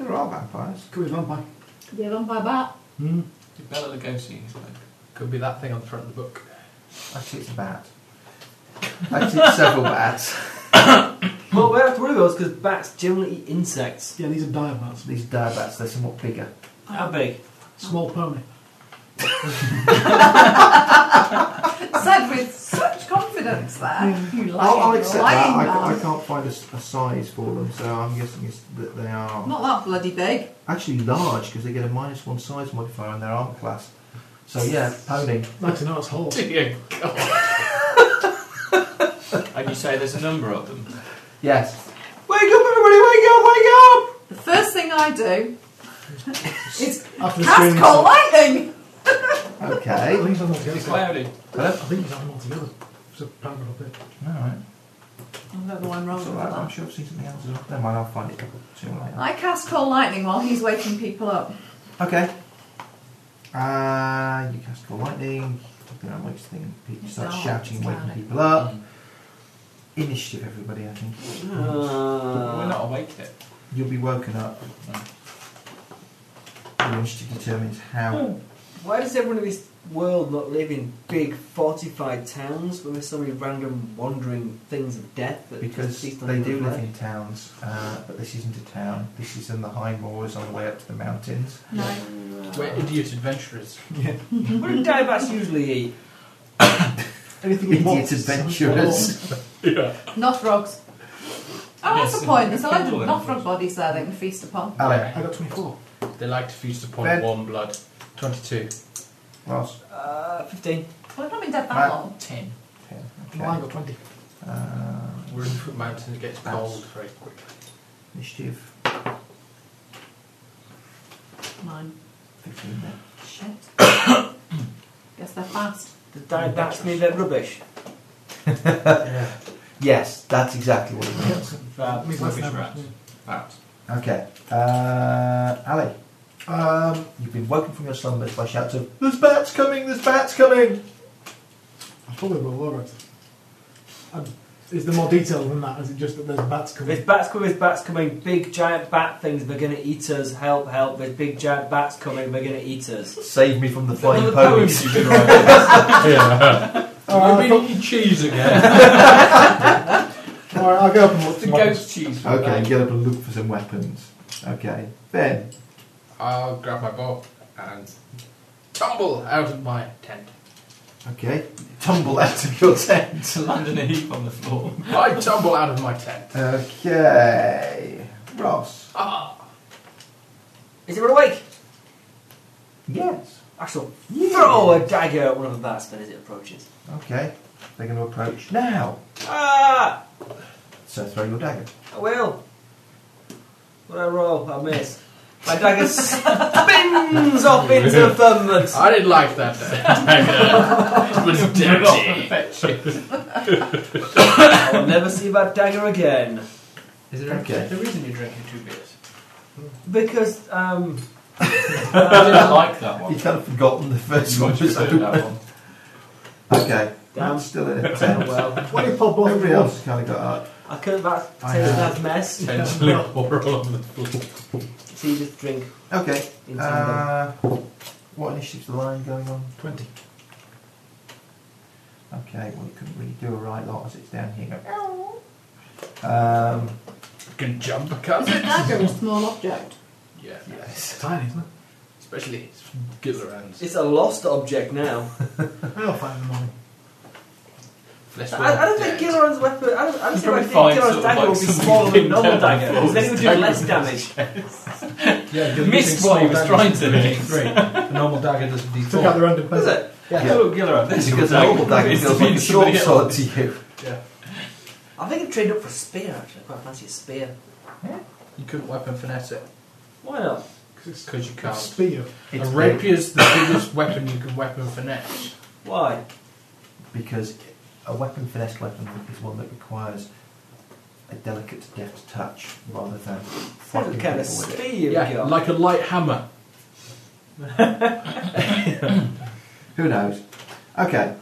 there are vampires.
Could be a vampire.
You're done by bat.
Hmm.
Bella Lugosi is like.
Could be that thing on the front of the book.
Actually, it's a bat. Actually, it's several bats.
well, we have to worry about those because bats generally eat insects.
Yeah, these are dire bats.
These dire bats, they're somewhat bigger.
How big?
Small pony.
Said with such confidence there. You lying,
I'll, I'll accept that.
lying
I, ca- I
man.
can't find a, s- a size for them, so I'm guessing it's that they are
Not that bloody big.
actually large because they get a minus one size modifier in their arm class. So, yeah, pony.
Like an arse horse.
Dear God. and you say there's a number of them.
Yes.
Wake up, everybody! Wake up! Wake up!
The first thing I do is
After the
cast
screaming
call lightning.
I
Okay.
think it's not together.
It's cloudy.
I think he's having them all together. It's a paragraph up there.
Alright.
I don't know why I'm wrong
It's
with
alright, I'm
that.
sure I've seen something else. as well. Never mind, I'll find it sooner or later.
I cast call lightning while he's waking people up.
Okay. Uh, you cast call lightning. You know, makes thing. People
It's
start
dark,
shouting,
it's
waking
cloudy.
people up. Initiative, everybody. I think
We're
Uh,
not awake yet.
you'll be woken up. Your initiative determines how.
Hmm.
why does everyone in this world not live in big fortified towns where there's so many random wandering things of death that
Because
just feast on
they
the
do live
blood?
in towns, uh, but this isn't a town. This is in the high moors on the way up to the mountains.
No.
We're idiot adventurers.
What do diabats usually eat?
Anything he
Idiot
wants.
adventurers.
Not frogs. Oh, that's
Yes,
a point. There's a
and
load
people
of
and
not frog bodies there they can feast upon.
Alan,
I got 24.
They like to feast upon
Ben.
warm blood. 22.
Ross,
Uh, 15.
Well, I've not been dead that
Right.
long.
10.
Tim.
No, I got 20.
Uh,
We're in the mountains, it gets cold very quickly.
Initiative
Mine.
15 there.
Shit. Guess they're fast.
The die bats made their rubbish.
Yes, that's exactly what it means.
Fab.
Rubbish rats. Rats.
Okay. Uh, Ali,
Um,
you've been woken from your slumbers by shouts of "There's bats coming! There's bats coming!"
I probably will, alright. Um, Is there more detail than that? Is it just that there's bats coming?
There's bats coming, there's bats coming, big giant bat things, they're gonna eat us, help, help, there's big giant bats coming, they're gonna eat us.
Save me from the flying
the
ponies.
You've been right. yeah.
Uh,
We've been eating cheese again.
Alright, I'll go up and look.
the ghost cheese.
Okay, get up and look for some weapons. Okay, Ben,
I'll grab my bow and tumble out of my tent.
Okay, tumble out of your tent.
to land in a heap on the floor.
I tumble out of my tent.
Okay, Ross.
Ah,
Is everyone awake?
Yes.
I shall throw a dagger at one of the bats then as it approaches.
Okay, they're going to approach now.
Ah!
So throw your dagger.
I will. When I roll, I miss. My dagger spins off into firmament.
I didn't like that day. it was dirty.
I will never see that dagger again.
Is there
Okay.
okay. the reason you're drinking two beers?
Because, um,
I didn't like that one.
You've kind of forgotten the first
You
one.
much
just
preferred that one.
Okay,
Damn.
I'm still in a
oh
tent.
well.
What do you pull both of
Everybody
them?
else has kind of got up.
I couldn't that,
I
take
know.
that mess.
Potentially quarrel on the floor.
So you just drink
Okay,
into
Ah.
them.
uh, what initiative's the line going on?
20.
Okay, well, you couldn't really do a right lot as it's down here. Um,
Can jump a
Is a dagger a small object?
Yeah.
It's tiny, isn't it?
Especially his Giggler hands.
It's a lost object now.
I'll find the money.
Flesh
I, I don't think
dead.
Gilleron's weapon. I don't, I don't
You
think I
probably
think
find
Gilleron's
sort of
dagger
like
will be
something
smaller than
pinned
normal
down
dagger.
for
Because then he would do
his
less
dagger.
damage.
Yeah, Giller
Missed
thinks
what he was
small
trying
damage
to
is
do.
three. The normal dagger does D4.
Took out the random
Is
person.
it?
Yeah.
Oh, Giller, that's
because
your
the whole dagger
It's
feels
been
like a short
somebody
sword
else.
to you.
I think I'd trade up for a spear actually. I quite fancy a spear.
You couldn't weapon finesse it.
Why not?
Because you can't.
Spear.
A
It's
rapier's the biggest weapon you can weapon finesse.
Why?
because a weapon finesse weapon is one that requires a delicate, deft touch rather than
That's the
frightening
kind of
people with
spear
it.
you've
Yeah,
got.
like a light hammer.
Who knows? Okay,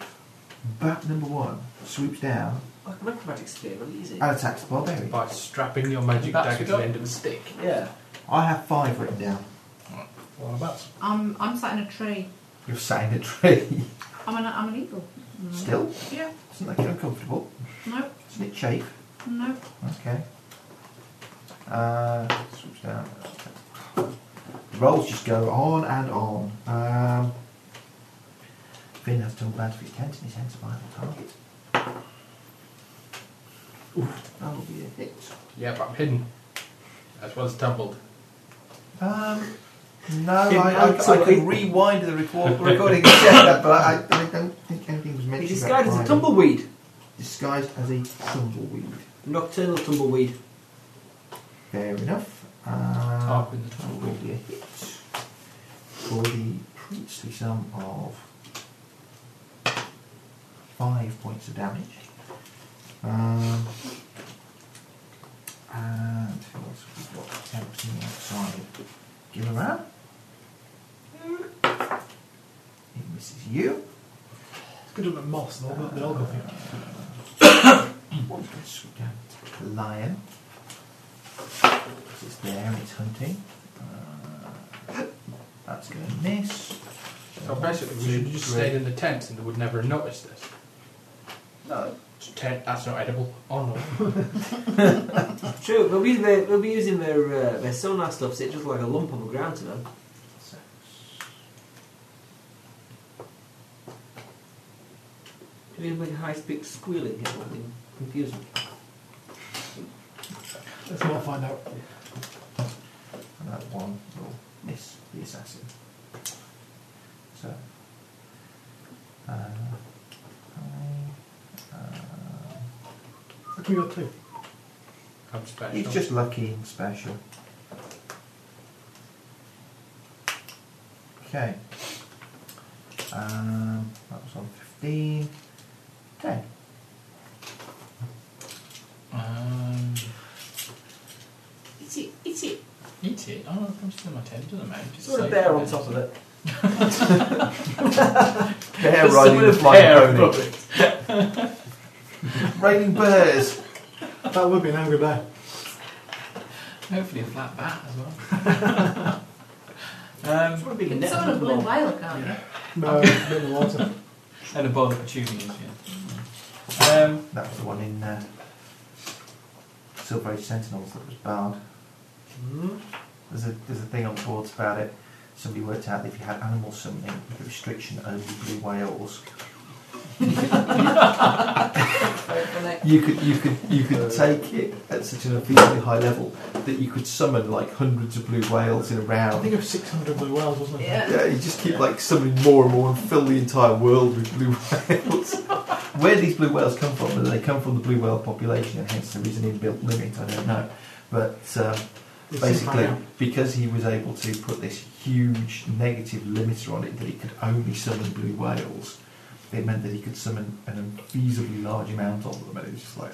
bat number one swoops down
I can make a magic spear really easy.
and attacks the barbarian.
By strapping your magic
That's
dagger to
got-
the end of a stick.
yeah.
I have five written down.
What about?
I'm, I'm sat in a tree.
You're sat in a tree.
I'm an, I'm an eagle. Mm.
Still,
Yeah.
doesn't that get uncomfortable?
Nope.
Doesn't it chafe?
Nope.
Okay. Uh, swoops down. The rolls just go on and on. Um, Finn has tumbled out of his tent and his hands are the target. Oof, that will be a hit.
Yeah, but I'm hidden. As well as tumbled.
Um, no, I,
Finn
I,
out, so
I can
I-
rewind the record, recording and check that, but I, I don't think anything was mentioned.
He's
about
disguised as a
riding.
tumbleweed.
Disguised as a tumbleweed.
Nocturnal tumbleweed.
Fair enough. Uh,
Up in the
that will be a hit for the princely sum of five points of damage. Um, and who else have we got attempting outside? Gilliran? It misses you.
It's good at moss, though. but They all go for it.
What was going to swoop down? The lion. Because it's there and it's hunting. Uh, that's going to miss.
So basically, we should have just stayed in the tent and they would never have noticed this.
No.
It's a tent, that's not edible. Oh no.
True, they'll be, their, they'll be using their, uh, their sonar stuff, so it's just like a lump on the ground to them.
Six.
Maybe make a high speed squealing here, that'll be confusing.
Let's not find out.
And that one will miss the assassin. So. Uh, I, uh,
We got two.
I'm special.
He's just lucky and special. Okay. Um, that was on 15. 10.
Um,
Eat it, eat it.
eat it. Oh, it comes to my tent, doesn't it, mate? Just
Sort of
save
bear
it.
on top of it.
Bear
Just
riding
sort
the
of bear
flying
above
pony.
it.
Raining bears.
That would be an angry bear.
Hopefully a flat bat as well. um,
Sort of big
You can
net
summon a
on the
blue
wall.
whale, can't you?
No, it's a bit in the water.
and a bowl of petunias, yeah. Um,
That was the one in uh, Silver Age Sentinels that was barred. There's a there's a thing on boards about it. Somebody worked out that if you had animal summoning, the restriction only blue whales.
Hopefully.
You could you could you could take it at such an obviously high level that you could summon like hundreds of blue whales in a
I
round.
think it was 600 blue whales, wasn't it?
Yeah.
Yeah, you just keep like summoning more and more and fill the entire world with blue whales. Where these blue whales come from, whether they come from the blue whale population and hence there is an inbuilt limit, I don't know. But um,
It's
basically,
somehow-
because he was able to put this huge negative limiter on it that he could only summon blue whales, it meant that he could summon an unfeasibly large amount of them. And it was just like,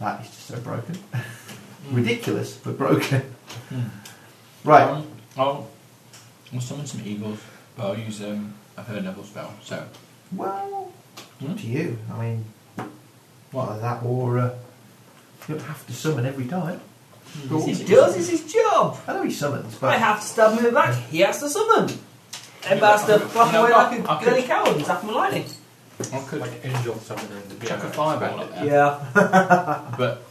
that is just so broken. Hmm. Ridiculous, but broken.
hmm.
Right.
Um, I'll, I'll summon some eagles, but I'll use um, a third level spell. So,
Well,
Hmm?
up to you. I mean, what that or uh, you don't have to summon every time.
But what-
He does, it's his job.
I know he summons,
I
but
have to stab him in the back, he has to summon. And has to flap
No,
away
I-
like
I
a
could-
girly coward and tap him with lightning.
I could
Like angel summoning the
chuck a
bear.
fireball up there,
Yeah.
but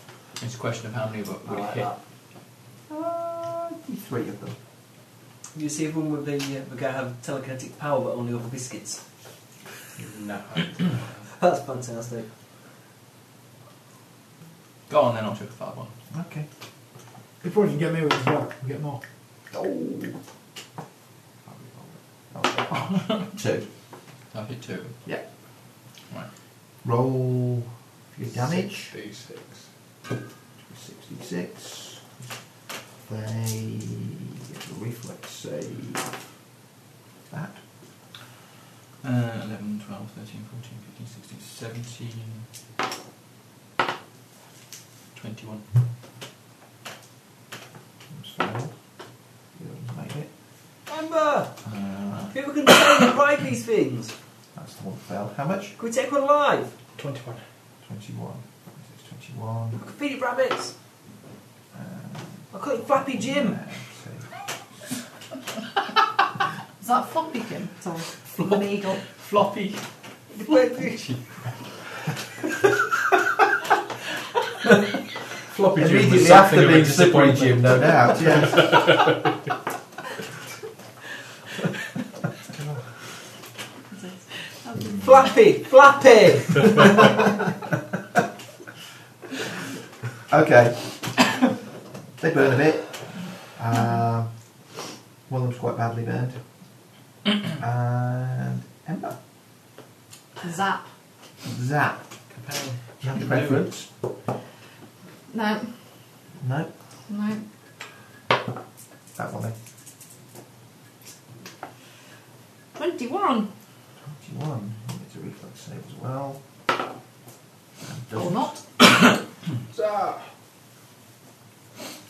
it's a question of how many would,
I
would
like
hit.
that.
uh, three of them.
You see, everyone with the, uh, the guy have telekinetic power but only over biscuits.
No.
That's fantastic.
Go on then, I'll chuck a fireball.
Okay.
If one can get me with his rock, we get more.
Oh. Oh. Two.
So I've hit two.
Yeah.
Right.
Roll your damage.
D6.
66. They get a reflex save. That.
Uh, 11, 12, 13, 14, 15, 16, 17, 21.
That's failed. You don't make it.
Amber,
Uh,
people can tell you right these things.
that's the one that failed. How much?
Can we take one alive?
21.
21. This is 21.
I can feed it rabbits.
Um,
I call it Flappy Jim.
yeah, so-
Is that floppy Jim? Sorry. An eagle.
Floppy.
Floppy Jim was
Immediately
something
after
of a
being slippery
disappointment.
Jim, no doubt, yes.
Flappy, Flappy.
Okay. They burn a bit. Um, one of them's quite badly burned. And Ember.
Zap.
Zap. Do you have the preference?
No,
No.
no.
That one then.
21.
21. It's a reflex save as well. And
Or
doesn't.
not.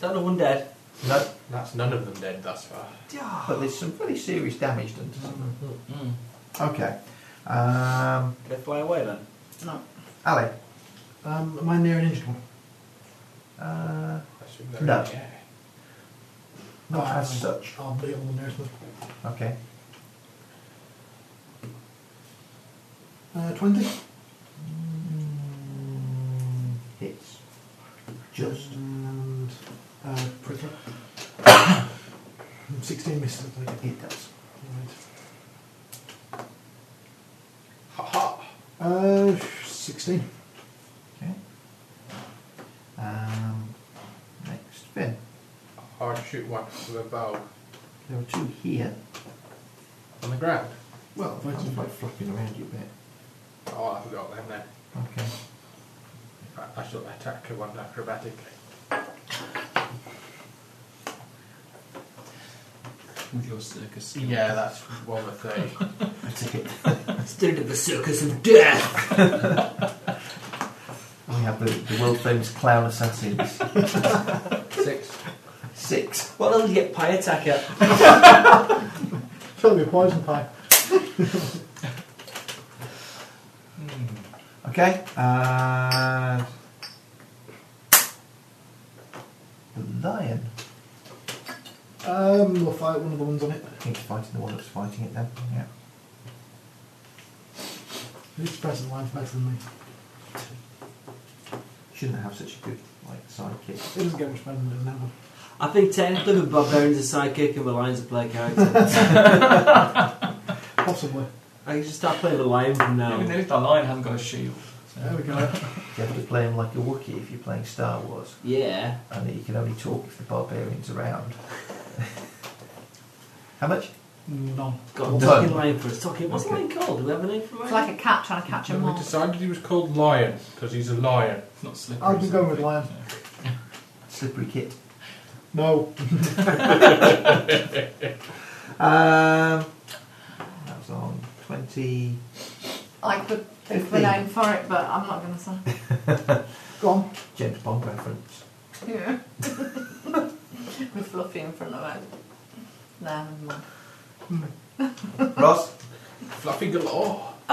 That one dead.
No.
That's none of them dead thus far.
Yeah.
But there's some pretty serious damage done to some of them.
Mm.
Okay. Um,
Can I fly away then?
No.
Ali.
Um, am I near an injured one?
Uh,
I assume they're
No.
in the air.
not as such.
I'll be on the nearest one.
Okay.
Uh, 20?
Mm, hits. Just.
And. Uh, prick it. 16 misses, I think.
It does.
Right. Uh, 16.
Okay. Um, next bin.
Hard shoot one with a bow
There are two here.
on the ground.
Well, they're like flapping around you a bit.
Oh, I forgot them then.
Okay.
I, I shall attack one acrobatically.
With your circus. skills.
Yeah, that's one of three.
Instead of the circus of death.
We have the, the world famous clown assassins.
Six.
Six.
What else you get pie attack at?
Tell me a poison pie.
Okay. Uh, the lion.
Um, we'll fight one of the ones on it.
I think he's fighting the one that's fighting it then. Yeah.
This present line's better than me.
Shouldn't have such a good like sidekick.
It doesn't get much better than never.
I think technically the barbarian's a sidekick and the lion's a player character.
Possibly.
I should start playing the lion from now.
Even
on.
if the lion hasn't got a shield.
There we go.
You have to play him like a Wookiee if you're playing Star Wars,
Yeah.
and he can only talk if the barbarian's around. How much?
None.
Got a
Done.
talking lion for us. Talking. What's the lion called? Do we have a name for
It's
lion?
like a cat trying to catch a
And we
moth.
decided he was called Lion because he's a lion.
It's not slippery.
I'll be
so-
going with lion.
Slippery kit.
No.
Um, that was on twenty.
I could think of a
Fifteen.
name for it, but I'm not going to say.
Go on.
James Bond reference.
Yeah. With Fluffy in front of it. Nah, never mind.
Ross.
Fluffy galore.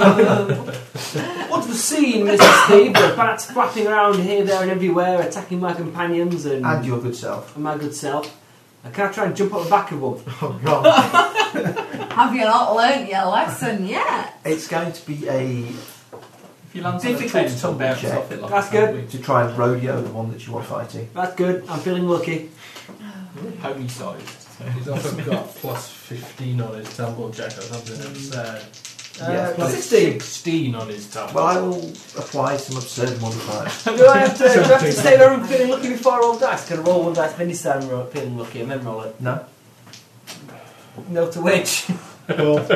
What's the scene, Mr. Steve? The bats flapping around here, there, and everywhere, attacking my companions and,
And your good self.
and my good self. And can I try and jump up the back of one?
Oh God!
Have you not learnt your lesson yet?
it's going to be a
If you land on a
Difficult
tent,
to
it'll bounce
check.
off it like
That's
a
good.
sandwich.
to try and rodeo the one that you are fighting.
That's good. I'm feeling lucky.
Pony sized.
He's also got plus 15 on his tumble check or something.
Mm.
It's uh,
Yeah,
uh,
but-
16.
16 on his tumble.
Well, I will apply some absurd modifiers.
Do I have to, do I have to stay there and feeling lucky before I roll dice? Can I roll one dice, then decide I'm ro- feeling lucky, and then roll it?
No,
No to which.
I don't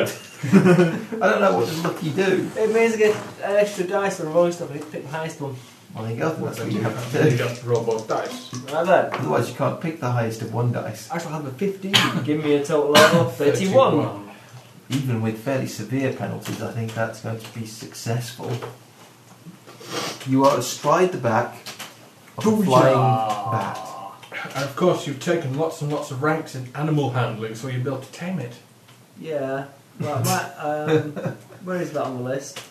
know what does lucky do.
It means I get an extra dice on rolling stuff, I need to pick the highest one.
Well, there you go. That's what you have to
He's
do.
got to roll both dice.
Right then.
Otherwise, you can't pick the highest of one dice,
I shall have a 15. Give me a total of 31.
even with fairly severe penalties. I think that's going to be successful. You are astride the back of a
Booyah.
flying bat.
And of course, you've taken lots and lots of ranks in animal handling, so you're able to tame it.
Yeah. Right, Matt, um, where is that on the list?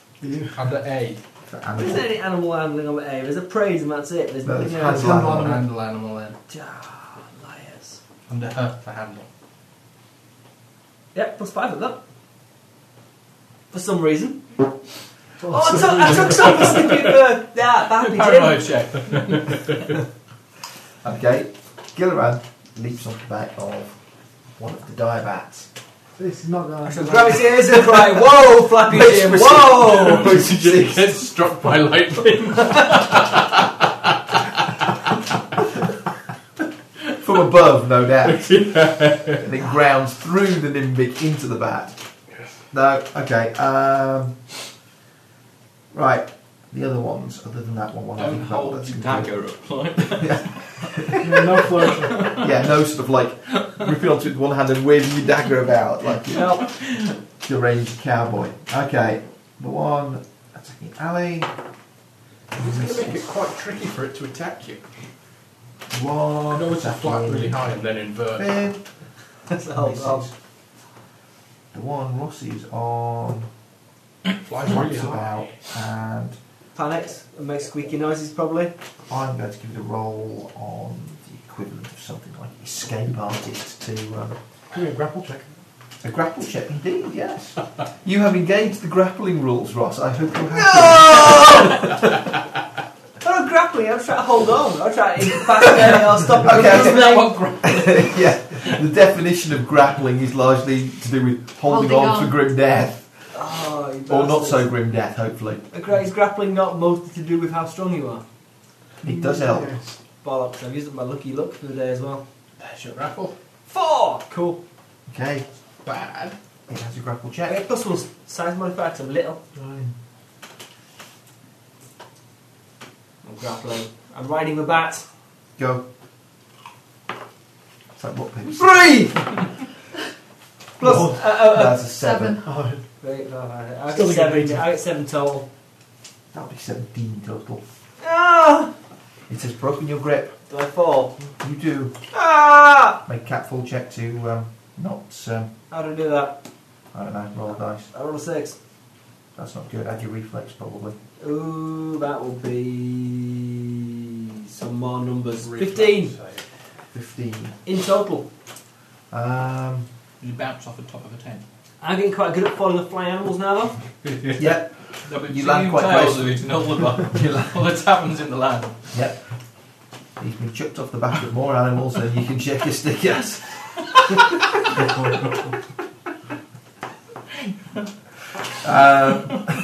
Under A.
For
There's
animal.
any animal handling on the A. There's a praise and that's it. There's
No,
nothing
it's
else.
handle
Handle
animal.
handle animal then.
Ah, liars.
Under her for handle.
Yep, plus five of that. For some reason. Oh, I took, I took some for snipping the. Yeah, that
Paranoid
did.
check.
Okay, Gilliran leaps onto the back of one of the dire bats.
This is not going
I shall
to
grab his ears and cry, Whoa, Flappy Jim, whoa!
Oh,
He gets struck by lightning.
From above, no doubt. And it grounds through the Nimbic into the bat. No, okay. Um, right, the other ones, other than that one, one I
Don't
think about what
hold
that's
your
going to
Oh, dagger up like
No flourishing.
do. Yeah, no sort of like gripping onto it with one hand and waving your dagger about like you're
No,
a ranged cowboy. Okay, the one attacking Ali.
It's going to make it quite tricky for it to attack you. I
One
know it's
attacking
flat really high and then invert.
Ben.
that's the whole
Misses. The one Rossi's on
Flies really
jumps
high.
about, and
Panics and makes squeaky noises, probably.
I'm going to give it a roll on the equivalent of something like escape artist to um,
Give me a grapple check.
a grapple check. Indeed, yes. you have engaged the grappling rules, Ross. I hope you're happy.
I'm not grappling, I'm trying to hold on. I'm trying to pass it or stop it.
Okay,
It's
okay.
like-
yeah, the definition of grappling is largely to do with holding, on,
Holding on.
for grim death,
Oh, you
or not
bastards.
so grim death. Hopefully,
A gra- Is grappling not mostly to do with how strong you are?
it does help.
Yes.
Bollocks, I've used up my lucky luck for the day as well.
There's your grapple.
Four! Cool.
Okay,
Bad.
it has a grapple
I
check.
get plus one size modifier 'cause I'm little.
Nine.
I'm grappling. I'm riding the bat.
Go. It's like what paper?
Three! Plus,
Lord.
uh, uh, uh,
That's a seven.
Seven.
Oh,
Right, no, I, I,
Still a
got
good
seven,
beating.
I got seven total.
That'll be 17 total.
Ah!
It has broken your grip.
Do I fall?
You do.
Ah!
Make catfall check to um, not, um,
How do I do that?
I don't know, roll dice.
I roll a six.
That's not good. Add your reflex probably.
Ooh, that will be some more numbers. Fifteen
15.
in total.
Um,
You bounce off the top of a tent.
I'm getting quite good at falling off flying animals now, though.
yep,
No, but
You land quite
tales
close.
of it in all the, you land all the taverns in the land.
yep. He's been chucked off the back of more animals than you can shake a stick at. um,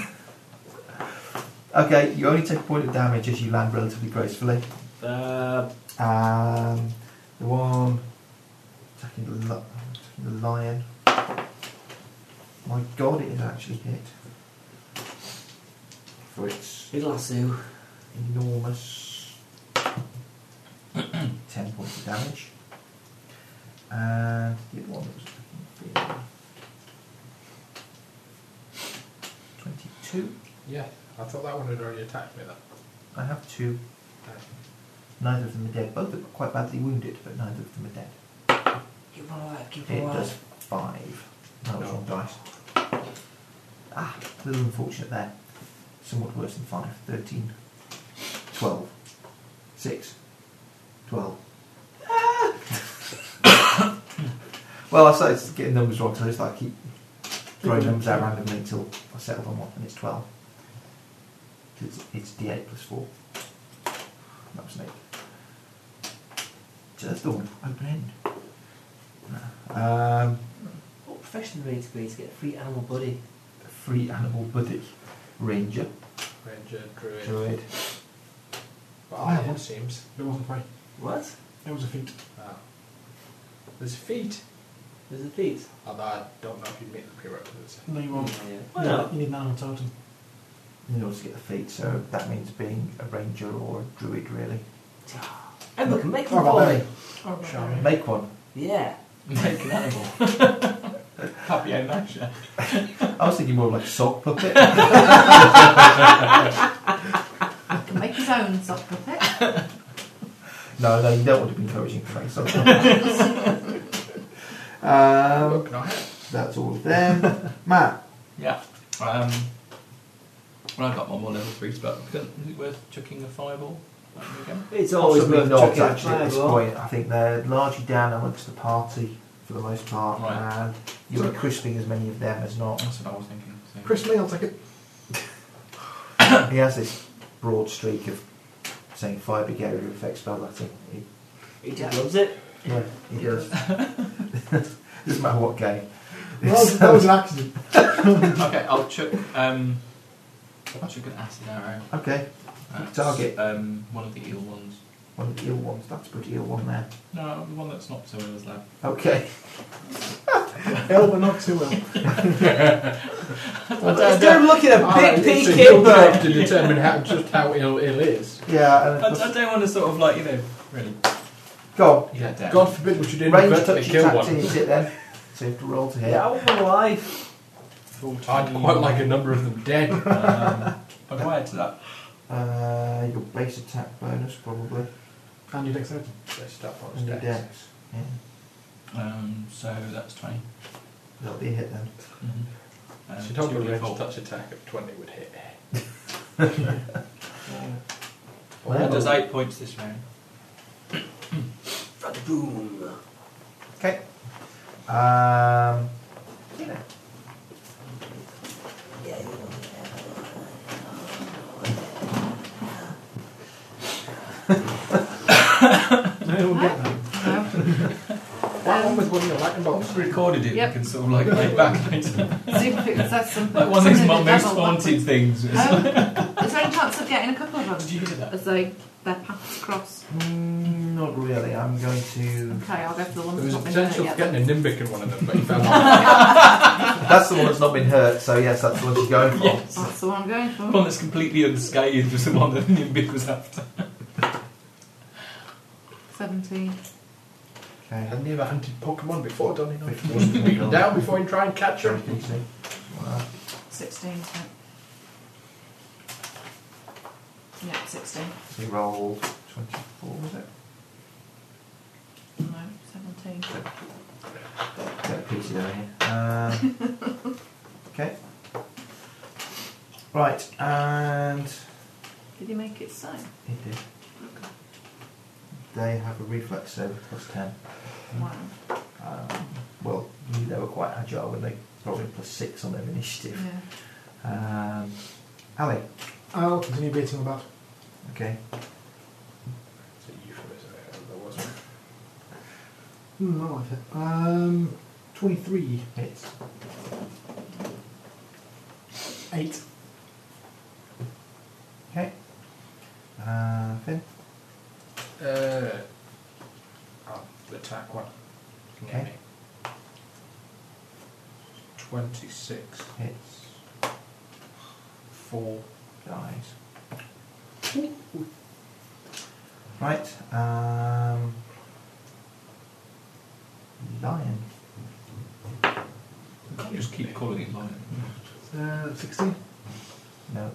okay, you only take a point of damage as you land relatively gracefully.
Uh,
Um, the one attacking the, li- attacking the lion. My god, it is actually hit. For its
big lasso.
enormous 10 points of damage. And the other one that was attacking the- 22.
Yeah, I thought that one had already attacked me. That.
I have two.
Okay.
Neither of them are dead. Both are quite badly wounded, but neither of them are dead.
Keep on alive, keep on
It does
alive.
five. That was
No.
wrong dice. Ah, a little unfortunate there. Somewhat worse than five. Thirteen. Twelve. Six. Twelve. Ah! well, I started getting numbers wrong, so I just like keep throwing numbers out randomly until I settle on one, and it's twelve. 'Cause It's, it's D8 plus four. That was an eight. So that's the one. Open end. Um,
What profession do we need to be to get a free animal buddy?
free animal buddy. Ranger.
Ranger, druid.
Druid.
Well, I it seems.
It wasn't free.
What?
It was a feat.
Ah. There's feet.
There's a feet.
Although I don't know if you meet the prerequisites.
No, you won't.
Why
You-
not?
You need an animal totem.
In order to get the feet, so that means being a ranger or a druid, really.
Emma can make
Oh,
them for me.
right.
Or
Shall
barbarian.
Make one.
Yeah.
Make an animal. Happy end, actually.
I was thinking more of like a sock puppet.
Can make his own sock puppet.
no, no, you don't want to be encouraging fake socks. um,
Can I help?
that's all of them. Matt.
Yeah. Um, well, I've got one more level 3 spell. Is it worth chucking a fireball? at me again?
It's always
Possibly
worth
not
chucking a
actually at this
fireball.
point. I think they're largely down amongst the party for the most part,
Right.
and you'll be crisping as many of them as not.
That's what I was thinking. so-
Chris Lee, I'll take it.
He has this broad streak of saying fire brigade with effect spell letting. He,
He just loves it.
yeah, he does. Doesn't matter what game.
That was, that was an accident.
okay, I'll chuck. Um, I'll chuck an acid arrow.
okay,
at,
Target.
Um, one of the eel ones.
one of the ill ones. That's a pretty ill one there.
No, the one that's not so ill as that.
Okay,
Ill, but not too ill.
Instead of looking at
Alright,
big pea
so you
kid,
don't
bird.
have to determine how, just how ill ill is.
yeah. And
I, I don't want to sort of like you know really.
go
Yeah, down.
God forbid we should
on. Range
inadvertently
touch
kill
attack to
one.
hit it then. So you have to roll to hit.
Yeah, I want my life.
I'd quite like a number of them dead.
Um, I'll go ahead to that.
Uh, your base attack bonus probably.
And your dexterity.
Let's stop on
And your
his death.
dex. Yeah,
Um, so that's 20
that'll be a hit then.
Um,
She
two
told me
d4.
range touch attack of 20 would hit.
Well,
That does eight points this round.
Boom.
Okay. Um,
No, we'll get that.
No. Um,
That one with one of your lightning bolts.
Recorded it.
Yep.
You can sort of like play back later.
See if it says something.
like one of these
something
mo-
the
most
devil
haunted things. Did
Um, is there any chance of getting a couple of them
you hear that?
as they their paths cross?
mm, not really. I'm going to.
Okay, I'll go for the one
There was a
that's not been hit
potential for
yet.
getting a nimbic in one of them, but he fell off.
That's the one that's not been hurt, so yes, that's the one she's going for.
Yes.
That's the one I'm going for.
The one that's completely unscathed was the one that Nimbic was after.
17.
Okay.
I've never hunted Pokemon before, Donnie. No,
Fifteen.
wasn't beat them down before you try and catch them.
Easy. Wow.
16. so- Yeah, 16.
So you rolled 24, was it?
No, 17.
Got a piece of it here. Uh, okay. Right, and
Did you make it so?
it did. They have a reflex save of plus 10.
Wow.
Um, well, you knew they were quite agile when they rolled in plus 6 on their initiative.
Yeah.
Um, Ali,
I'll continue beating about.
okay.
It's a euphemism, I hope there wasn't.
Hmm, I like it. Um, 23.
Hits.
8.
Okay. Uh, Finn,
Uh, I'll attack one. Can you hear
Okay.
me? 26.
hits.
4.
Dies. Right, um. Lion.
You can't just keep calling it lion.
Uh, 16.
No,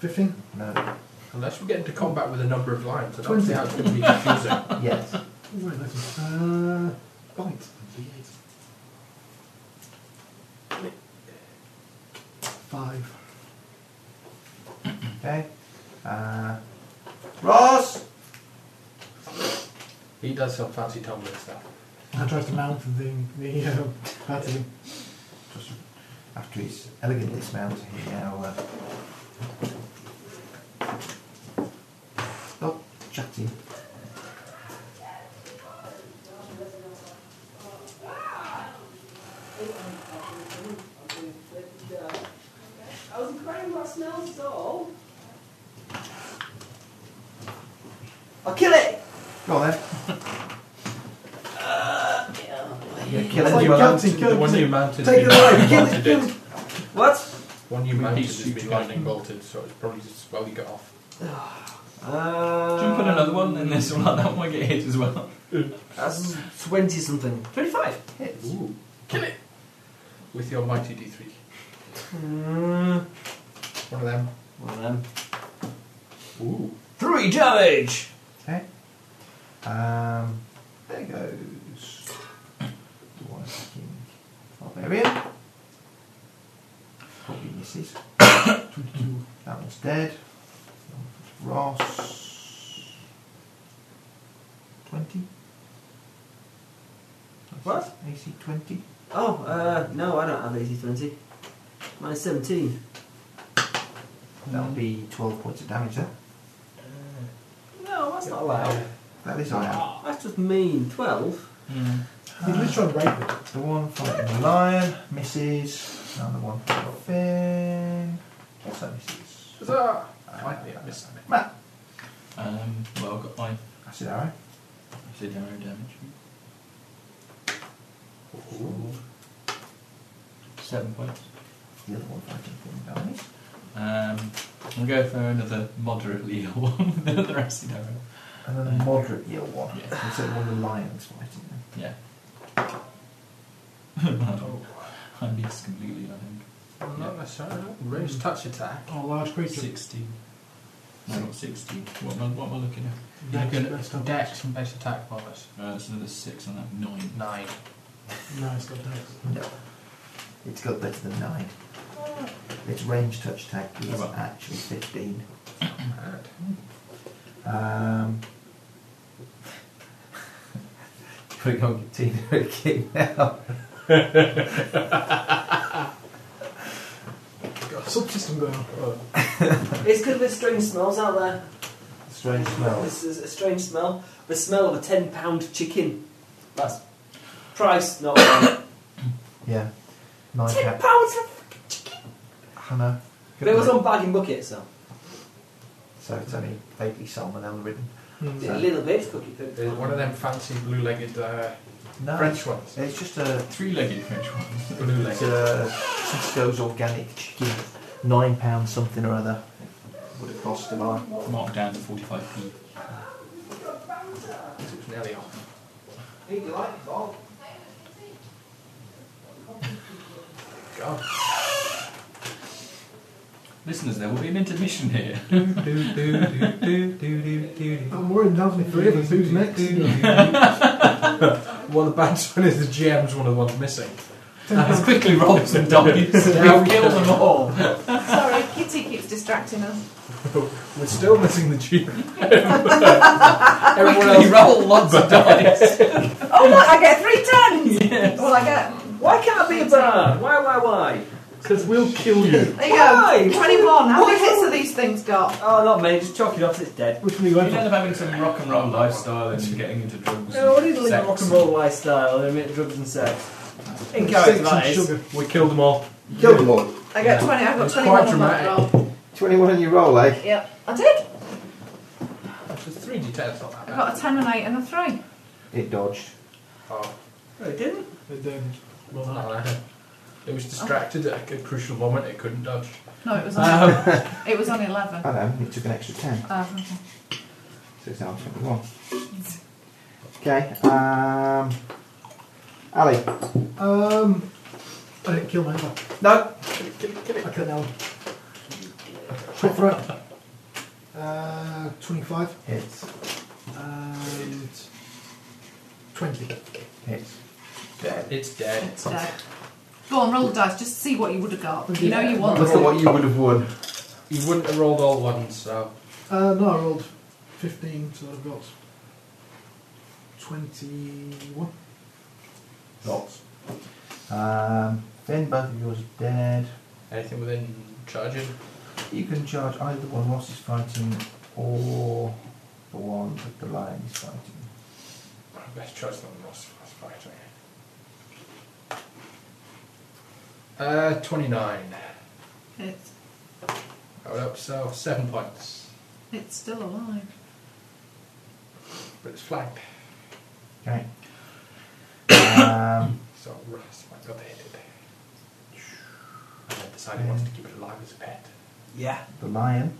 15.
no.
Unless we get into combat with a number of lions, I don't
Twenty.
see how it's going to be confusing.
Yes.
Right, that's one. Uh, bite. Five.
Okay. Uh, Ross!
he does some fancy tumbling stuff.
I tries to mount the the uh, battery.
Just after his elegant dismount, he now. Uh, stop chatting.
I was crying about smells so.
I'll kill it!
Go on then.
Yeah,
It's
it.
like
Well,
Captain
that's-
The one you mounted.
Take it away, kill it,
mounted
kill it. What?
One you
We
mounted
pieced
has
you
been
together.
lightning bolted, so it's probably just well you got off.
Uh,
Jump
Um,
on another one, and this one, that one might get hit as well.
That's 20 something. 25.
Hits.
Ooh. Kill it! With your mighty D3.
Mm,
One of them.
one of them.
Ooh.
3 damage!
Okay. Um, there goes. One attacking barbarian. Probably misses. that one's dead. Ross. 20.
What?
AC 20.
Oh, uh, no, I don't have AC 20. Mine's 17.
That'll be 12 points of damage there.
No, that's not allowed.
That is allowed.
That's just mean. 12.
He's just trying to rape it.
The one fighting the lion misses. Another one for Finn. Also misses.
Huzzah! Might be a miss.
Matt.
Um, well, I've got my
Acid arrow.
acid arrow damage. Seven points.
The other one fighting for him dies.
Um, I'll go for another moderately ill one with another acid arrow.
And then a moderate year one.
Yeah.
Instead of one of the lions fighting them.
Yeah.
Oh.
I missed completely, I think.
Well, not necessarily. Raise touch attack.
Oh, large creature.
16. No, not 16. What am I, what am I looking at?
You
Dex,
can
best up.
dex and base attack bonus.
Uh, that's another 6 on that. 9.
Nine.
No, it's got dex.
No. It's got better than nine. Its range touch tag is
Right.
actually 15.
Mad.
Um, Putting on Katina a kick now.
Got a subsystem going on.
It's because there's strange smells out there.
Strange smells.
This is a strange smell. The smell of a ten pound chicken. That's price, not
Yeah. Nine
ten
cap.
pounds. for-
Hannah.
But it was on bagging bucket, so
So it's only vaguely salmonella ridden.
Hmm.
a little bit. Cookie poo.
There's one of them fancy blue-legged uh,
No,
French ones.
It's just a
Three-legged French ones. Or
It's
two-legged.
a Cisco's organic chicken, nine pounds something or other. Would have cost a lot.
Marked down to 45p.
It was nearly off. God.
Listeners, there will be an intermission here.
I'm worried now for three of us. Who's next?
Well, the band's one is the GM's one of the ones missing.
As quickly rolls and dies. We've killed them all.
Sorry, Kitty keeps distracting us.
We're still missing the GM. Everyone else
Quickly roll lots of dice.
Oh, look, I get three tens! Well, I get.
Why can't I be a bard? Why, why, why?
Because we'll kill you.
There you
Why?
go, 21. How many
Why?
hits have these things got?
Oh, not me. Just chalk it up. It's dead.
Which one are you
You
going
end
for?
up having some rock and roll lifestyle and getting into drugs.
No, I
and
didn't leave
sex
rock and roll lifestyle and admit drugs and sex. In
Six
character,
and
that is.
sugar.
We killed them all.
You killed them all.
I get 20, I've got
It's
21
quite
on that
dramatic.
roll.
21 on your roll, eh?
Yep, I did.
There's three details on that.
I got a 10, an 8, and a 3.
It dodged.
Oh,
No, it didn't.
It didn't. Well,
no,
no.
no. eh? It was distracted at a crucial moment. It couldn't dodge.
No, it was on,
Um,
it was on 11.
I know, it took an extra 10.
Oh, okay.
So it's now 21. Okay, um. Ali.
Um, I didn't kill my other.
No.
I couldn't help. Shot for it. Uh, Um, 25
Hits.
and 20.
Hits.
dead. It's dead.
It's dead. Go on, roll the dice, just see what you would have got. You know you want
Look at what you would have won.
You wouldn't have rolled all ones, so
Uh, no, I rolled 15, so I've got 21.
Dots. Um, then both of yours are dead.
anything within charging.
You can charge either the one Ross is fighting or the one that the lion is fighting.
Best charge than Ross was fighting. Uh, 29.
It's,
I would hope so. Seven points.
it's still alive.
But it's flanked.
Okay. um,
So Ross might got hit it. And then decided he wants to keep it alive as a pet.
Yeah.
the lion.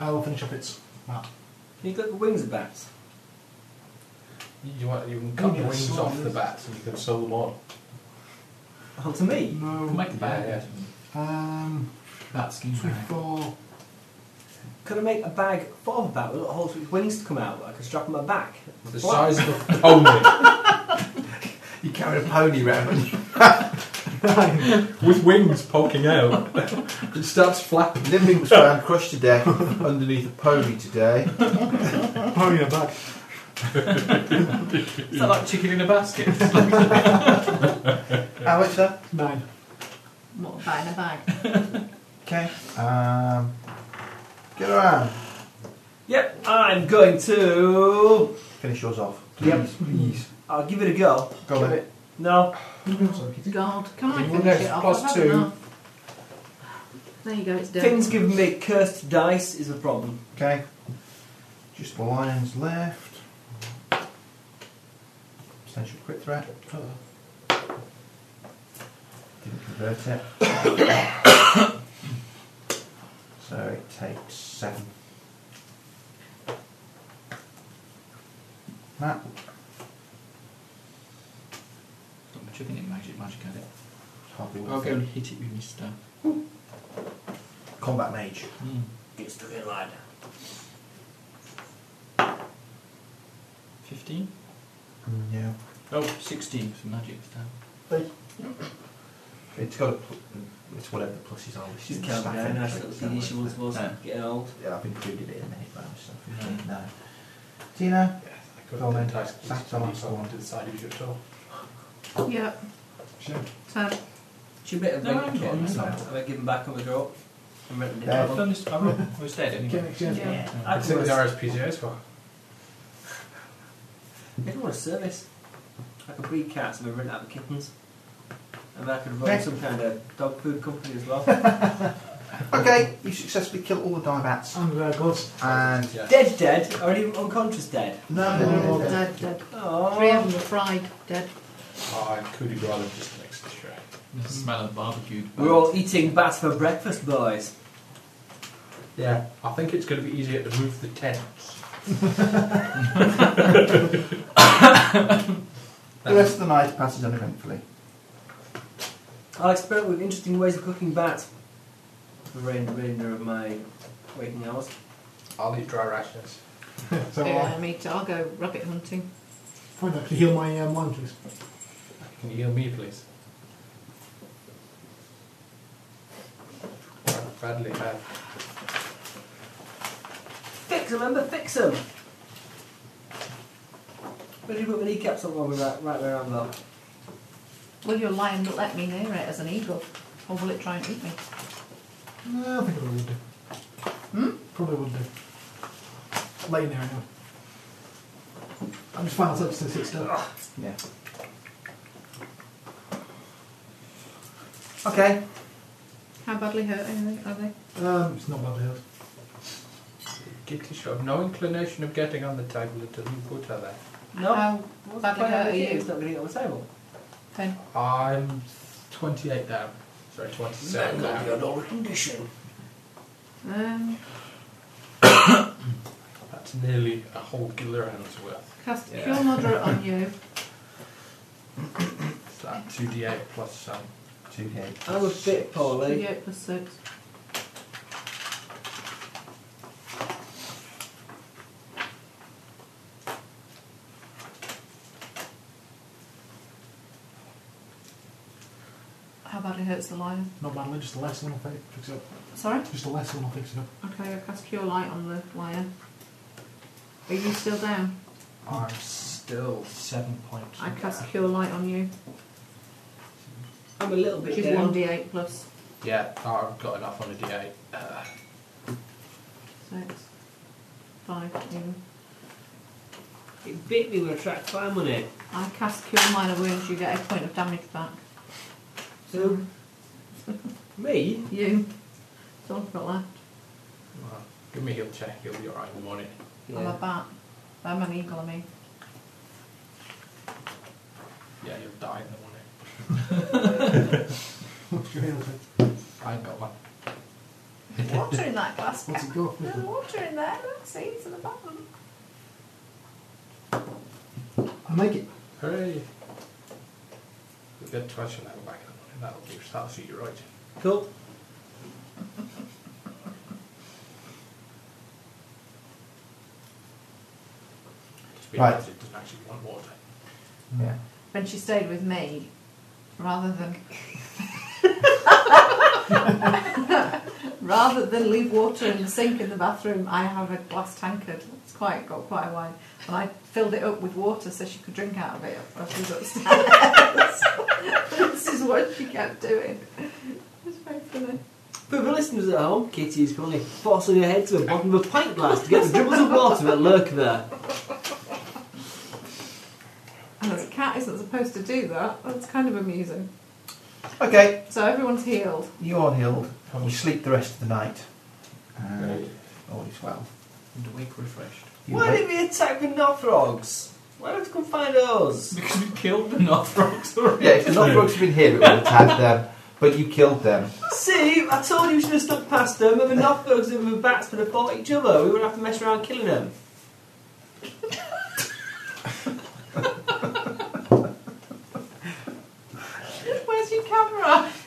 I'll finish up its map.
Can you click the wings of bats?
You, you, want, you can cut the
Yeah,
wings
so
off the
there's-
bats and you can sew them on.
Oh, to me.
We'll
No.
make a bag.
Yeah,
Um,
Bat skin bag.
24.
Could I make a bag for the bat with little holes with wings to come out? I could strap on my back.
The
What?
size of a pony
You carried a pony round.
with wings poking out. it starts flapping.
Limbic was found crushed to death underneath a pony today.
Oh, yeah, back.
Is that like chicken in a basket?
How much that?
Nine.
What, a bat in a bag?
Okay. Um, get around.
Yep, I'm going to.
Finish yours off.
Yep.
Please.
I'll give it a go.
Go with it.
No.
God, can I
You
finish
next
it off?
plus
I've had
two.
enough. There you go, it's dead.
Things giving me cursed dice is a problem.
Okay. Just the lions left. Potential crit threat. Didn't convert it. so it takes seven. That
I'm chucking it magic, magic at it.
hardly worth
Okay.
Don't
it.
hit it with your staff.
Combat mage.
Hmm.
Get stuck in line.
15?
No.
Oh, 16 for magic staff.
It's got a pl- it's whatever the pluses are. which
She's
is
counting
stack
down. Nice
entry,
little
so
CD she once was. Mm.
Yeah.
Getting old.
Yeah, I've included it in the hit bonus. So
Yeah.
15, no. Tina?
Yeah, I
Go
could have
on then.
enticed it
That's the last one.
to the side of you at all.
Yep,
Shit.
ten.
She bit of
No, I'm
rent
not, I'm
again.
not.
I might give him back on the draw. I'm renting it
Yeah.
I've
out.
done this. I've rolled. Well, Oh, it's dead
Okay,
anyway.
next year.
Yeah.
I
I
could
think
want
the
a-
RSPCA as well.
I could want a service. I could breed cats and then rent out the kittens. And then I could run
Yeah.
some kind of dog food company as well.
Okay, you successfully kill all the Divats.
And uh, there goes.
And
Dead, dead, or even unconscious dead.
no, no, no, no, no.
Dead, dead.
Oh.
Three of them were fried, dead.
I could have rather just an extra tray.
The smell of barbecued.
We're all eating bats for breakfast, boys.
Yeah, I think it's going to be easier to move the tents.
The rest of the night passes uneventfully.
I'll experiment with interesting ways of cooking bats for the rein- remainder of my waking hours.
I'll eat dry rations.
So
yeah, me too. I'll go rabbit
I
hunting.
find that to heal my um, lung, please.
Can you heal me, please? Quite badly bad.
Fix 'em, remember? Fix 'em! Where did you put my kneecaps on while we right, right where I'm though?
Will your lion not let me near it as an eagle? Or will it try and eat me?
No, I think it would do.
Hmm?
Probably would do. Lay in there anyway. I'm just finding myself since it's still.
Yeah. Okay.
How badly hurt are they? Are they?
Um, it's not badly hurt.
Gittish have no inclination of getting on the table until you put her there.
No.
How
What's the
badly
point
hurt
of
are
it?
you?
It's not going to get on the table.
Ten.
I'm 28 down. Sorry, 27 down.
normal condition.
Um,
That's nearly a whole Gilliran's worth.
cast
Yeah.
Cure Moderate on you.
It's that 2d8 plus some.
Two hit.
I'm a bit poorly.
38 plus 6. How badly hurts the lion?
Not badly, just a less one, I'll fix fix it up.
Sorry?
Just a less one, I'll fix it up.
Okay, I've cast Cure Light on the lion. Are you still down?
I'm still 7 points.
I cast
down.
Cure Light on you,
I'm a little
which
bit
is
down.
1d8 plus
Yeah, I've got enough on a d8. Uh,
6. 5 even.
It bit me with a track climb on it.
I cast Cure Minor Wounds, you get a point of damage back.
So, me?
You. It's all I've got left.
well, give me a heal check, you'll be alright in the morning.
I'm a
Yeah.
bat. I'm an eagle, I mean.
Yeah, you'll die in the morning.
What's your heal check?
I ain't got one.
water in that glass
What's it go?
There's water in there. Look, see, it's at the bottom.
I make it.
Hooray! You'll get twice your level back in the morning, that'll be that'll suit you right.
Cool.
Just be
Right.
honest, it doesn't actually want water.
Yeah.
When she stayed with me, rather than rather than leave water in the sink in the bathroom, I have a glass tankard. It's quite got quite a wide, and I filled it up with water so she could drink out of it while she was upstairs. this is what she kept doing. It's very funny.
For the listeners at home, Kitty is currently forcing her head to the bottom of a pint glass to get the dribbles of water that lurk there.
And the cat isn't supposed to do that. That's kind of amusing.
Okay.
So everyone's healed.
You are healed. You sleep the rest of the night. And all is well.
And awake refreshed.
You
Why
wake-
did we attack the Notfrogs? Why don't you come find us?
Because we killed the Northrogs already.
Yeah, if the Northrocks had been here, it would have had them. But you killed them.
See, I told you we should have stuck past them, and the Notfrogs and the bats would have fought each other. We wouldn't have to mess around killing them.
Where's your camera?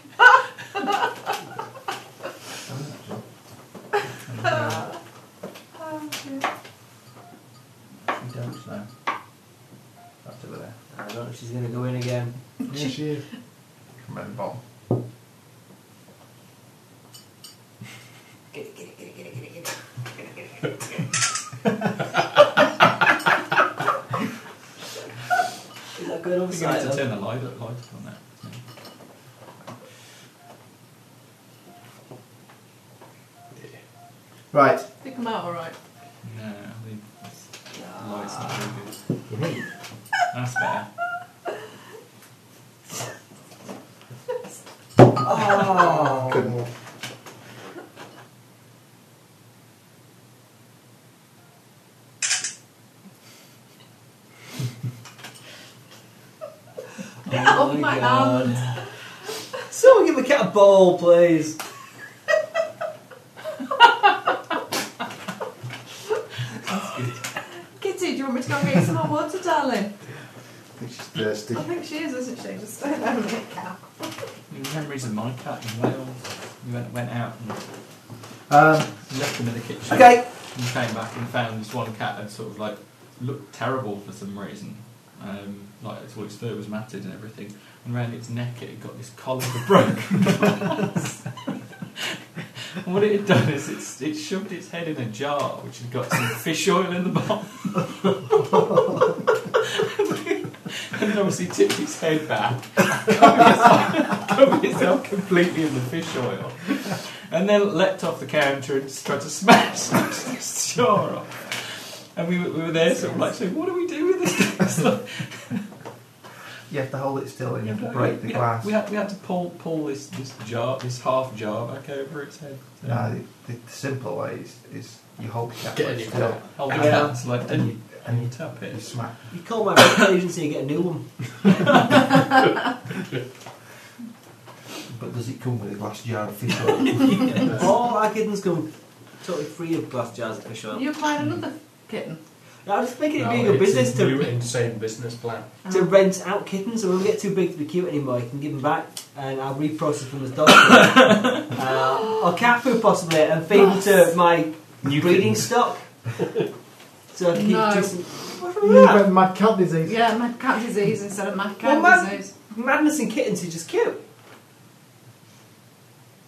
Oh, dear.
You don't know. That's over there.
I don't know if she's going to go in again.
Yeah, she is.
From around the bottom.
Get it, get it, get it, get it, get it, get it. Is that going
I
on
think I need to
side?
turn the light, light on that.
Right.
They come out all right.
No, the light's not very good. That's better.
Couldn't.
my hand.
Someone give the cat a ball, please.
Kitty, do you want me to go and get you some more water, darling?
I think she's thirsty.
I think she is, isn't she? Just stay there and get cow.
Memories of my cat in Wales. You went, went out and
Um,
left him in the kitchen.
Okay.
And came back and found this one cat had sort of like looked terrible for some reason. Um, like it's all its fur was matted and everything. And around its neck it had got this collar that broke. and what it had done is it's, it shoved its head in a jar which had got some fish oil in the bottom. and it obviously tipped its head back. covered itself- covered itself completely in the fish oil and then leapt off the counter and tried to smash this jar off. And we were, we were there, sort of like saying, "What do we do with this?" thing?" It's like-
you have to hold it still and you have to break the
we
glass.
Had, we had we had to pull pull this, this jar, this half jar, back over its head. So-
No, the, the simple way is, is you hold the cat
Get a
like
new
still
cat.
hold
and
it
you-
out, it's like,
and
and
you
and you tap
you
it.
smack.
You call my rental agency and get a new one.
But does it come with a glass jar of fish oil?
All our kittens come totally free of glass jars of fish oil.
You applied another kitten.
Now, I'm just making it
No,
be your
it's
business
a
to
new insane business plan.
to rent out kittens, so when we get too big to be cute anymore, you can give them back, and I'll reprocess them as dog food. uh, or cat food, possibly, and feed them to my breeding stock. So I can keep
No.
decent.
Ah!
What's wrong
You've
with that?
got mad cat disease.
Yeah, mad cat disease instead of mad
Well,
cat
mad-
disease.
Madness in kittens is just cute.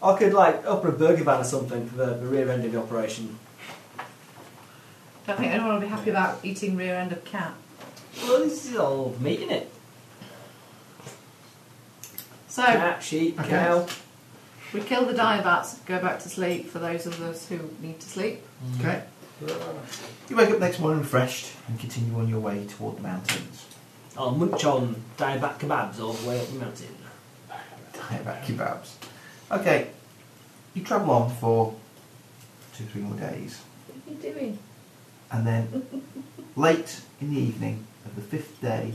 I could, like, open a burger van or something for the, the rear end of the operation.
Don't think anyone will be happy about eating rear end of cat.
Well, this is all meat, is it?
So
Cat, sheep,
Okay.
cow.
we kill the diabats, go back to sleep for those of us who need to sleep.
okay. You wake up next morning refreshed and continue on your way toward the mountains.
I'll munch on dieback kebabs all the way up the mountain.
Diet back kebabs. Okay. You travel on for two, three more days.
What are you doing?
And then late in the evening of the fifth day,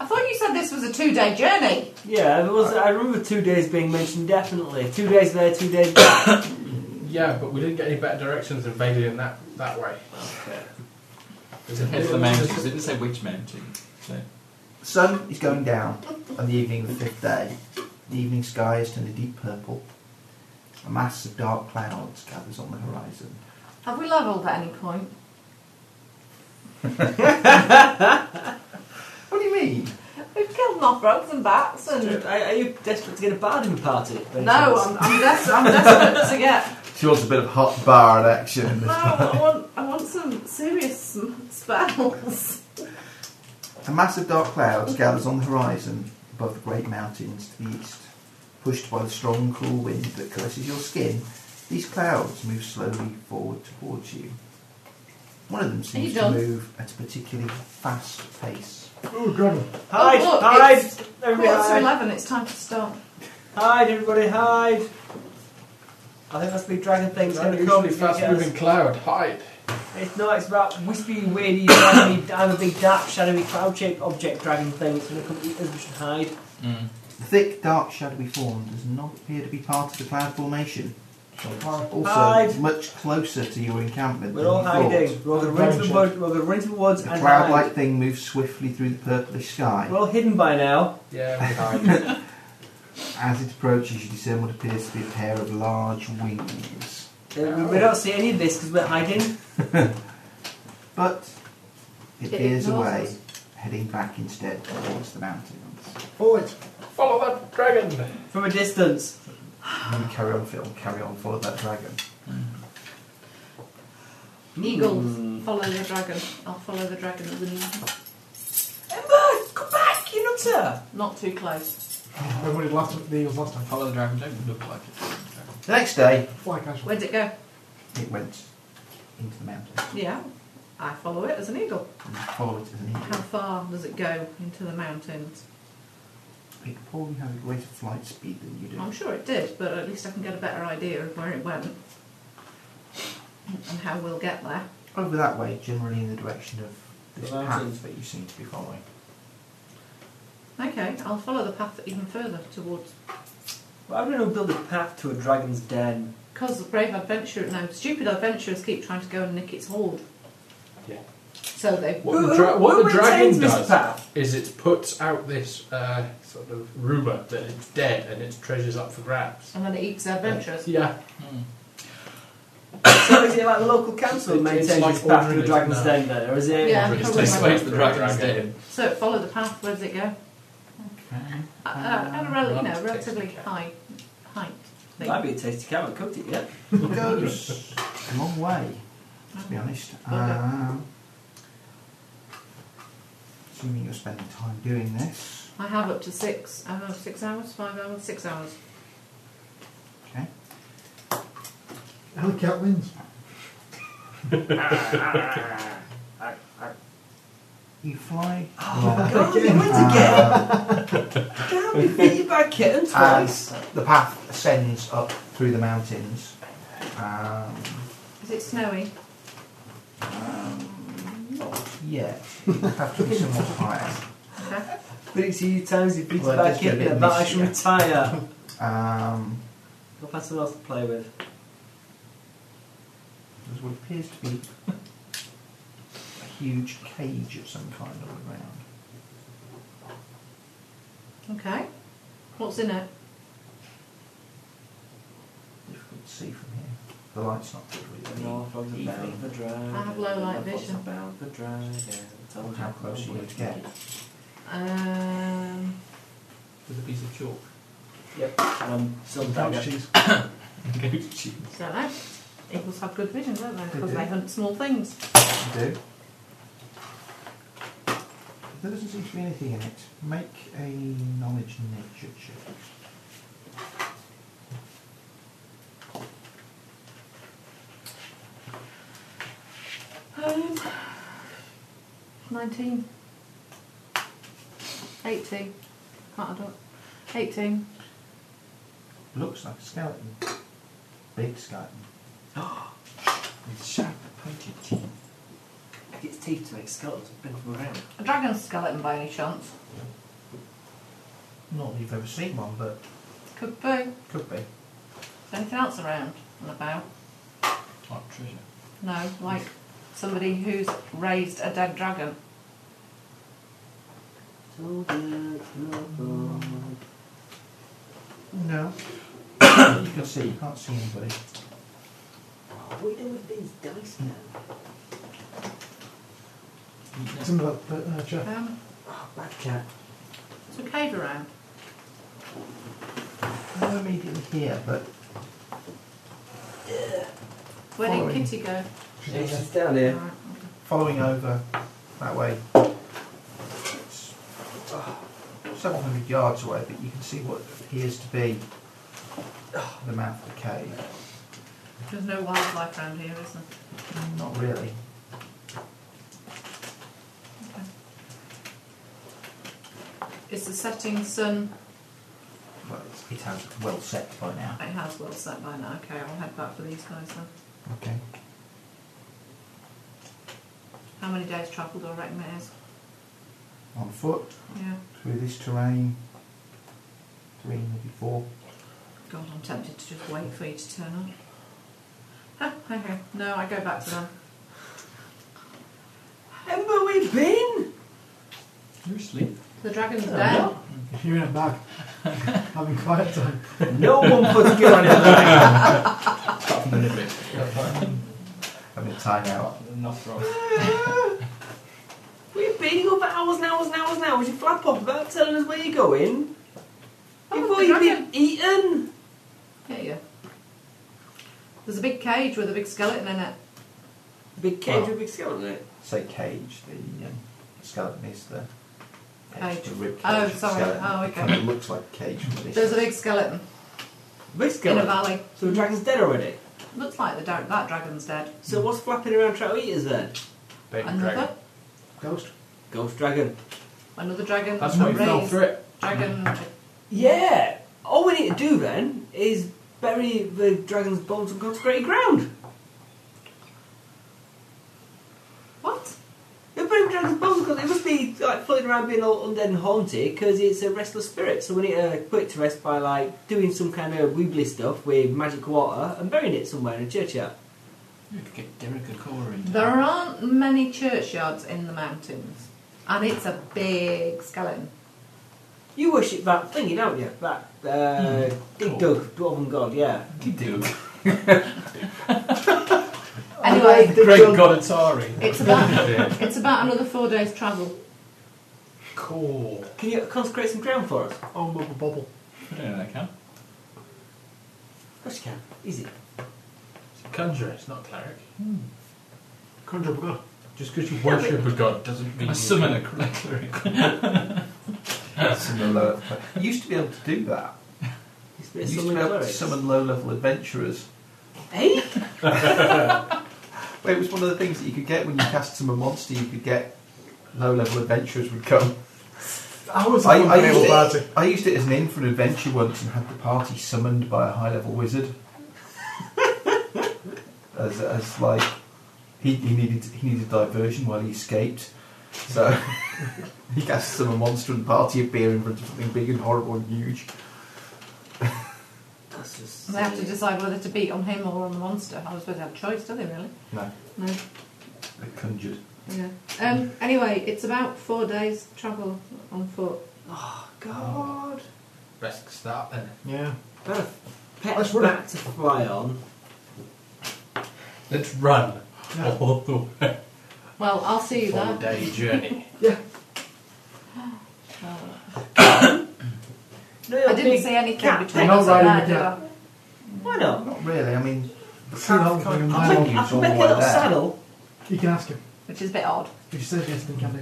I thought you said this was a two day journey.
Yeah, there was, I remember two days being mentioned definitely. Two days there, two days back.
Yeah, but we didn't get any better directions than vaguely in that that way. There's a
Head of the
little-
mountains. It didn't say which mountain. So
sun is going down on the evening of the fifth day. The evening sky has turned a deep purple. A mass of dark clouds gathers on the horizon.
Have we levelled at any point?
What do you mean?
We've killed off frogs and bats and.
are, are you desperate to get a bargain party? by any
No,
chance?
I'm, I'm, des- I'm desperate to get.
She wants a bit of hot bar action.
No, I want, I want some serious m- spells.
A mass of dark clouds gathers on the horizon above the great mountains to the east. Pushed by the strong, cool wind that caresses your skin, these clouds move slowly forward towards you. One of them seems to
done?
move at a particularly fast pace.
Oh, God.
Hide,
Oh, look,
hide,
it's
everybody
Quarter to
hide,
eleven, it's time to stop.
hide, everybody hide. I think that's the big dragon thing. It's
It's
gonna
an
come.
unusually
It's, gonna
fast
get
moving
us.
cloud. Hide.
it's not. It's about wispy, weirdy, shiny, I'm a big dark, shadowy, cloud-shaped object dragon thing. It's gonna come eat us. We should hide.
The thick, dark, shadowy form does not appear to be part of the cloud formation. Also,
Hide.
much closer to your encampment
We're
than
all
you thought.
hiding. We're all gonna run into the woods. We're gonna run into the woods
The
and
cloud-like
hide.
thing moves swiftly through the purplish sky.
We're all hidden by now.
Yeah, we hide.
As it approaches, you discern what appears to be a pair of large wings.
Uh, we- We don't see any of this because we're hiding.
But it
It
veers
ignores
away,
us.
heading back instead towards the mountains.
Forward.
Follow that dragon.
From a distance.
And you carry on, Phil, carry on, follow that dragon.
Eagles, follow the dragon. I'll follow the dragon with an eagle.
Emma, come back, you nutter!
Not too close.
Everybody laughed at the Eagles last time.
follow the dragon. Don't look like it. Dragon.
The next day,
Fly casual.
Where'd it go?
it went into the mountains.
Yeah, I follow it as an eagle.
and followed it as an
How
eagle.
far does it go into the mountains?
It probably had a greater flight speed than you do.
I'm sure it did, but at least I can get a better idea of where it went and how we'll get there.
Over that way, generally in the direction of this
The mountains.
path that you seem to be following.
Okay, I'll follow the path even further towards.
Why would anyone build a path to a dragon's den?
Because the brave adventurer, no, stupid adventurers keep trying to go and nick its hold.
Yeah.
So they.
What the, dra- what
who
the dragon
maintains this
does
path?
is it puts out this uh, sort of rumour that it's dead and its treasure's up for grabs.
And then it eats their adventurers.
Yeah,
so is it like the local council
It's-
maintains
it's like
this path to a
ordering it
dragon's
now.
den then, or is it?
Yeah,
It's
probably
just
like
like
that.
the
the
dragon's den.
dragon's
So follow the path. Where does it go?
Okay.
Uh, uh,
Um,
at a rel- you know,
Takes
relatively
the cat.
high height. Thing.
That'd be a tasty carrot, cooked it, yeah.
It goes a long way, to be honest. Um, assuming you're spending time doing this.
I have up to six. I have six hours, five hours, six hours.
Okay.
Alley cat wins.
You fly.
God, they went together. Can't be beat by a kitten twice.
As the path ascends up through the mountains. Um,
Is it snowy?
yeah, you have to be somewhat higher.
Okay.
Thirty times he beats
Well,
by a
just get a
kitten,
bit
and that I
misty,
should
yeah.
retire.
Um,
I'll find someone else to play with.
There's what appears to be a huge cage of some kind on the ground.
Okay. What's in it?
Difficult to see from here. The light's not good really.
North of the
Evening.
about the dragon.
I have low light
north of
vision.
About the dragon. Told
How
you
close are
probably.
you to get?
Um,
with a piece of chalk.
Yep. And I'm still
Couch
Um, dagger.
cheese.
Goat cheese.
so no. Eagles have good vision, don't they? Because they hunt small things.
You do. There doesn't seem to be anything in it. Make a knowledge nature check.
Um, 19. 18. Can't add up. 18.
Looks like a skeleton. Big skeleton.
With sharp pointed teeth.
I get teeth to make skeletons and bend them around.
A dragon skeleton by any chance?
Not that you've ever seen one, but
Could be. Is
could be.
anything else around and about?
Like treasure.
No, like somebody who's raised a dead dragon.
No. you can see. You can't see anybody.
We do with these dice now.
Some of that uh, chair.
Um,
Bad cat.
there's a cave around.
No immediately here, but
Where did
Following.
Kitty go?
Yeah, she's down here.
Right.
following over that way. It's uh, several hundred yards away, but you can see what appears to be uh, the mouth of the cave.
There's no wildlife around here, is there?
Not really.
Is the setting sun?
Well, it's, it has well set by now.
It has well set by now. Okay, I'll head back for these guys then.
Okay.
How many days travel do I reckon it is?
On foot
Yeah.
through this terrain. Three, maybe four.
God, I'm tempted to just wait for you to turn up. Huh, okay. No, I go back to them.
Ember, we've been.
You're asleep.
The dragon's dead.
You're in a bag. Having quiet time.
No one puts good on it.
Apart from the bit.
I mean, time out.
Not wrong.
We've been here for hours and hours and hours and hours. You flap off about telling us where you're going.
Oh,
Before
the
you've
dragon.
been eaten.
Yeah, yeah. There's a big cage with a big skeleton in it.
Big cage
Wow.
with a big skeleton in it.
Say cage. The um, skeleton is the
Cage.
The rib cage.
Oh,
of the
sorry.
skeleton.
Oh,
It
okay.
kind of looks like a cage from a distance.
There's a big skeleton
Big
in a
skeleton.
valley.
So the dragon's dead already.
Looks like the dra- that dragon's dead.
So what's flapping around trying to eat us then?
Baby
Another,
dragon.
Ghost.
Ghost dragon.
another dragon.
That's
a
what you fell
raised
for it.
Dragon.
Yeah. All we need to do then is bury the dragon's bones on consecrated ground.
What?
We bury the dragon's bones because they must be like floating around being all undead and haunted because it's a restless spirit, so we need to put it to rest by like doing some kind of wibbly stuff with magic water and burying it somewhere in a churchyard.
You could get Derek a core in
There aren't many churchyards in the mountains, and it's a big skeleton.
You worship that thingy, don't you? That uh, Dig Dug, Dwarven God, yeah.
You do.
Anyway,
Great God Atari.
it's about it's about another four days' travel.
Cool.
Can you consecrate some ground for us?
Oh, bubble bubble.
I don't know that can.
Of course you can. Easy.
It's a conjurer, it's not a cleric.
Conjure up a god.
Just because you worship a god doesn't mean
I
you
summon a cleric.
Some of the lower- You used to be able to do that.
It's a bit of
You used to be
summoning
able to
clerics.
summon low level adventurers.
Eh?
But it was one of the things that you could get when you cast summon monster, you could get low level adventurers would come.
I was
I,
I,
I, used
party.
it, I used it as an in for an adventure once and had the party summoned by a high level wizard. as, as like he, he needed he needed diversion while he escaped, so he cast summon monster and the party appear in front of something big and horrible and huge.
That's just.
And they have to decide whether to beat on him or on the monster. I was supposed to have a choice, do they really?
No,
No.
they conjured.
Yeah. Um, anyway, it's about four days' travel on foot.
God.
Best start then.
Yeah.
Better
Let's
pet
run it.
back to fly on.
Let's run all the way.
Well, I'll see you
Four
there.
day journey.
No,
I
you're
didn't
big-
see anything
cat.
between
You're
us
not
and
riding
there,
the
did
cat.
I?
Why not?
Not really. I mean,
The saddle thing and
I
I
mine.
think
can,
you
I can
all
make a
the way
little
there.
saddle.
You can ask him.
Which is a bit odd.
If you said yes, then can do.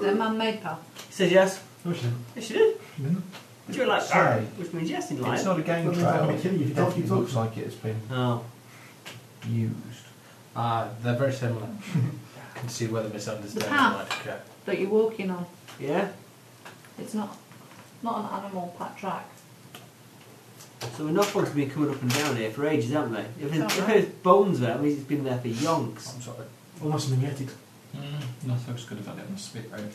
The man-made path.
He says yes.
No, she didn't.
Yes, you did.
She didn't.
But You're like,
Sorry.
"Arr," which means yes in
it's
life.
not a game
Well, it's
trail.
not a
It
kid, you talk,
definitely
you talk.
looks like it's been
Oh.
used. Uh,
Ah, they're very similar. I can see where the misunderstanding
The path.
might occur.
that you're walking on.
Yeah?
It's not not an animal pack track.
So enough ones have been coming up and down here for ages, haven't they? If there's,
It's
if
alright.
there's bones there, that means it's been there for yonks.
I'm sorry.
Almost magnetic.
Mm, not as good as I did on the spit road.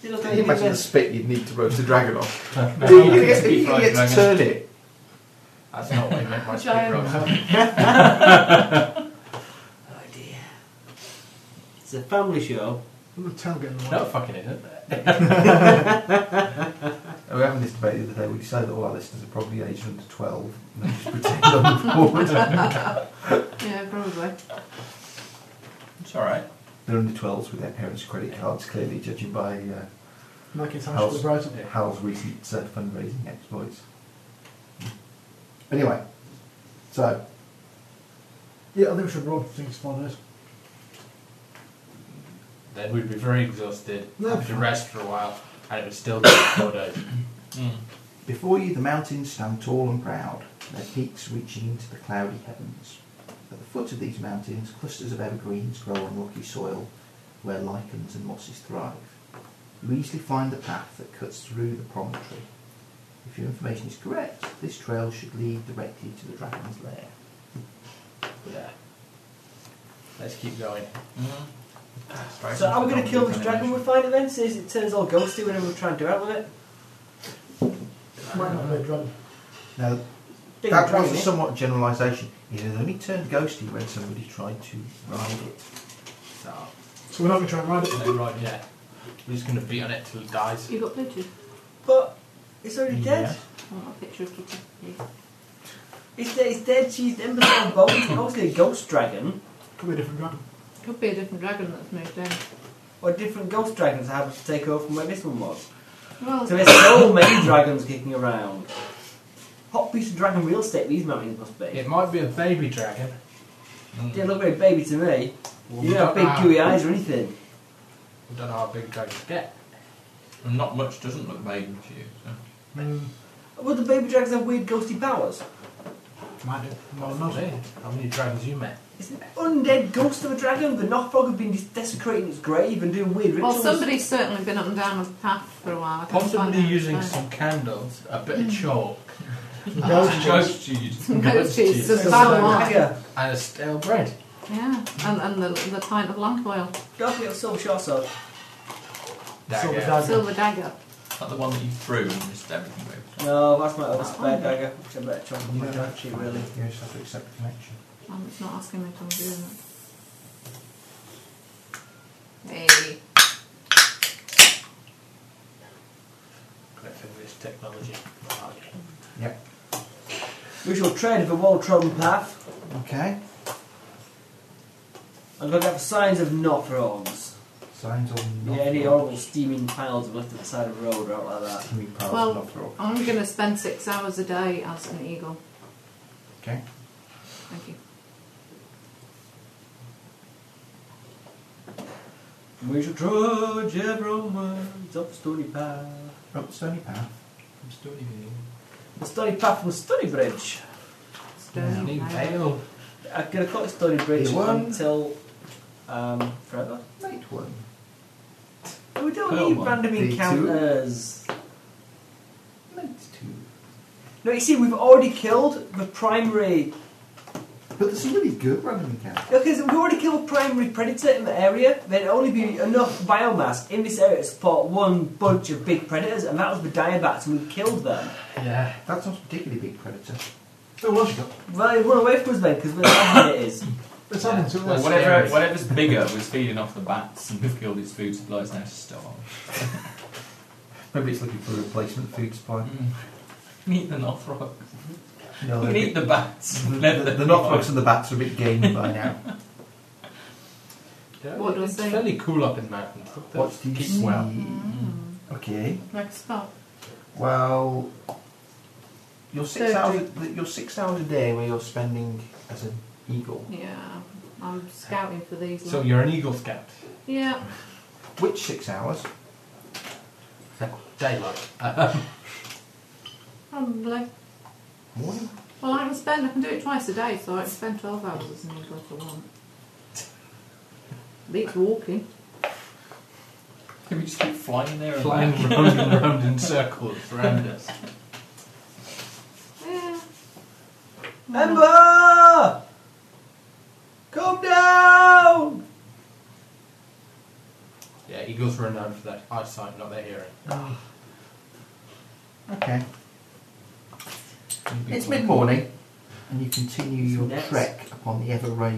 Did you look
Can you
anything
imagine
there?
the spit you'd need to roast a dragon on? Are
No,
you
I
gonna
can
get- are
speak
you gonna
right,
get to
dragon.
turn it?
That's not what I meant by spit
Giant.
road.
Oh dear. It's a family show.
Look at the tail getting in the way.
No, it fucking isn't.
Uh, We were having this debate the other day. We decided that all our listeners are probably aged under 12. And they just pretend I'm forward.
Yeah, probably.
It's alright.
They're under 12s with their parents' credit cards, clearly, judging by
Like it's
uh,
Ash the
Hal's,
Brighton.
Hal's recent uh, fundraising exploits. Anyway, so
Yeah, I think we should run. I think it's four days.
Then we'd be very exhausted.
No.
Have to rest for a while, and it would still be four days.
Before you, the mountains stand tall and proud, their peaks reaching into the cloudy heavens. At the foot of these mountains, clusters of evergreens grow on rocky soil where lichens and mosses thrive. You easily find the path that cuts through the promontory. If your information is correct, this trail should lead directly to the dragon's lair.
Yeah. Let's keep going.
So are we going to kill this dragon we find it then? Since it turns all ghosty whenever we try and do out with it?
Might not be a dragon.
Now,
Big
that
dragon,
was a
eh?
somewhat generalisation. It had only turned ghosty when somebody tried to ride it.
No.
So we're not going to try and ride it.
No, right, yeah. We're just going to beat on it till it dies.
You got Bluetooth?
But it's already dead.
I want a picture of Kitty. please.
It's, de- it's dead. She's embedded on bones. It's obviously a ghost dragon.
Could be a different dragon.
Could be a different dragon that's moved in.
Or different ghost dragons that happen to take over from where this one was. So
Well,
there's so many dragons kicking around. Hot piece of dragon real estate these mountains must be.
It might be a baby dragon.
Mm.
They look very baby to me.
Well,
you
we
don't have
don't
big
know.
gooey eyes or anything.
We don't know how big dragons get.
And not much doesn't look maiden to you. So.
Would the baby dragons have weird ghosty powers?
Might do.
Well,
Well,
not
no.
me. How many dragons you met?
It's an undead ghost of a dragon. The North Frog have been des- desecrating its grave and doing weird
well,
rituals.
somebody's certainly been up and down the path for a while. I can't find
Possibly
out.
using
No.
some candles, a bit
Hmm.
of chalk,
Ghost cheese.
Some goat cheese, some
It's a
bad
little
wine.
dagger.
and a stale bread.
Yeah, and, and the, the pint of lamp oil,
Don't forget the silver short sword.
Dagger.
Silver
silver dagger.
Not the one that you threw and missed everything with.
No, that's my other spare dagger, which I better chop on my
Yeah.
actually, really.
You just have to accept the connection.
I'm just Um, not asking me to do that. Hey,
Great thing with this technology.
Yep.
We shall tread the well trodden path
Okay.
and look out for signs of knot-rods.
Signs on.
Yeah, any horrible steaming piles of left at the side of the road or out like that.
Steaming piles
Well-
not throw.
I'm going to spend six hours a day as an eagle.
Okay.
Thank you.
We shall trudge ever onwards up the stony path.
Up the stony path.
I'm still here.
The stony path from Stony Bridge.
Stony
Need
nail.
ale.
I'm gonna call it Stony Bridge
The one-
until um, forever.
Night one.
We don't
Pearl
need
one.
random
Me too.
encounters.
Night two.
No, you see, we've already killed the primary.
But there's a really good random encounter.
Because we've already killed the primary predator in the area. There'd only be enough biomass in this area to support one bunch of big predators, and that was the diabats, and we killed them.
Yeah.
That's not a particularly big predator.
Oh, well, she
Well, they run away from us then, because we're not it is.
It's happened to
Well,
us.
whatever, whatever's bigger was feeding off the bats and we've killed its food supply, it's now starved.
Maybe it's looking for a replacement food supply.
Mm. Eat the Nothrogs.
No, they're a
Eat
bit-
the bats.
the, the,
Let them
the knockbacks and the bats are a bit gained by now.
yeah.
What do I
it's
say?
fairly cool up in mountains. Look, they
What do you
keep
see?
well.
Okay.
Mm, Like a spell.
Well, your six
Thirty.
hours, your six hours a day where you're spending as an eagle,
Yeah, I'm scouting for these.
So
ones.
you're an Eagle Scout.
yeah,
which six hours?
Daylight.
probably.
Morning.
Well, I can spend. I can do it twice a day, so I can spend twelve hours as an eagle for one. Beats walking.
Can we just keep flying there and
Flying
back?
round and round in circles around us.
Yeah.
Ember! Come down!
Yeah, eagles were renowned for their eyesight, not their hearing.
Okay. It's mid morning, and you continue your
Next.
trek upon the ever ra-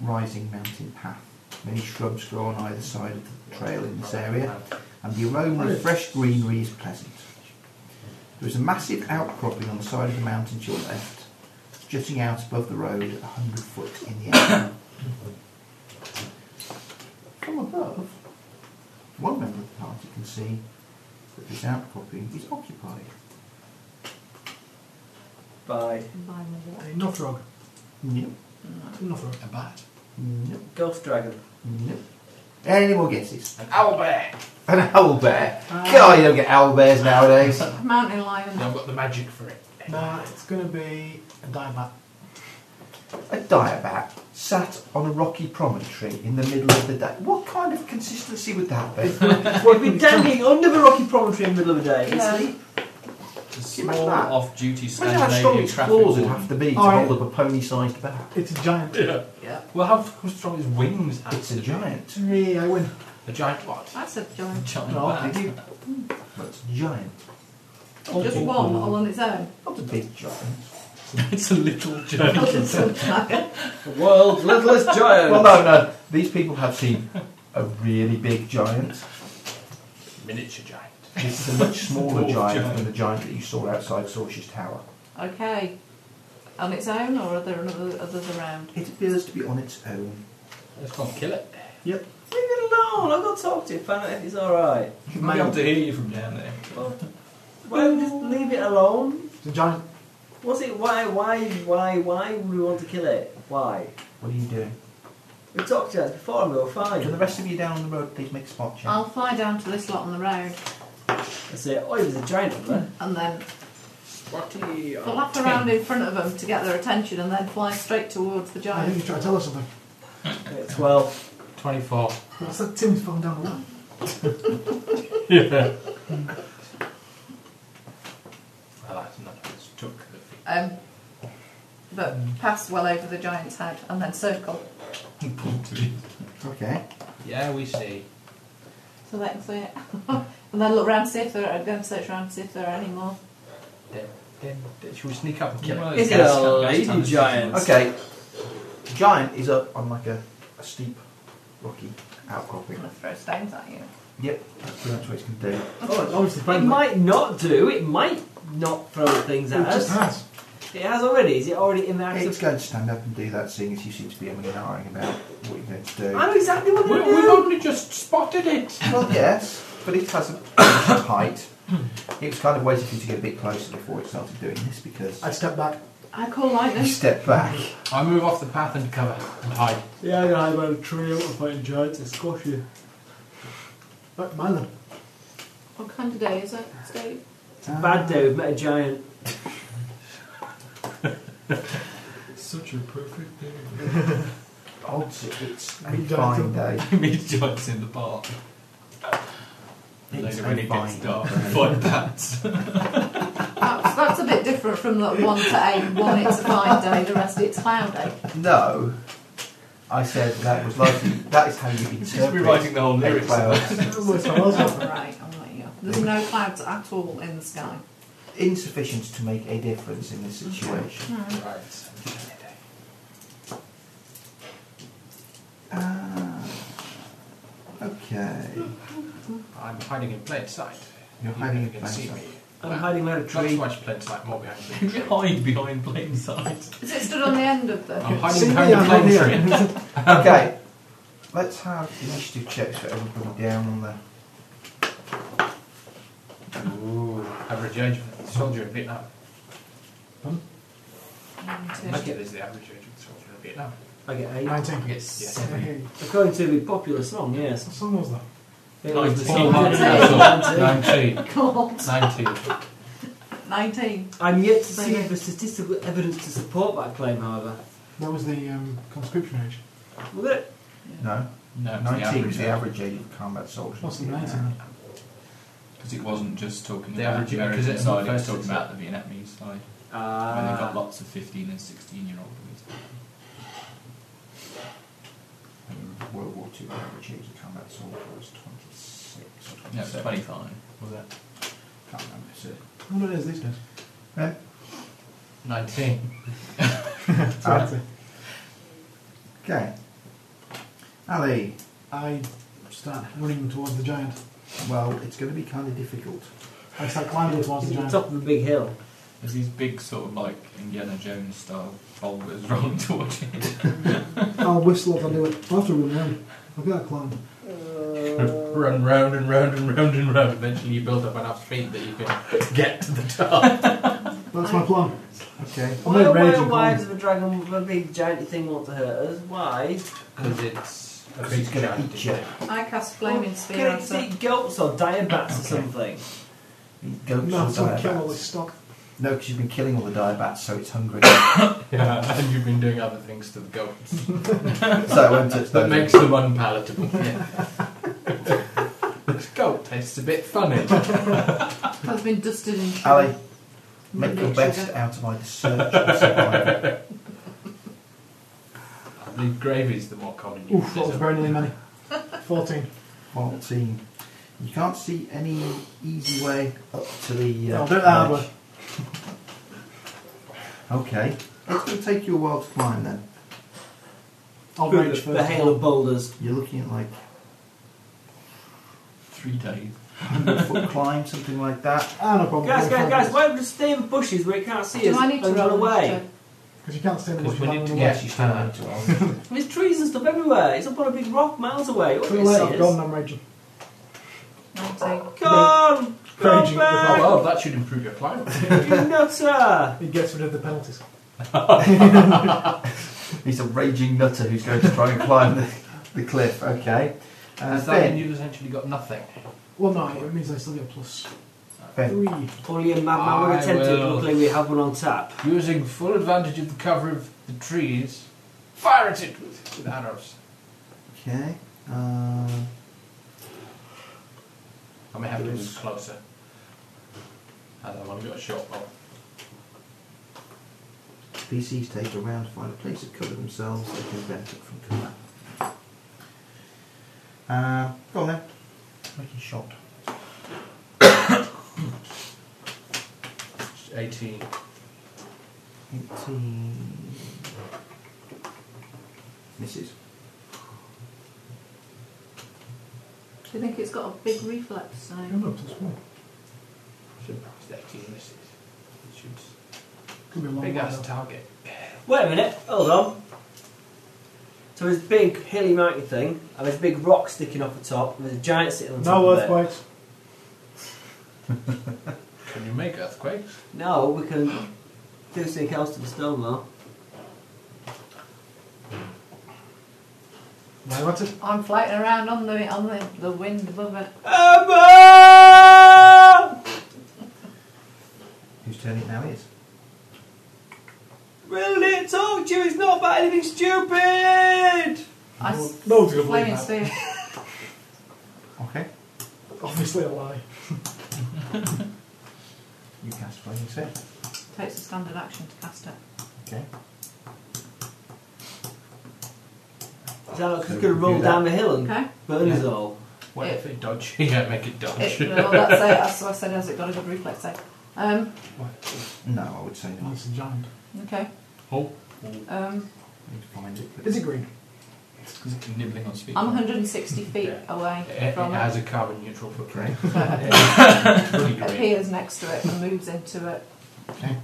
rising mountain path. Many shrubs grow on either side of the trail in this area, and the aroma of fresh greenery is pleasant. There is a massive outcropping on the side of the mountain to your left, jutting out above the road at 100 foot in the air. From above, one member of the party can see that this outcropping is occupied.
By
By what?
Enough frog.
Nope.
Enough frog.
A bat.
Nope.
Ghost Dragon.
Nope. Mm-hmm. Any more guesses?
An owl bear.
An owl bear. God, you don't get owl bears nowadays.
Mountain lion.
I've got the magic for it.
Nah, it's going to be a dieback.
A diabat sat on a rocky promontory in the middle of the day. What kind of consistency would that be?
We've been dangling under the rocky promontory in the middle of the day.
A
you imagine
small
that?
off-duty
Imagine how strong
Scandinavian
its
traffic
claws would
warden.
have to be to
Alright.
hold up a pony-sized bat.
It's a giant.
Yeah.
Well, how strong his wings have
It's a
to be?
giant.
Me, I win.
A giant what?
I said giant.
Giant
No,
bat.
Oh, Did you? But it's a giant.
Oh,
Just one all on its own.
Not a big giant.
It's a little giant.
The world's littlest giant.
Well, no, no. These people have seen a really big giant.
Miniature giant.
This is a much smaller
Dwarf
giant
giant.
than the giant that you saw outside Sorcerer's Tower.
okay. On its own, or are there another, others around?
It appears to be on its own.
Let's go and kill it.
Yep.
Leave it alone. I've got to talk to you. Find out if it's alright.
You might be able to hear you from down there.
Why don't we just leave it alone?
It's a giant.
What's it? Why? Why? Why? Why would we want to kill it? Why?
What are you doing?
We talked to us before and we were
Can the
fine.
rest of you down on the road please make a spot check?
I'll fly down to this lot on the road
I say, oh, there's a giant up there.
and then
Spotty.
uh,
flap around in front of them to get their attention and then fly straight towards the
I think
giant.
you try to tell us something.
It's Twelve.
24.
What's that Tim's falling down the wall?
Yeah. well, that's not. It's took the
Um, but pass well over the giant's head and then circle.
Okay.
Yeah, we see.
So they can see it. and then look round, see if there are, go and search around, see if there are any more.
Then, then, then should we sneak up and kill
Well,
it?
Is
it's
it a
gas can- gas
lady
canisters.
giant?
Okay. Giant is up on like a, a steep, rocky outcropping.
I'm going to throw stones at you.
Yep, that's pretty much what it's going to do.
Oh, it's obviously
It
friendly.
might not do. It might not throw things
It
at
just
us.
has.
It has already. Is it already in the act
It's
of?
going to stand up and do that, seeing as you seem to be umming and ahhing about what you're going to do.
I know exactly what
We,
to
we've
do.
only just spotted it.
Well, yes, but it has a height. It was kind of waiting for you to get a bit closer before it started doing this because
I'd step back.
I call
you
lightning.
step back.
I move off the path and cover and hide.
Yeah, I'm gonna hide behind a tree. I'm fighting giants. They squash you. Right, man then.
What kind of day is it, Steve?
It's a bad day. We've met a giant.
Such a perfect day.
Odds, it's a
You don't
fine day.
Meet giants in the park. And
It's
later when it gets
fine
dark,
day.
fight bats.
That's, that's a bit different from like one to eight. One it's a fine day, the rest it's cloudy.
No, I said that was likely. That is how you interpret.
rewriting the whole
a
lyrics.
cloud.
Almost
All
always happen.
right, all right, yeah. There's no clouds at all in the sky.
Insufficient to make a difference in
Hmm.
this situation.
Right. sunshiny day.
Ah, okay.
I'm hiding in plain sight.
You're
You
hiding in
can
plain
see
sight.
me.
I'm
Well,
hiding behind a
Not so
tree.
much plain sight, more behind the
You
tree.
hide behind plain sight.
Is it stood on the end of the?
I'm
See
hiding
me,
behind the
I'm not
plane
here.
tree.
Okay, let's have initiative checks for everybody down on the.
Ooh, average age of soldier in Vietnam.
One,
Lucky
two.
there's the average age of soldier in Vietnam.
I get eight.
19.
I guess, yeah.
Seven.
According to the popular song, yes.
What song was that?
It was the
Nineteen.
song.
Nineteen.
God,
Nineteen.
nineteen.
I'm yet to see
Maybe.
the statistical evidence to support that claim, however.
That was the um, conscription age.
Well, that-
No,
No,
nineteen is the average age of combat soldiers.
What's the 19?
Because it wasn't just talking
The
about
average-
the
'cause
American
it's not
side, it was
first,
talking
it's
about the Vietnamese side. when they've got
Ah.
lots of 15 and 16 year old boys.
In World War II, the average age of combat soldier was twenty-six or
No, it's
twenty-seven.
25. Was that?
Can't remember. It's a-
How many is these days?
Nineteen.
Ah,
20.
Uh, okay. Ali,
I start running towards the giant.
well, it's going to be kind of difficult.
I start climbing towards
It's
the
at the
giant.
top of a big hill.
There's these big, sort of like Indiana Jones style boulders rolling towards you.
I'll whistle if I do it. I'll have to run round. I've got to climb.
Run round and round and round and round. Eventually, you build up enough speed that you can get to the top.
That's my plan.
Okay.
I'm
Why,
not
why,
raging
why
clown.
does the dragon, the big giant thing, want to hurt us? Why?
Because it's a
Because it's
big
gonna
giant.
eat you.
isn't it?
I cast flaming spear.
Can
at
it
her.
eat goats or diabats or
Okay.
something?
Goats
No,
or
I'm trying to kill all
diabats?
this stock.
No, because you've been killing all the diabats, so it's hungry.
Yeah, and you've been doing other things to the goats
so it won't touch
that
those.
makes them unpalatable. this goat tastes a bit funny.
Has been dusted in sugar.
Ali, make your
Sugar.
best out of my search for survival.
The gravy's the more common.
Oof, that was very nearly many. 14.
14. You can't see any easy way up to the. Uh,
I'll do it the hard
ledge. Okay. It's going to take you a while to climb then.
I'll
Through
rage
the,
first.
the hail of boulders.
You're looking at like
Three days.
100 foot climb, something like that.
Ah, no problem.
Guys, guys, guys, why don't we just stay in bushes where it can't see
Do
us
I need to
and run
roll
away?
Because you can't stand in the
Because we need to
bush.
get-
Yes, you still have to. obviously.
There's trees and stuff everywhere. It's up on a big rock miles away. What
Too
can it
late,
see
I've
us?
gone, I'm raging.
Nineteen.
Come on! Come
Raging at the
Oh,
back!
well, that should improve your climate.
You nutter!
It gets rid of the penalties.
He's a raging nutter who's going to try and climb the, the cliff. Okay. Uh,
Does that mean
ben,
you've essentially got nothing?
Well, no, it means I still get a plus
ben,
three.
Only a madman would
I
attempt it.
will.
Luckily, we have one on tap.
Using full advantage of the cover of the trees, fire at it with, with arrows.
Okay. Um,
I may have to
Yes.
move closer. And I've only got a short bow.
PCs take a round to find a place to cover themselves. They can benefit from cover. Uh, go on then. Make a shot.
18.
18. Misses.
Do you think it's got a big reflex? So
I'm not plus one.
Surprised 18 misses. It should.
Could be a long
Big
while.
ass target.
Wait a minute, hold on. So there's a big hilly mountain thing, and there's a big rock sticking off the top, and there's a giant sitting on top
No
of it.
earthquakes.
Can you make earthquakes?
No, we can do something else to the stone though.
Why what's it?
I'm floating around on the on the, the wind above it.
Emma!
Whose turn it now is?
Really didn't talk to you, it's not about anything stupid!
I s-
No, it's a
flaming
good
sphere.
Okay.
Obviously a lie.
You cast flaming sphere.
Takes a standard action to cast it.
Okay.
Is that not just going
So
to
we
roll
do that.
down the hill and
Okay.
burn us all?
What if it dodge? Yeah, make it dodge.
It, well, that's it. That's what I said. Has it got a good reflex? save? Um.
No, I would say not.
That's a giant.
Okay.
Oh,
Um.
need to find it. but-
Is it green?
Because it nibbling on speed.
I'm 160 feet away
it, it
from it.
has a carbon neutral footprint.
Okay.
So it
It's pretty green.
appears next to it and moves into it.
Okay.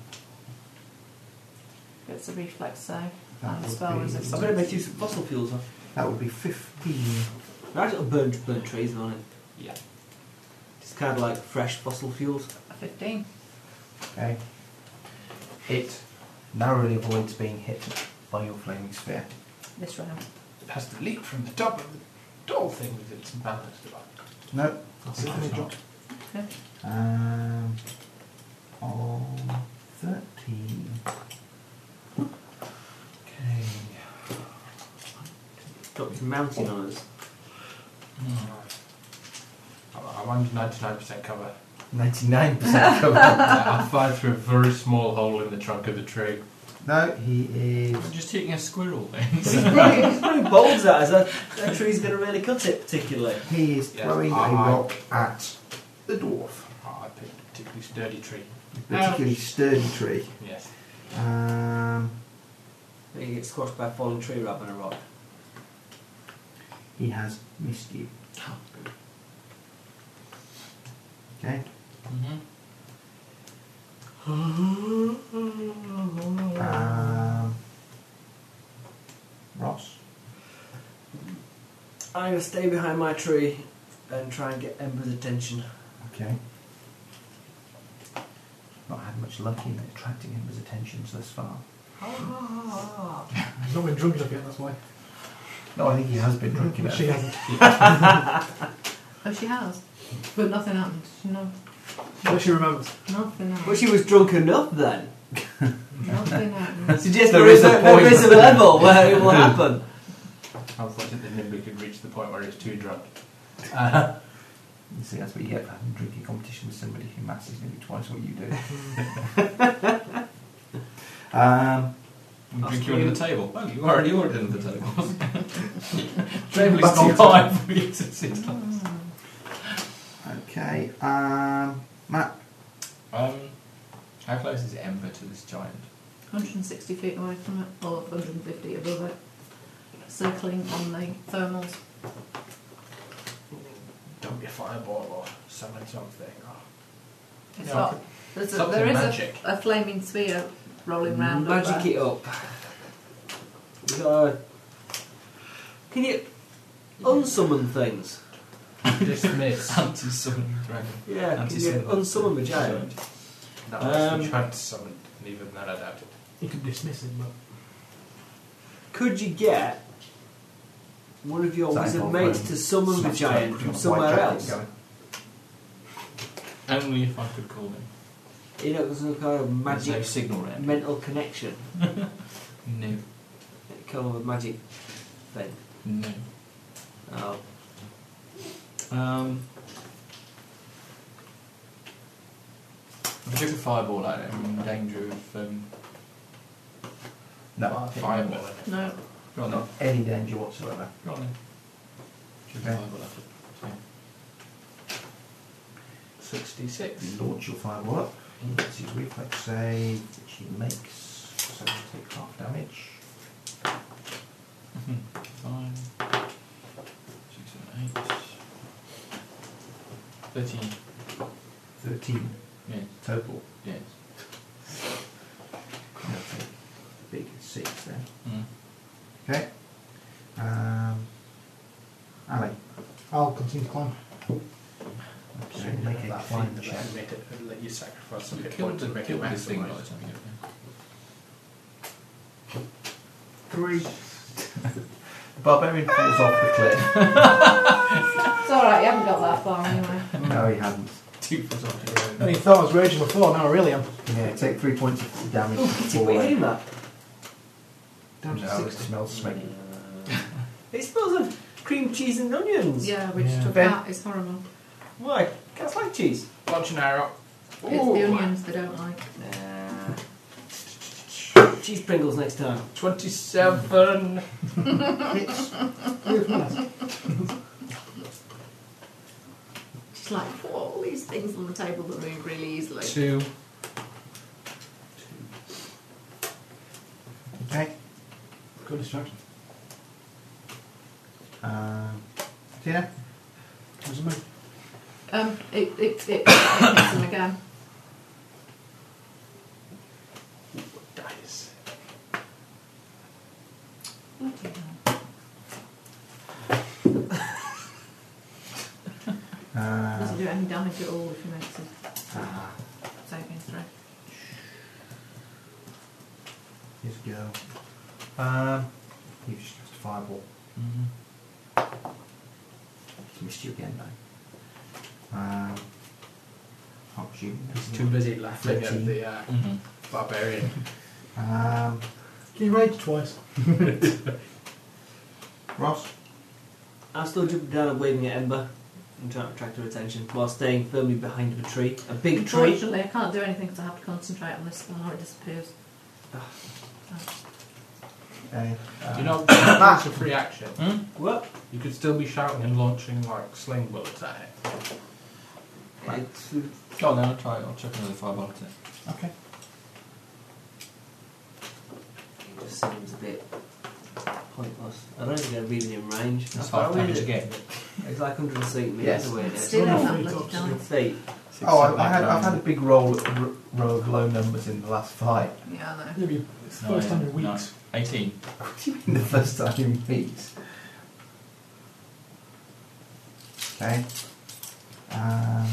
It's a reflex save
That
and
would
spell
be-
resistance.
I better make use of fossil fuels. Huh?
That would be 15.
Right, it'll burn, burn trees on it.
Yeah.
It's kind of like fresh fossil fuels.
15.
Okay. It narrowly avoids being hit by your flaming sphere.
This round.
It has to leap from the top of the doll thing with its balanced about.
No.
That's it. Any drops?
Okay.
Um, oh, 13. Okay.
Got some mountain on us. Hmm.
I'm I'm under 99% cover.
99% cover.
I fired through a very small hole in the trunk of the tree.
no, he is.
I'm just hitting a squirrel then.
It's throwing boulders at us. That, that tree's going to really cut it, particularly.
He is
Yeah,
throwing a
I-
rock at the dwarf.
Oh, I picked a particularly sturdy tree.
A particularly sturdy tree.
Yes.
Um,
You get squashed by a falling tree rather than a rock.
he has missed you. Okay. Um, Ross.
I'm going to stay behind my tree and try and get Ember's attention.
Okay. Not had much luck in attracting Ember's attention thus far.
Ah.
He's not been drunk enough yet, that's why.
No, I think he has been drinking.
She hasn't.
Oh, she has. But nothing happened. No,
But she remembers.
nothing
But
happened.
she was drunk enough then.
Nothing happened.
Suggest
There
there is
is
a,
a
there
point.
is a level where it will happen.
I was that Nimby could reach the point where he's too drunk.
You see, that's what you get for having a drinking competition with somebody who masses maybe twice what you do. um,
I'm drinking you under the table. Oh, you already ordered under the table.
Travelling
Back to
long
your
time for you to sit on.
Mm.
okay. Um, Matt.
Um, how close is Ember to this giant?
160 feet away from it, Oh, or 150 above it. Circling on the thermals.
Don't be a fireball or summon something. Oh,
It's
Yeah,
not.
okay.
There's a,
Something
there is
magic.
a, a flaming sphere rolling round. up
Magic
there.
it up. We gotta- Can you unsummon things?
Dismiss.
Anti-summon dragon.
Yeah, can you
Anti-summon.
unsummon a giant?
No, I
Um,
was trying to summon, and even then I doubt it.
You can dismiss him, but
Could you get one of your
Sorry,
wizard
Paul,
mates
um,
to summon the
Matt's
giant
got a
from
white
somewhere
jacket
else?
going.
Only if I could call him.
You know, there's no kind of
There's no
magic
signal round.
mental connection.
No.
Kind of a magic thing.
No.
Oh.
Um, if I took a fireball at him, I'm in danger of um,
No.
Fireball in it.
No.
Go on then.
Not any danger whatsoever.
Go on then. Give me
Okay.
fireball effort. Sorry. 66.
You launch your fireball up. and It's his reflex save, which he makes, so he'll take half damage.
Five, six, seven, eight. 13.
13
Yes,
total.
yes.
He'll take a big six then.
Mm.
Okay. Um, Ali,
I'll continue to climb.
okay, make a climb check.
Make it, let you sacrifice
So
some
you
hit
killed
points
the,
and make it
killed the thing by the
maximise.
time you get there.
Three. Barbarian falls off the cliff.
It's alright, you haven't got that far anyway.
No, he hadn't.
Two plus off to
I mean, you thought I was raging before, now I really am.
Yeah, take three points of damage.
Oh, it's
before-
weird, isn't that?
No,
Down to
it
60.
smells smoky.
It smells of cream cheese and onions.
Yeah, which
Yeah.
to
Ben-
that is horrible.
Why? Cats like cheese.
Launch an arrow.
It's the onions they don't like.
Cheese Pringles next time.
27.
Hits.
She's like, put all these things on the table that move really easily.
Two.
Okay.
Good distraction.
Um, Tina?
There's a move.
Um, it, it, it, it hits them again.
Dice.
Uh, Uh,
Doesn't do any damage at all if he makes a
ah,
saving throw.
here's a girl. Um, you just cast a fireball.
Mm-hmm.
She missed you again, though. Um, I'll presume
He's too busy laughing at the uh,
Mm-hmm.
barbarian.
Um,
Can you rage twice?
Ross?
I'm still jumping down and waving at Ember and trying to attract her attention while staying firmly behind a tree. A big tree.
Unfortunately, I can't do anything because I have to concentrate on this one or it disappears.
Uh, uh,
You know, that's a free action.
What?
You could still be shouting and launching like sling bullets at it.
Right.
Go on then, I'll try it. I'll chuck another fireball at it.
Okay.
It just seems a bit pointless. I don't think they're really in range.
That's
How
half
far away
damage
is it?
again.
It's like 160 metres
Yes.
away.
Still
There.
have that
feet
bloody
up,
dice.
It's eight.
Oh, I, I had, I've had a big roll, r- roll of low numbers in the last fight.
Yeah, I know.
Maybe it's the first time in weeks.
Nine, 18.
What do you mean the first time in weeks? Okay. Um,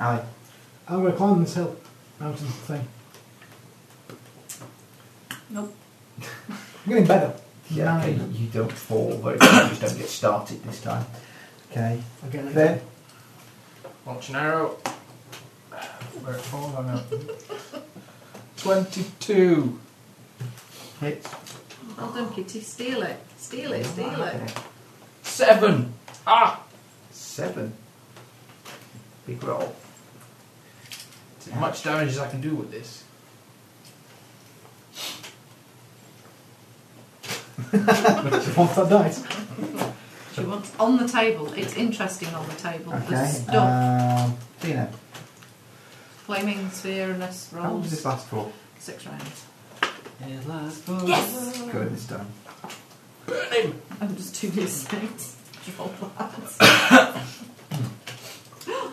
Ali,
I'm going to climb this hill, mountain thing.
Nope.
I'm getting better.
yeah, okay,
Nine.
you don't fall, but you just don't get started this time. Okay.
Again, I-
Then,
Launch an arrow. Where it falls, I know. 22.
hit.
Well done, Kitty. Steal it. Steal it. Steal it.
Okay.
7. Ah!
Seven. Big roll.
It's as much damage as I can do with this.
Off that dice.
She wants on the table. It's interesting on the table. There's
Okay.
stuff.
Um, Tina,
Flaming sphere and this
how long does
rolls
this last for?
six rounds.
It lasts for-
Yes.
Good this time.
I'm just two mistakes. Roll that.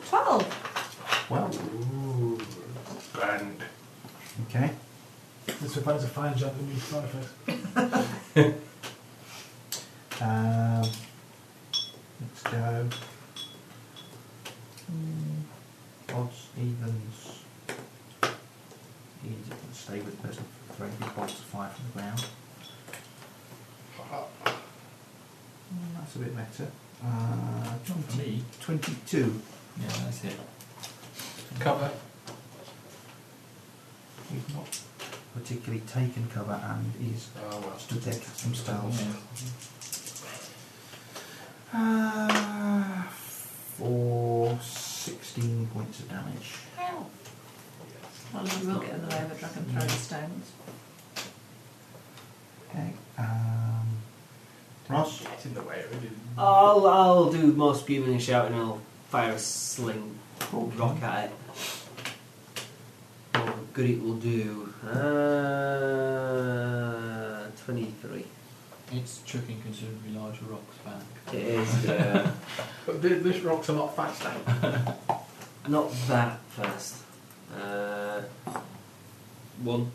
Twelve.
Well,
Band.
okay.
This will find a fire giant that needs side effects.
Um, let's go. Hmm, Odds, evens. Evens it can stay with the person for three. Big box of five from the ground.
Oh,
Mm, that's a bit better. Uh, 20,
Me?
22.
Yeah, that's it.
Cover.
We've not particularly taken cover and is
Oh, well.
stood there casting spells.
Yeah.
Uh, for 16 points of damage.
Well, you will get in the way of a dragon throwing stones.
Okay. Um, Ross?
Get in the way of it.
I'll, I'll do more screaming and shouting. I'll fire a sling
Okay.
Mm-hmm.
rock at it. Oh, good it will do. Uh, 23.
It's chucking considerably larger rocks back.
It is uh,
But thi- this rock's a lot faster.
not that fast. Uh, one.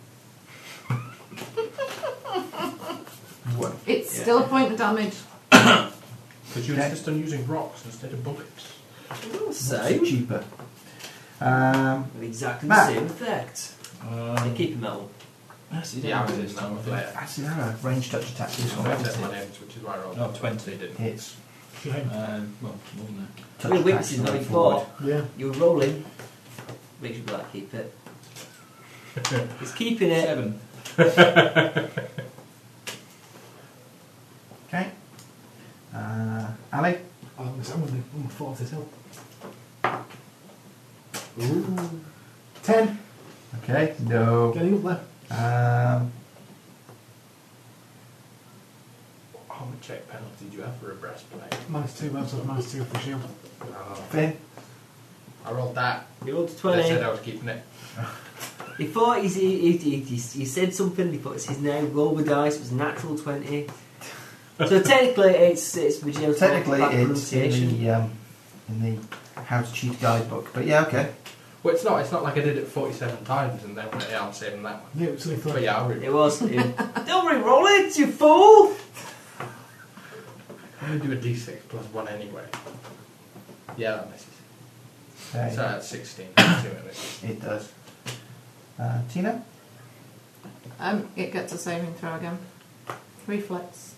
What?
It's
Yeah.
still a point of damage.
Because you
Okay.
insist on using rocks instead of bullets.
Same.
Cheaper. Um,
With exactly
Matt.
the same effect. I
Um,
keep him out.
that's it.
Yeah, I was in that one later.
acid arrow. Ranged touch attack. This
I don't
one.
take my damage, which is why I rolled.
No, 20.
They didn't.
Hits.
Shame.
Um, well, more than that.
Touch
Three
attack,
weaknesses, not
straight
a
forward.
four.
Yeah.
You're rolling. Make sure that keep it. He's keeping it.
Seven.
Okay. Uh, Ali?
Oh, I'm going to fall off this hill.
Ooh.
Ten.
Okay. No.
Getting up there.
Um,
How much check penalty do you have for a breastplate?
Minus two webs up, minus two for shield.
Oh,
Finn?
I rolled that.
He rolled a
They said
20.
I was keeping it.
He thought he's, he, he, he, he said something, he put his name, roll the dice, it was a natural 20. So technically it's, it's Magellan's
Technically,
bad
it's in
pronunciation.
the, um, in the How to Cheat Guidebook. But yeah, okay.
Well, it's not. It's not like I did it 47 times and then went, yeah, I'm saving that one.
Yeah, it's only
But
three.
yeah, I'll re-
It was. It, Don't re-roll it, you fool!
I'm going to do a d6 plus one anyway. Yeah, that misses.
Okay.
So that's 16. Two misses.
It does. Uh, Tina?
Um, it gets a saving throw again. Reflex.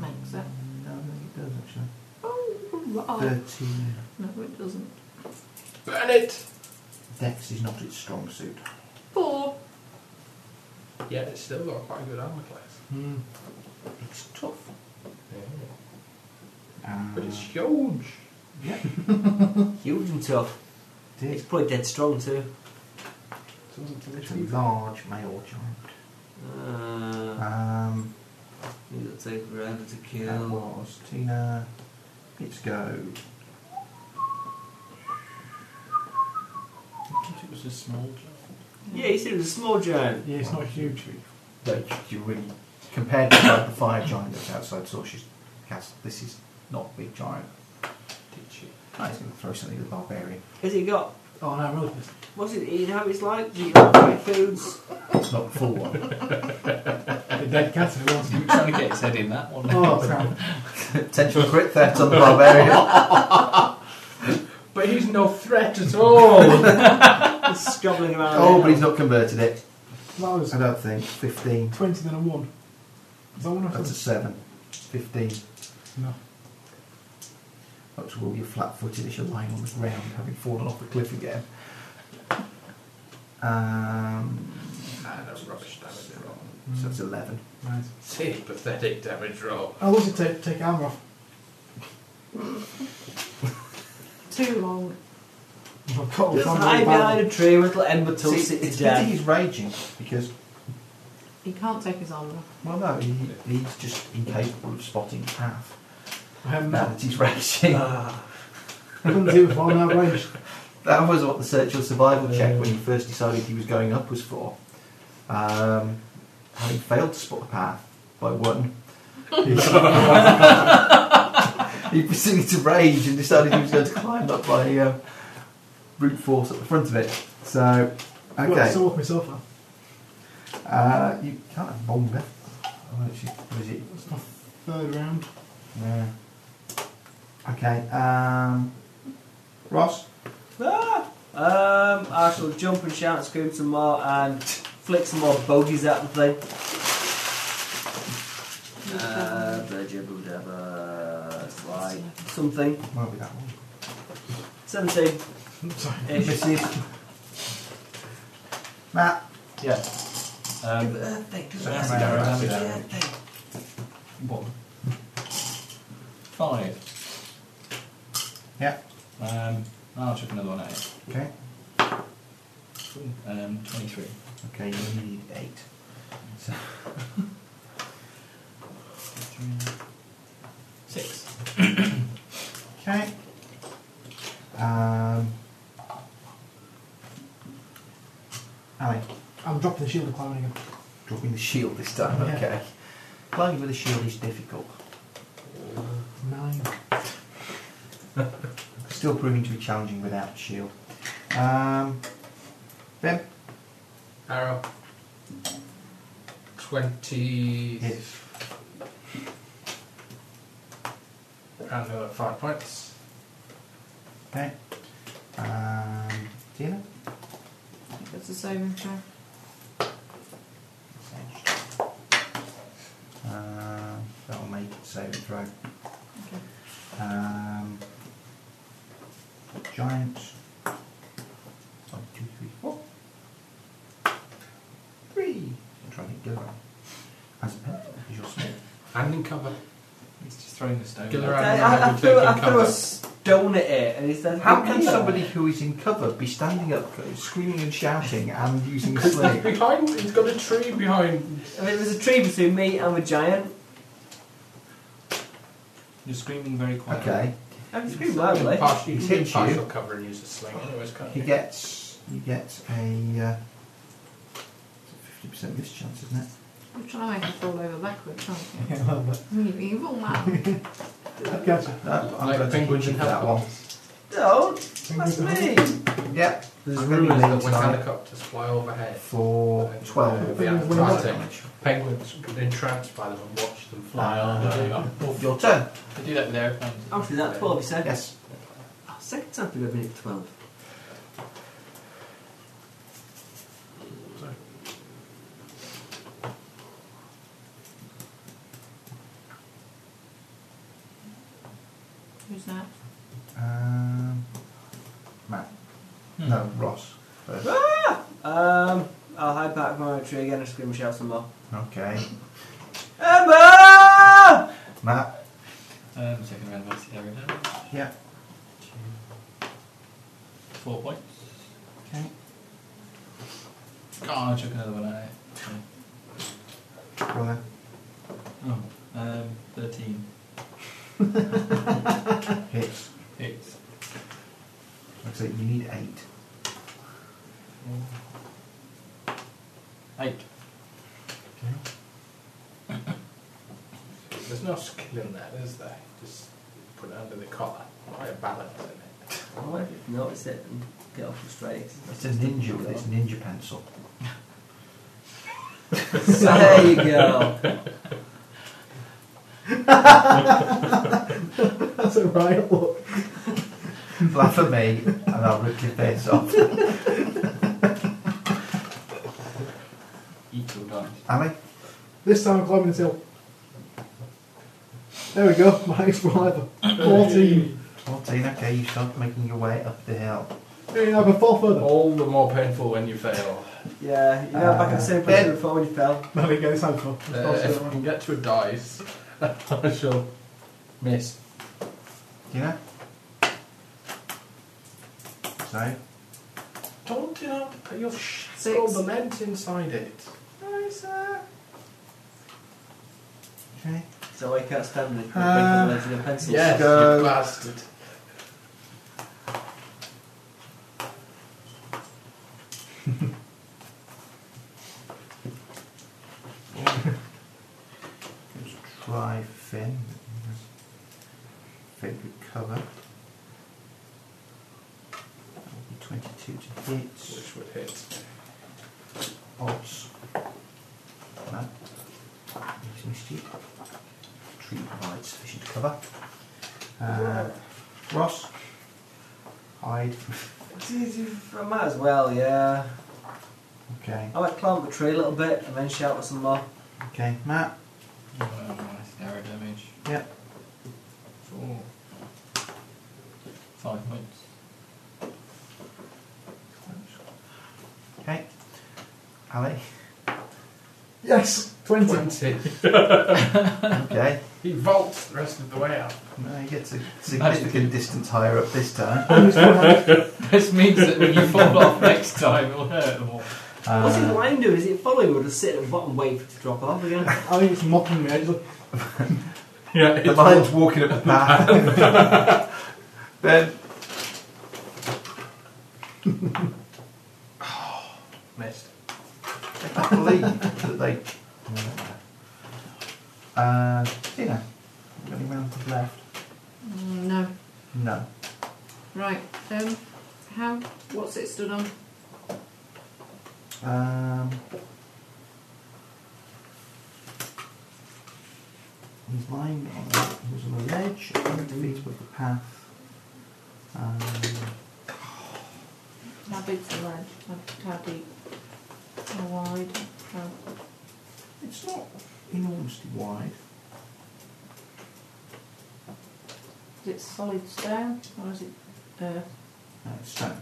Makes it.
No, I think it does actually.
Oh, right.
13.
No, it doesn't.
Burn it!
Dex is not its strong suit.
Four.
Yeah, it's still got quite a good armor class.
Mm.
It's tough.
Yeah.
Uh,
But it's huge.
Yeah,
Huge and tough.
it
It's
is.
probably dead strong too.
So it's up to this
It's a
one.
large male giant.
Uh,
Um,
it'll take forever to
that
kill.
was Tina. Let's go.
I thought it was a small job.
Yeah, he said it was a small giant.
Yeah, it's not huge.
Like, you really compared to like, the fire giant that's outside Sorcerer's Castle. This is not a big giant.
Did she?
Ah, he's going to throw something at the barbarian.
Has he got?
Oh no, I'm really pissed.
What's it? You know, it's like the like foods.
It's not the full one.
The dead cat who wants
You were trying to get his head in that one.
Oh, crap.
Potential crit threat on the barbarian.
But he's no threat at all.
It's scubbling around.
oh, but he's not converted it.
That was
I don't think. 15.
20 then a 1. Is that one or
That's a
something?
7. 15.
No.
Up to all your flat footed as you're lying on the ground, having fallen off the cliff again. Um,
nah, no Ah, rubbish damage at all.
So that's 11.
Right.
See, pathetic damage roll.
How was it to take armour off?
Too long.
If I've got all
Just
the
hide behind
armour
a tree with little ember
See,
toast it to
it's good that
death.
he's raging because,
He can't take his arm off.
well, no, he, he's just incapable of spotting path.
I haven't
Now that he's raging.
Ah,
Um, Couldn't do with one out range.
That was what the search or survival check when he first decided he was going up was for. Um, having failed to spot the path by one, he proceeded to rage and decided he was going to climb up by uh, brute force at the front of it. So,
Well,
okay.
so off my sofa.
Uh, you can't have long left. Oh, actually, what is it?
That's my third round.
Yeah. Okay. Um, Ross?
Um, I shall jump and shout and scream some more and flick some more bogies at the thing. Uh, blabba, slide something.
Won't be that one.
17.
Sorry.
Ish.
Misses. Matt?
Yeah. Um,
Acid arrow, acid
acid arrow. One. Five.
Yeah.
Um, I'll chuck another one at it.
Okay.
Um, 23.
Okay, you need eight.
So. Six.
Okay. Um, Ali,
I'm dropping the shield and climbing again.
dropping the shield this time.
Yeah.
Okay. Climbing with a shield is difficult.
Nine.
Still proving to be challenging without the shield. Um, ben,
Arrow. 20.
hit.
Round hill at 5 points.
Okay. Um, Tina?
That's the saving throw.
Um, that'll make it saving throw.
Okay.
Um, giant. One, two, three, four. Three. I'm trying to get around. As a pen, is your small.
And in cover.
He's just throwing the stone.
Get
at
her
it.
out.
I, I, I, threw, I threw a stone at it, and it says,
How can somebody who is in cover be standing up, screaming and shouting, and using sling?
Behind, he's got a tree behind.
I mean, there's a tree between me and the giant.
You're screaming very quietly.
Okay,
I'm screaming loudly.
Partial, you
He's
can
hit
do
you.
partial cover and use a sling. Anyways, can't
he
you?
gets he gets a uh, fifty percent miss chance, isn't it?
You're trying to make it fall over backwards, aren't you?
Yeah, well, but-
You evil man.
Gotcha.
No, Uh, I'm
Like
going to
penguins
keep
in
that one.
Don't. That's me.
Yep.
There's
I'm gonna be
rumours
late
that when
tonight.
helicopters fly overhead,
for
uh,
12
the
damage.
Antarctic penguins get entranced by them and watch them fly
Ah.
over.
Your turn.
They do that with airplanes.
Actually, that's 12, you said?
Yes.
Oh, second time through, I've been at 12.
Who's that?
Um, Matt.
Hmm.
No, Ross. first.
Um, I'll hide back behind a tree again and scream and shout some more.
Ah!
Okay.
Emma!
Matt.
Um, second round of area damage.
Yeah.
Two. Four points.
Okay.
God, I took another one eh? out.
Roll then.
Oh, um, 13.
Hits.
Hits.
Like I said, you need eight.
Eight.
There's no skill in that, is there? Just put it under the collar. Quite a balance in it.
I wonder if you've noticed it and get off the straight.
It's a ninja with its ninja pencil.
there you go.
That's a right look.
Laugh at me and I'll rip your face off.
Eat your dice.
Ali.
This time I'm climbing this hill. There we go, my highest roll ever. 14.
14. Okay, you start making your way up the hill.
Yeah, I'm a four further.
All the more painful when you fail.
Yeah, you know, back in the same
Uh,
place as before when you fell.
No, we go this time for.
Uh, if I can get to a dice, I shall miss.
Do you know? So,
Don't you know? You'll sh-
Six.
all the lent inside it.
okay.
So I can't stand it.
Um,
With a pencil.
Yes,
go.
you bastard.
Let's try Finn. Finn could cover. That would be 22 to hit.
Which would hit.
Odds. That. He's missed it. Tree provides sufficient cover. Uh, Ross. Hide.
I might as well, yeah.
Okay.
I might climb up the tree a little bit and then shout at some more.
Okay. Matt.
Um, that's arrow damage.
Yep.
Four. Five points.
Okay. Ali.
Yes, 20.
20.
Okay.
He vaults the rest of the way up.
No, you get a significant distance higher up this time.
This means that when you fall off next time, it'll hurt more.
What's it
Uh,
line do? Is it following or just sit at the bottom wait for it to drop off again?
I think it's mocking me. I just look,
Yeah,
the
it's
line's walking up the path. then
missed.
I can't believe that they. Uh, Tina, got any mountains left?
Mm, no.
No.
Right. Um, how? What's it stood on?
Um, he's lying on a, he was on a ledge, a hundred feet above the path. Um,
How big's the ledge? How, how deep? How wide? Uh, How...
It's not enormously wide.
Is it solid stone or is it uh, earth?
No, it's stone.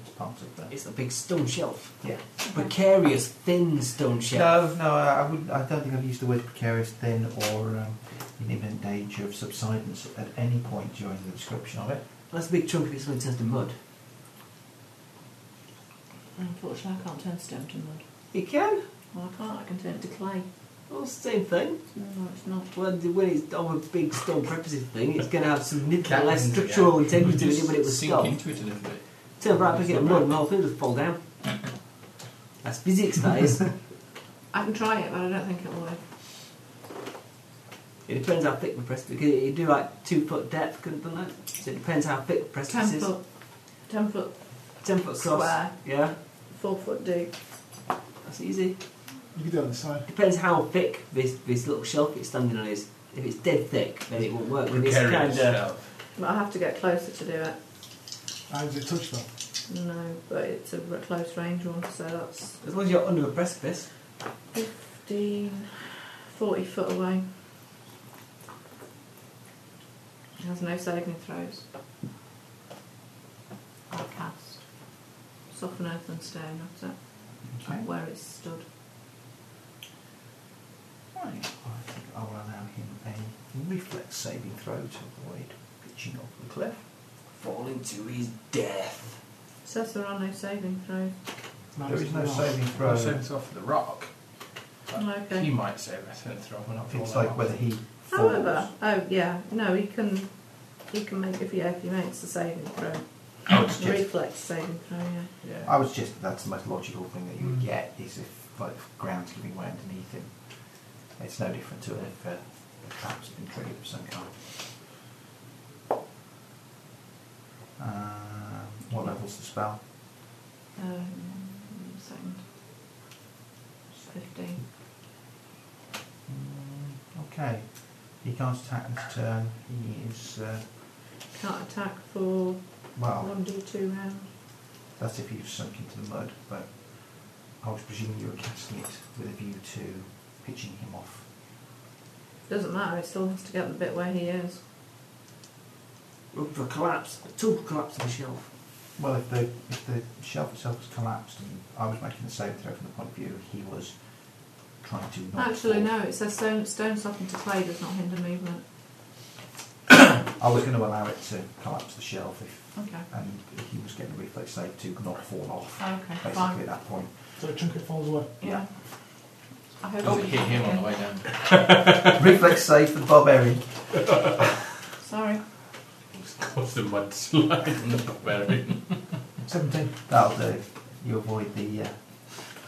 It's part of the.
It's a big stone shelf.
Yeah.
Precarious, thin stone shelf.
No, no, I I wouldn't. I don't think I've used the word precarious then or um, in imminent danger of subsidence at any point during the description of it.
That's a big chunk of it, so it turns to mud.
Unfortunately, I can't turn stone to mud.
It can.
Well, I can't. I can turn it to clay.
Well, it's the same thing.
No, no, it's not.
When, when it's on a big stone prepositive thing, it's going to have significantly
Cat
less
in there,
structural
yeah.
integrity than
Just
when it was
sink
stone.
into it a little bit.
Turn right, pick it up, mud, and the whole thing just fall down. That's physics, that is.
I can try it, but I don't think it'll work.
It depends how thick the precipice because you do like two foot depth, couldn't do that? So it depends how thick the
Ten
precipice is.
foot, ten foot
Ten foot across.
square,
Yeah,
four foot deep.
that's easy.
you can do it on the side.
Depends how thick this, this little shelf it's standing on is. If it's dead thick, then it won't work. If it's kind
Precarious
of
shelf.
But I have to get closer to do it.
How does it touch though?
No, but it's a r- close range one, so that's
as long as you're under the precipice,
15, 40 foot away. It has no saving throws. I cast. Soften earth and stone, that's it.
Okay.
Where it's stood.
Right. I think I will allow him a reflex saving throw to avoid pitching off the cliff.
fall into his death.
It says there are no saving throws.
There is no saving throw.
Throw sense off the rock.
Uh,
He
Okay.
might save a sense throw, but not for
It's
all
like
that.
whether he falls.
However, oh yeah, no, he can he can make if he, if he makes the saving throw.
I would suggest,
Reflex saving throw, yeah.
I would suggest that that's the most logical thing that you would get is if like if ground's giving way underneath him. It's no different to if uh, a trap's been triggered of some kind. Um, what level's the spell?
Um, second. Fifteen.
Mm, okay. He can't attack this turn. He is uh,
Can't attack for
well.
one D two round.
That's if you've sunk into the mud, but I was presuming you were casting it with a view to pitching him off.
Doesn't matter, it still has to get the bit where he is.
Look for collapse, a total collapse of the shelf.
Well, if the if the shelf itself has collapsed and I was making the same throw from the point of view, he was trying to not.
Actually
fall.
no, it says stone stone softened to clay does not hinder movement.
I was going to allow it to collapse the shelf if,
Okay.
and he was getting a reflex save to not fall off.
Okay,
Basically,
fine.
at that point.
So a chunk it falls away.
Yeah. I hope
Don't
so.
Oh, hit him on the way down.
reflex save for the barbarian.
Sorry.
Cause the mudslide and the barbarian.
Seventeen. That'll do. You avoid the uh,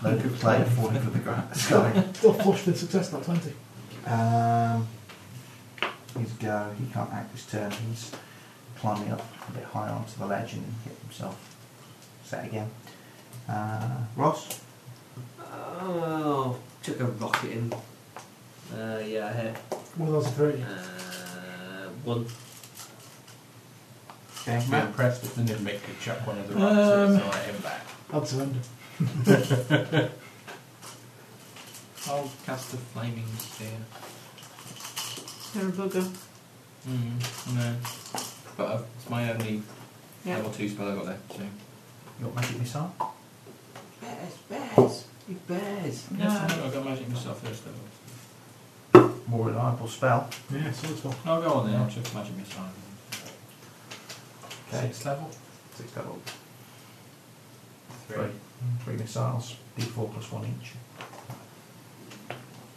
load of clay falling from the ground. Sky.
Still flush with success, not 20.
Um, he's go. He can't act this turn. He's climbing up a bit high onto the ledge and get himself set again. Uh, Ross,
Oh, chuck a rocket in. Uh, yeah, here.
One of those are 30.
Uh, one.
okay,
I'd be
Matt.
impressed if the Nimbic could chuck one of the
Um,
rocks um, and throw him
I'd
back.
surrender.
I'll cast the flaming spear.
You're a bugger.
Mm, no. But I've, it's my only
Yeah.
level 2 spell I've got left, so.
Your magic missile.
Bears, bears, big bears.
No.
I've got magic missile first level.
more reliable spell.
Yeah, so it's fine.
No, go on then. I'll check magic missile.
Okay,
Sixth level.
six level,
Three.
Right. three missiles, d4 plus one each.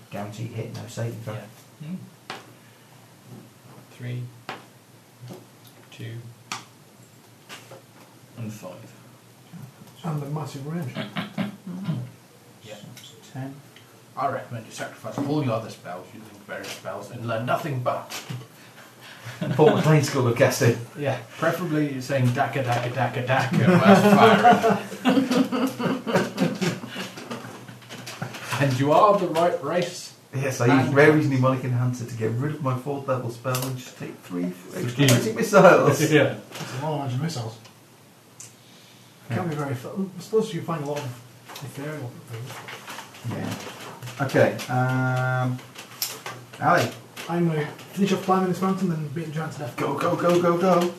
Guaranteed hit, no saving throw.
Yeah. Hmm. Three. Two. And five.
And the massive range.
Yeah.
So it's Ten.
I recommend you sacrifice all your other spells using various spells and learn nothing but.
Paul McLean School of Casting.
Yeah. Preferably you're saying daka daka daka daka whilst firing. and you are the right race.
Yes, I used Rary's mnemonic enhancer to get rid of my fourth level spell and just take three extra
Three.
magic missiles.
yeah.
It's a lot of magic missiles. It can't be very. fa- I suppose you find a lot of ethereal things.
Yeah. Okay. Um, Ali,
I'm going to finish off climbing this mountain and beat the giant to death.
go, go, go, go, go.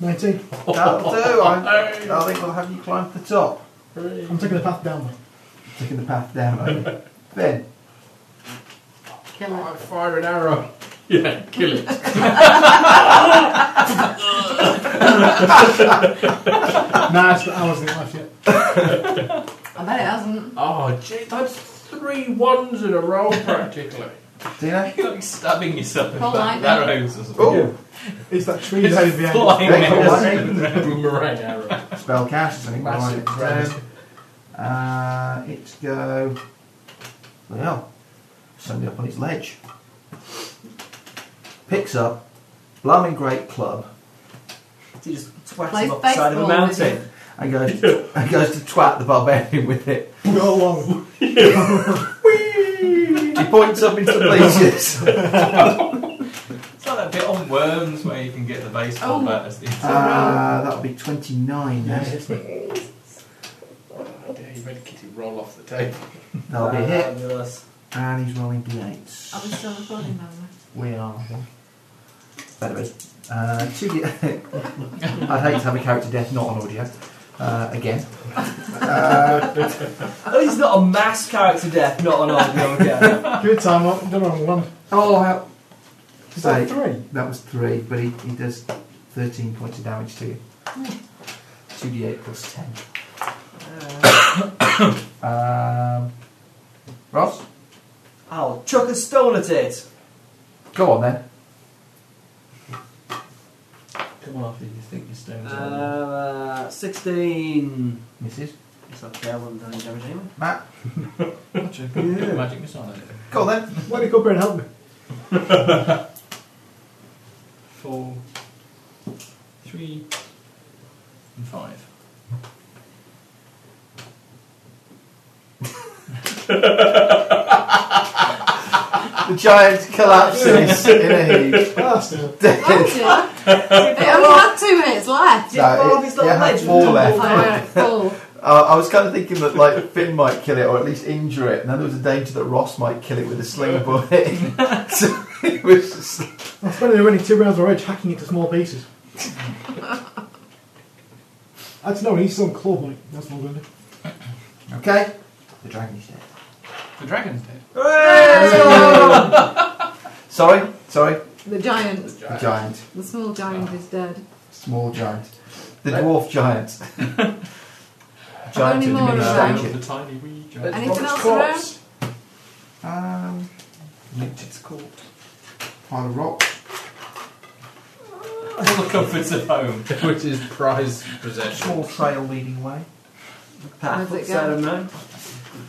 19.
That'll do. I, I think we'll have you climb to the top.
I'm taking the path downward.
Taking the path down, are you? Ben,
Kill
I
her.
fire an arrow.
Yeah, kill it.
nice, but I wasn't left yet.
I bet it hasn't.
Oh, gee, that's three ones in a row practically.
Dina.
You're like stabbing yourself in
Well,
the
I
back.
don't.
Arrows or something.
Oh,
It's that tree
It's
down behind.
flying
Hey,
arrows.
flying.
Boomerang arrow.
spell cast. I think we'll write
Massive
it down. Uh, it's go. Well, somebody up on his ledge. Picks up, blimey great club,
So you just twats
Play
him up the side of a
baseball with
mountain.
and goes and goes to twat the barbarian with it.
Go along.
He points up into places.
It's like that bit on Worms where you can get the baseball
Oh.
bat as the
Uh, that'll be twenty nine. Yes,
Yeah, you better get it roll off the table.
that'll be a hit.
Fabulous.
And he's rolling
Are we
d8s.
still recording now?
We are. Better be. Uh, two d- I'd hate to have a character death not on audio. Uh, again.
At least it's not a mass character death, not an audio again.
Give it time, I've done on one.
Oh, how.
Is
Say,
that three?
that was three, but he, he does 13 points of damage to you. 2d8 plus 10. um, Ross?
I'll chuck a stone at it.
Go on then.
Come on, after you think your stone's
Um,
on.
uh, 16.
Mrs.
It's not fair, I haven't done any damage anyway.
Matt?
Magic- Magic missile.
Go on then.
Why don't you come up here and help me?
Four. Three. And five.
The giant collapses in a heap.
Ah, still.
Oh dear. they only had two hits left.
Did one of his
it
little
had
legs
four
double
left.
I went full.
Uh, I was kind of thinking that like Finn might kill it or at least injure it, and then there was a danger that Ross might kill it with a sling bullet. so it was just
I'm spending only two rounds of rage hacking it to small pieces. That's no, he's still on claw point. That's what I'm going to do.
okay. The dragon is dead.
The dragon's dead.
Sorry, sorry.
The giant,
The giant,
the small giant is dead.
small giant, the dwarf giant. giant
Only
of
more
Stone of
diminished
the
stature.
tiny wee
That's
dragon.
Anything
Robert's
else
corpse.
Um,
It's called.
pile of rocks.
All the comforts of home.
Which is prize possession.
Small trail leading away.
Path
Where's it
upside
going?
a mountain.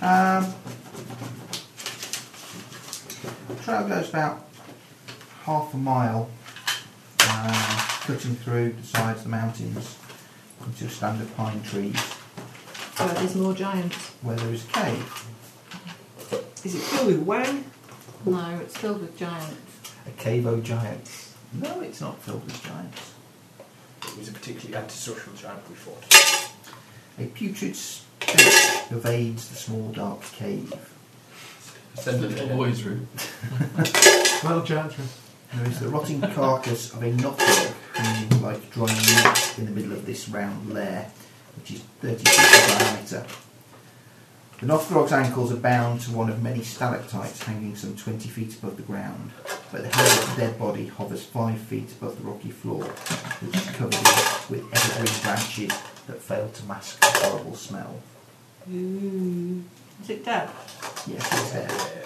Um, trail goes about half a mile, uh, cutting through the sides of the mountains into a stand of pine trees
Oh, there's more giants.
where there is a cave.
Is it filled with wang?
No, it's filled with giants.
A cave o' giants. No, it's not filled with giants.
It was a particularly antisocial giant we fought.
A putrid stench pervades the small dark cave.
Send the little boys route.
Well, giant tree.
There is the rotting carcass of a knotdog hanging like dry meat in the middle of this round lair, which is 30 feet in diameter. The Nothrog's ankles are bound to one of many stalactites hanging some 20 feet above the ground, but the head of the dead body hovers 5 feet above the rocky floor, which is covered in- with evergreen branches that fail to mask the horrible smell.
Is it dead?
Yes, it's there.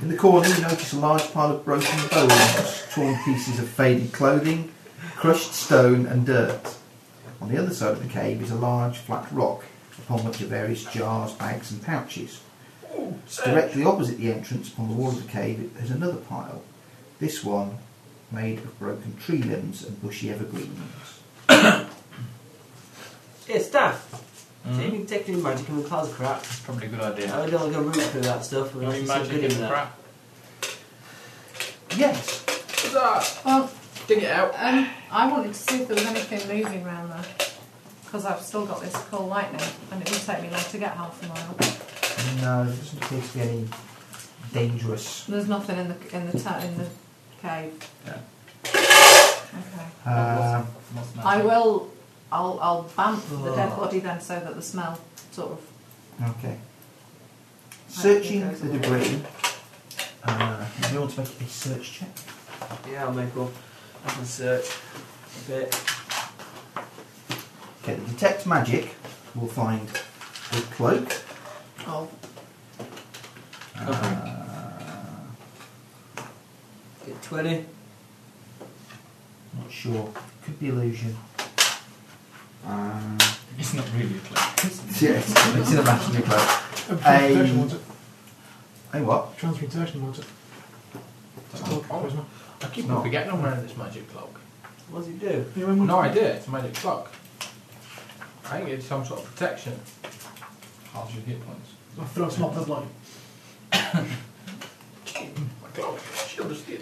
In the corner, you notice a large pile of broken bones, torn pieces of faded clothing, crushed stone, and dirt. On the other side of the cave is a large flat rock upon which are various jars, bags, and pouches. Directly opposite the entrance, upon the wall of the cave, is another pile. This one made of broken tree limbs and bushy evergreens.
Hey, staff.
Mm-hmm.
See if you can take any magic in the clouds of crap.
It's probably a good idea.
I don't like a root through that stuff. but
Any
it's not
magic
good
in
in
the
that.
crap?
Yes,
Well,
Dig it out.
um, I wanted to see if there was anything moving around there. Because I've still got this cold lightning, and it would take me long to get half a mile.
no, there doesn't appear to be any dangerous
There's nothing in the in the ta- in the cave.
Yeah.
Okay.
uh,
Must not.
I will. I'll I'll bump the dead body then, so that the smell sort of.
Okay.
I
Searching
think
the
there's a-
debris. Uh, do you want to make a search check?
Yeah, I'll make one. I can search a bit.
Okay, the detect magic will find the cloak.
Oh,
Uh,
Get 20.
not sure. Could be illusion. Um,
It's not really a clue.
yeah, it's, it's an imaginary cloak.
Um, transmutation,
Um,
won't it?
Hey, what?
Transmutation, won't it? It's called charisma.
Oh, I keep
No.
on forgetting I'm wearing this magic cloak.
What does it do?
You remember?
No idea. It's a magic clock. I think it's some sort of protection. Halves your hit points.
I throw a small deadline.
My clock. Shield of steel.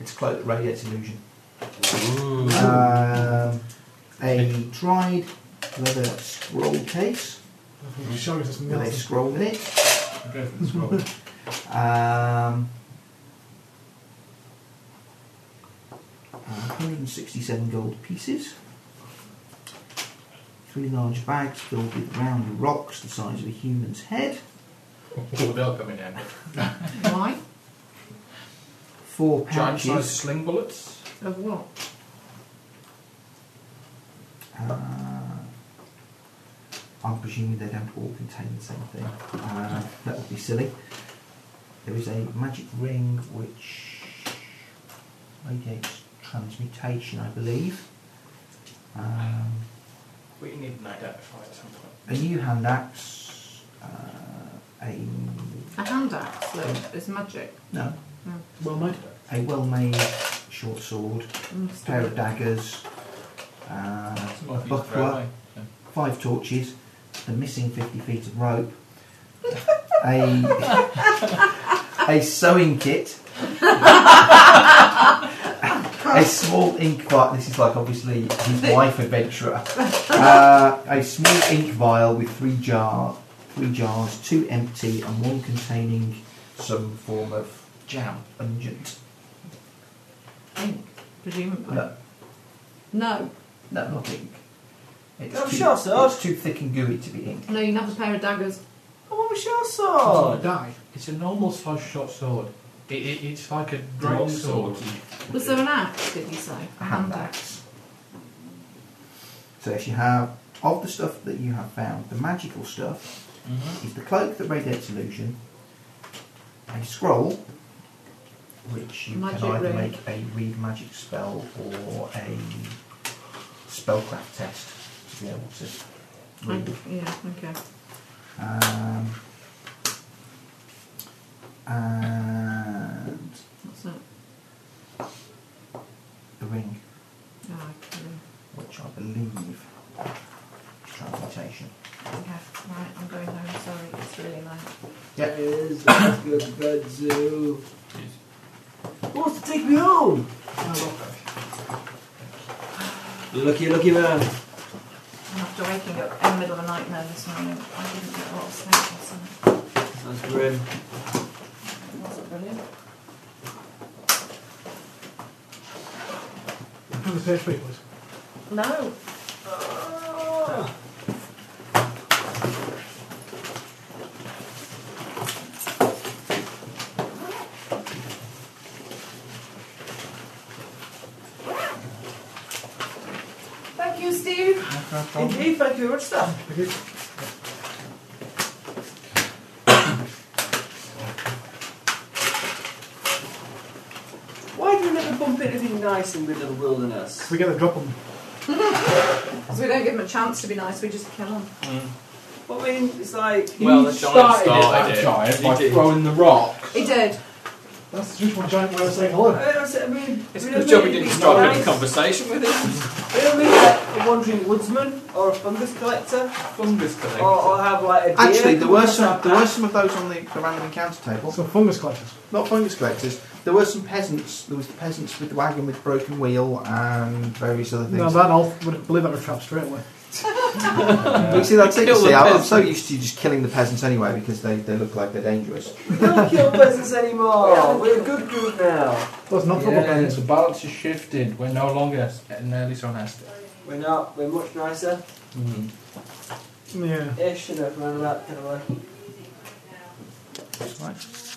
It's a cloak that radiates illusion.
Ooh.
Um, a dried leather scroll case
Show us some
with a
nails.
scroll in it.
Go for the scroll.
Um, uh, 167 gold pieces. Three large bags filled with round rocks the size of a human's head.
Oh, they'll come in handy.
why?
Four
Giant sized
pouches.
sling bullets.
Of what?
Uh, I'm presuming they don't all contain the same thing. Uh, that would be silly. There is a magic ring which radiates transmutation, I believe. Um,
We need an identifier at some point.
a new hand axe, uh, a
A hand axe that is magic.
no,
Well made.
a well-made short sword,
Must
pair of
be-
daggers, uh,
It's not a piece to throw
buckler,
away. so.
five torches, the missing fifty feet of rope, a a sewing kit. A small ink vial. This is like obviously his wife adventurer. Uh, a small ink vial with three jar, three jars, two empty and one containing some form of jam pungent.
Ink, presumably.
No,
No,
no, not ink. It's
Oh,
too,
sure, sir.
it's too thick and gooey to be ink.
no, you can have a pair of daggers.
Oh, what was your
Oh,
sword?
die.
It's a normal sized short sword. It, it, it's like a
Long
great sword.
sword.
Was there an axe? Did you say?
a hand axe. So if you have of the stuff that you have found, the magical stuff is the cloak that radiates illusion, a scroll, which you
Magic
can either
ring.
make a read magic spell or a spellcraft test to be able to read.
I- yeah. Okay.
Um, and
What's that?
the ring,
Oh,
which I believe is transmutation.
okay. okay. Right. I'm going home. Sorry. It's really late.
Yeah.
There it is. Let's go to bed, Zoo. Who wants to take me home? Lucky, lucky man.
And after waking up in the middle of a nightmare this morning, I didn't get a lot of sleep. So
That's grim.
it wasn't brilliant.
Have a page for you, please.
No.
Steve. Indeed, thank you very much, sir.
Why do we never bump into anything nice in Riddle Wilderness?
We get to drop them.
Because we don't give them a chance to be nice, we just kill them.
I mean, it's like.
Well, the
he
giant
started
started
it.
it.
Giant by
He did.
throwing the rock.
He did.
That's just one giant way of saying hello.
I mean, I said- I mean,
It's a
we
good
don't
job we
really
didn't
be
start
nice.
any conversation with him.
We don't really like a wandering woodsman or a fungus collector
Fungus collector.
or, or have like a deer.
Actually, there were
What's
some
that
there were
back?
some of those on the, the random encounter table.
Some fungus collectors.
Not fungus collectors. There were some peasants. There was the peasants with the wagon with broken wheel and various other things.
No, that elf would believe that would trap straight away.
But you see, that's it. You
Kill the
see, I- I'm
peasants.
so used to just killing the peasants anyway because they, they look like they're dangerous.
We don't kill peasants anymore. Oh, We're a good group now.
That's not for yeah.
the balance is shifted. We're no longer nearly so nasty.
We're not. We're much nicer.
yeah.
Ish and around about kind of way.
Right.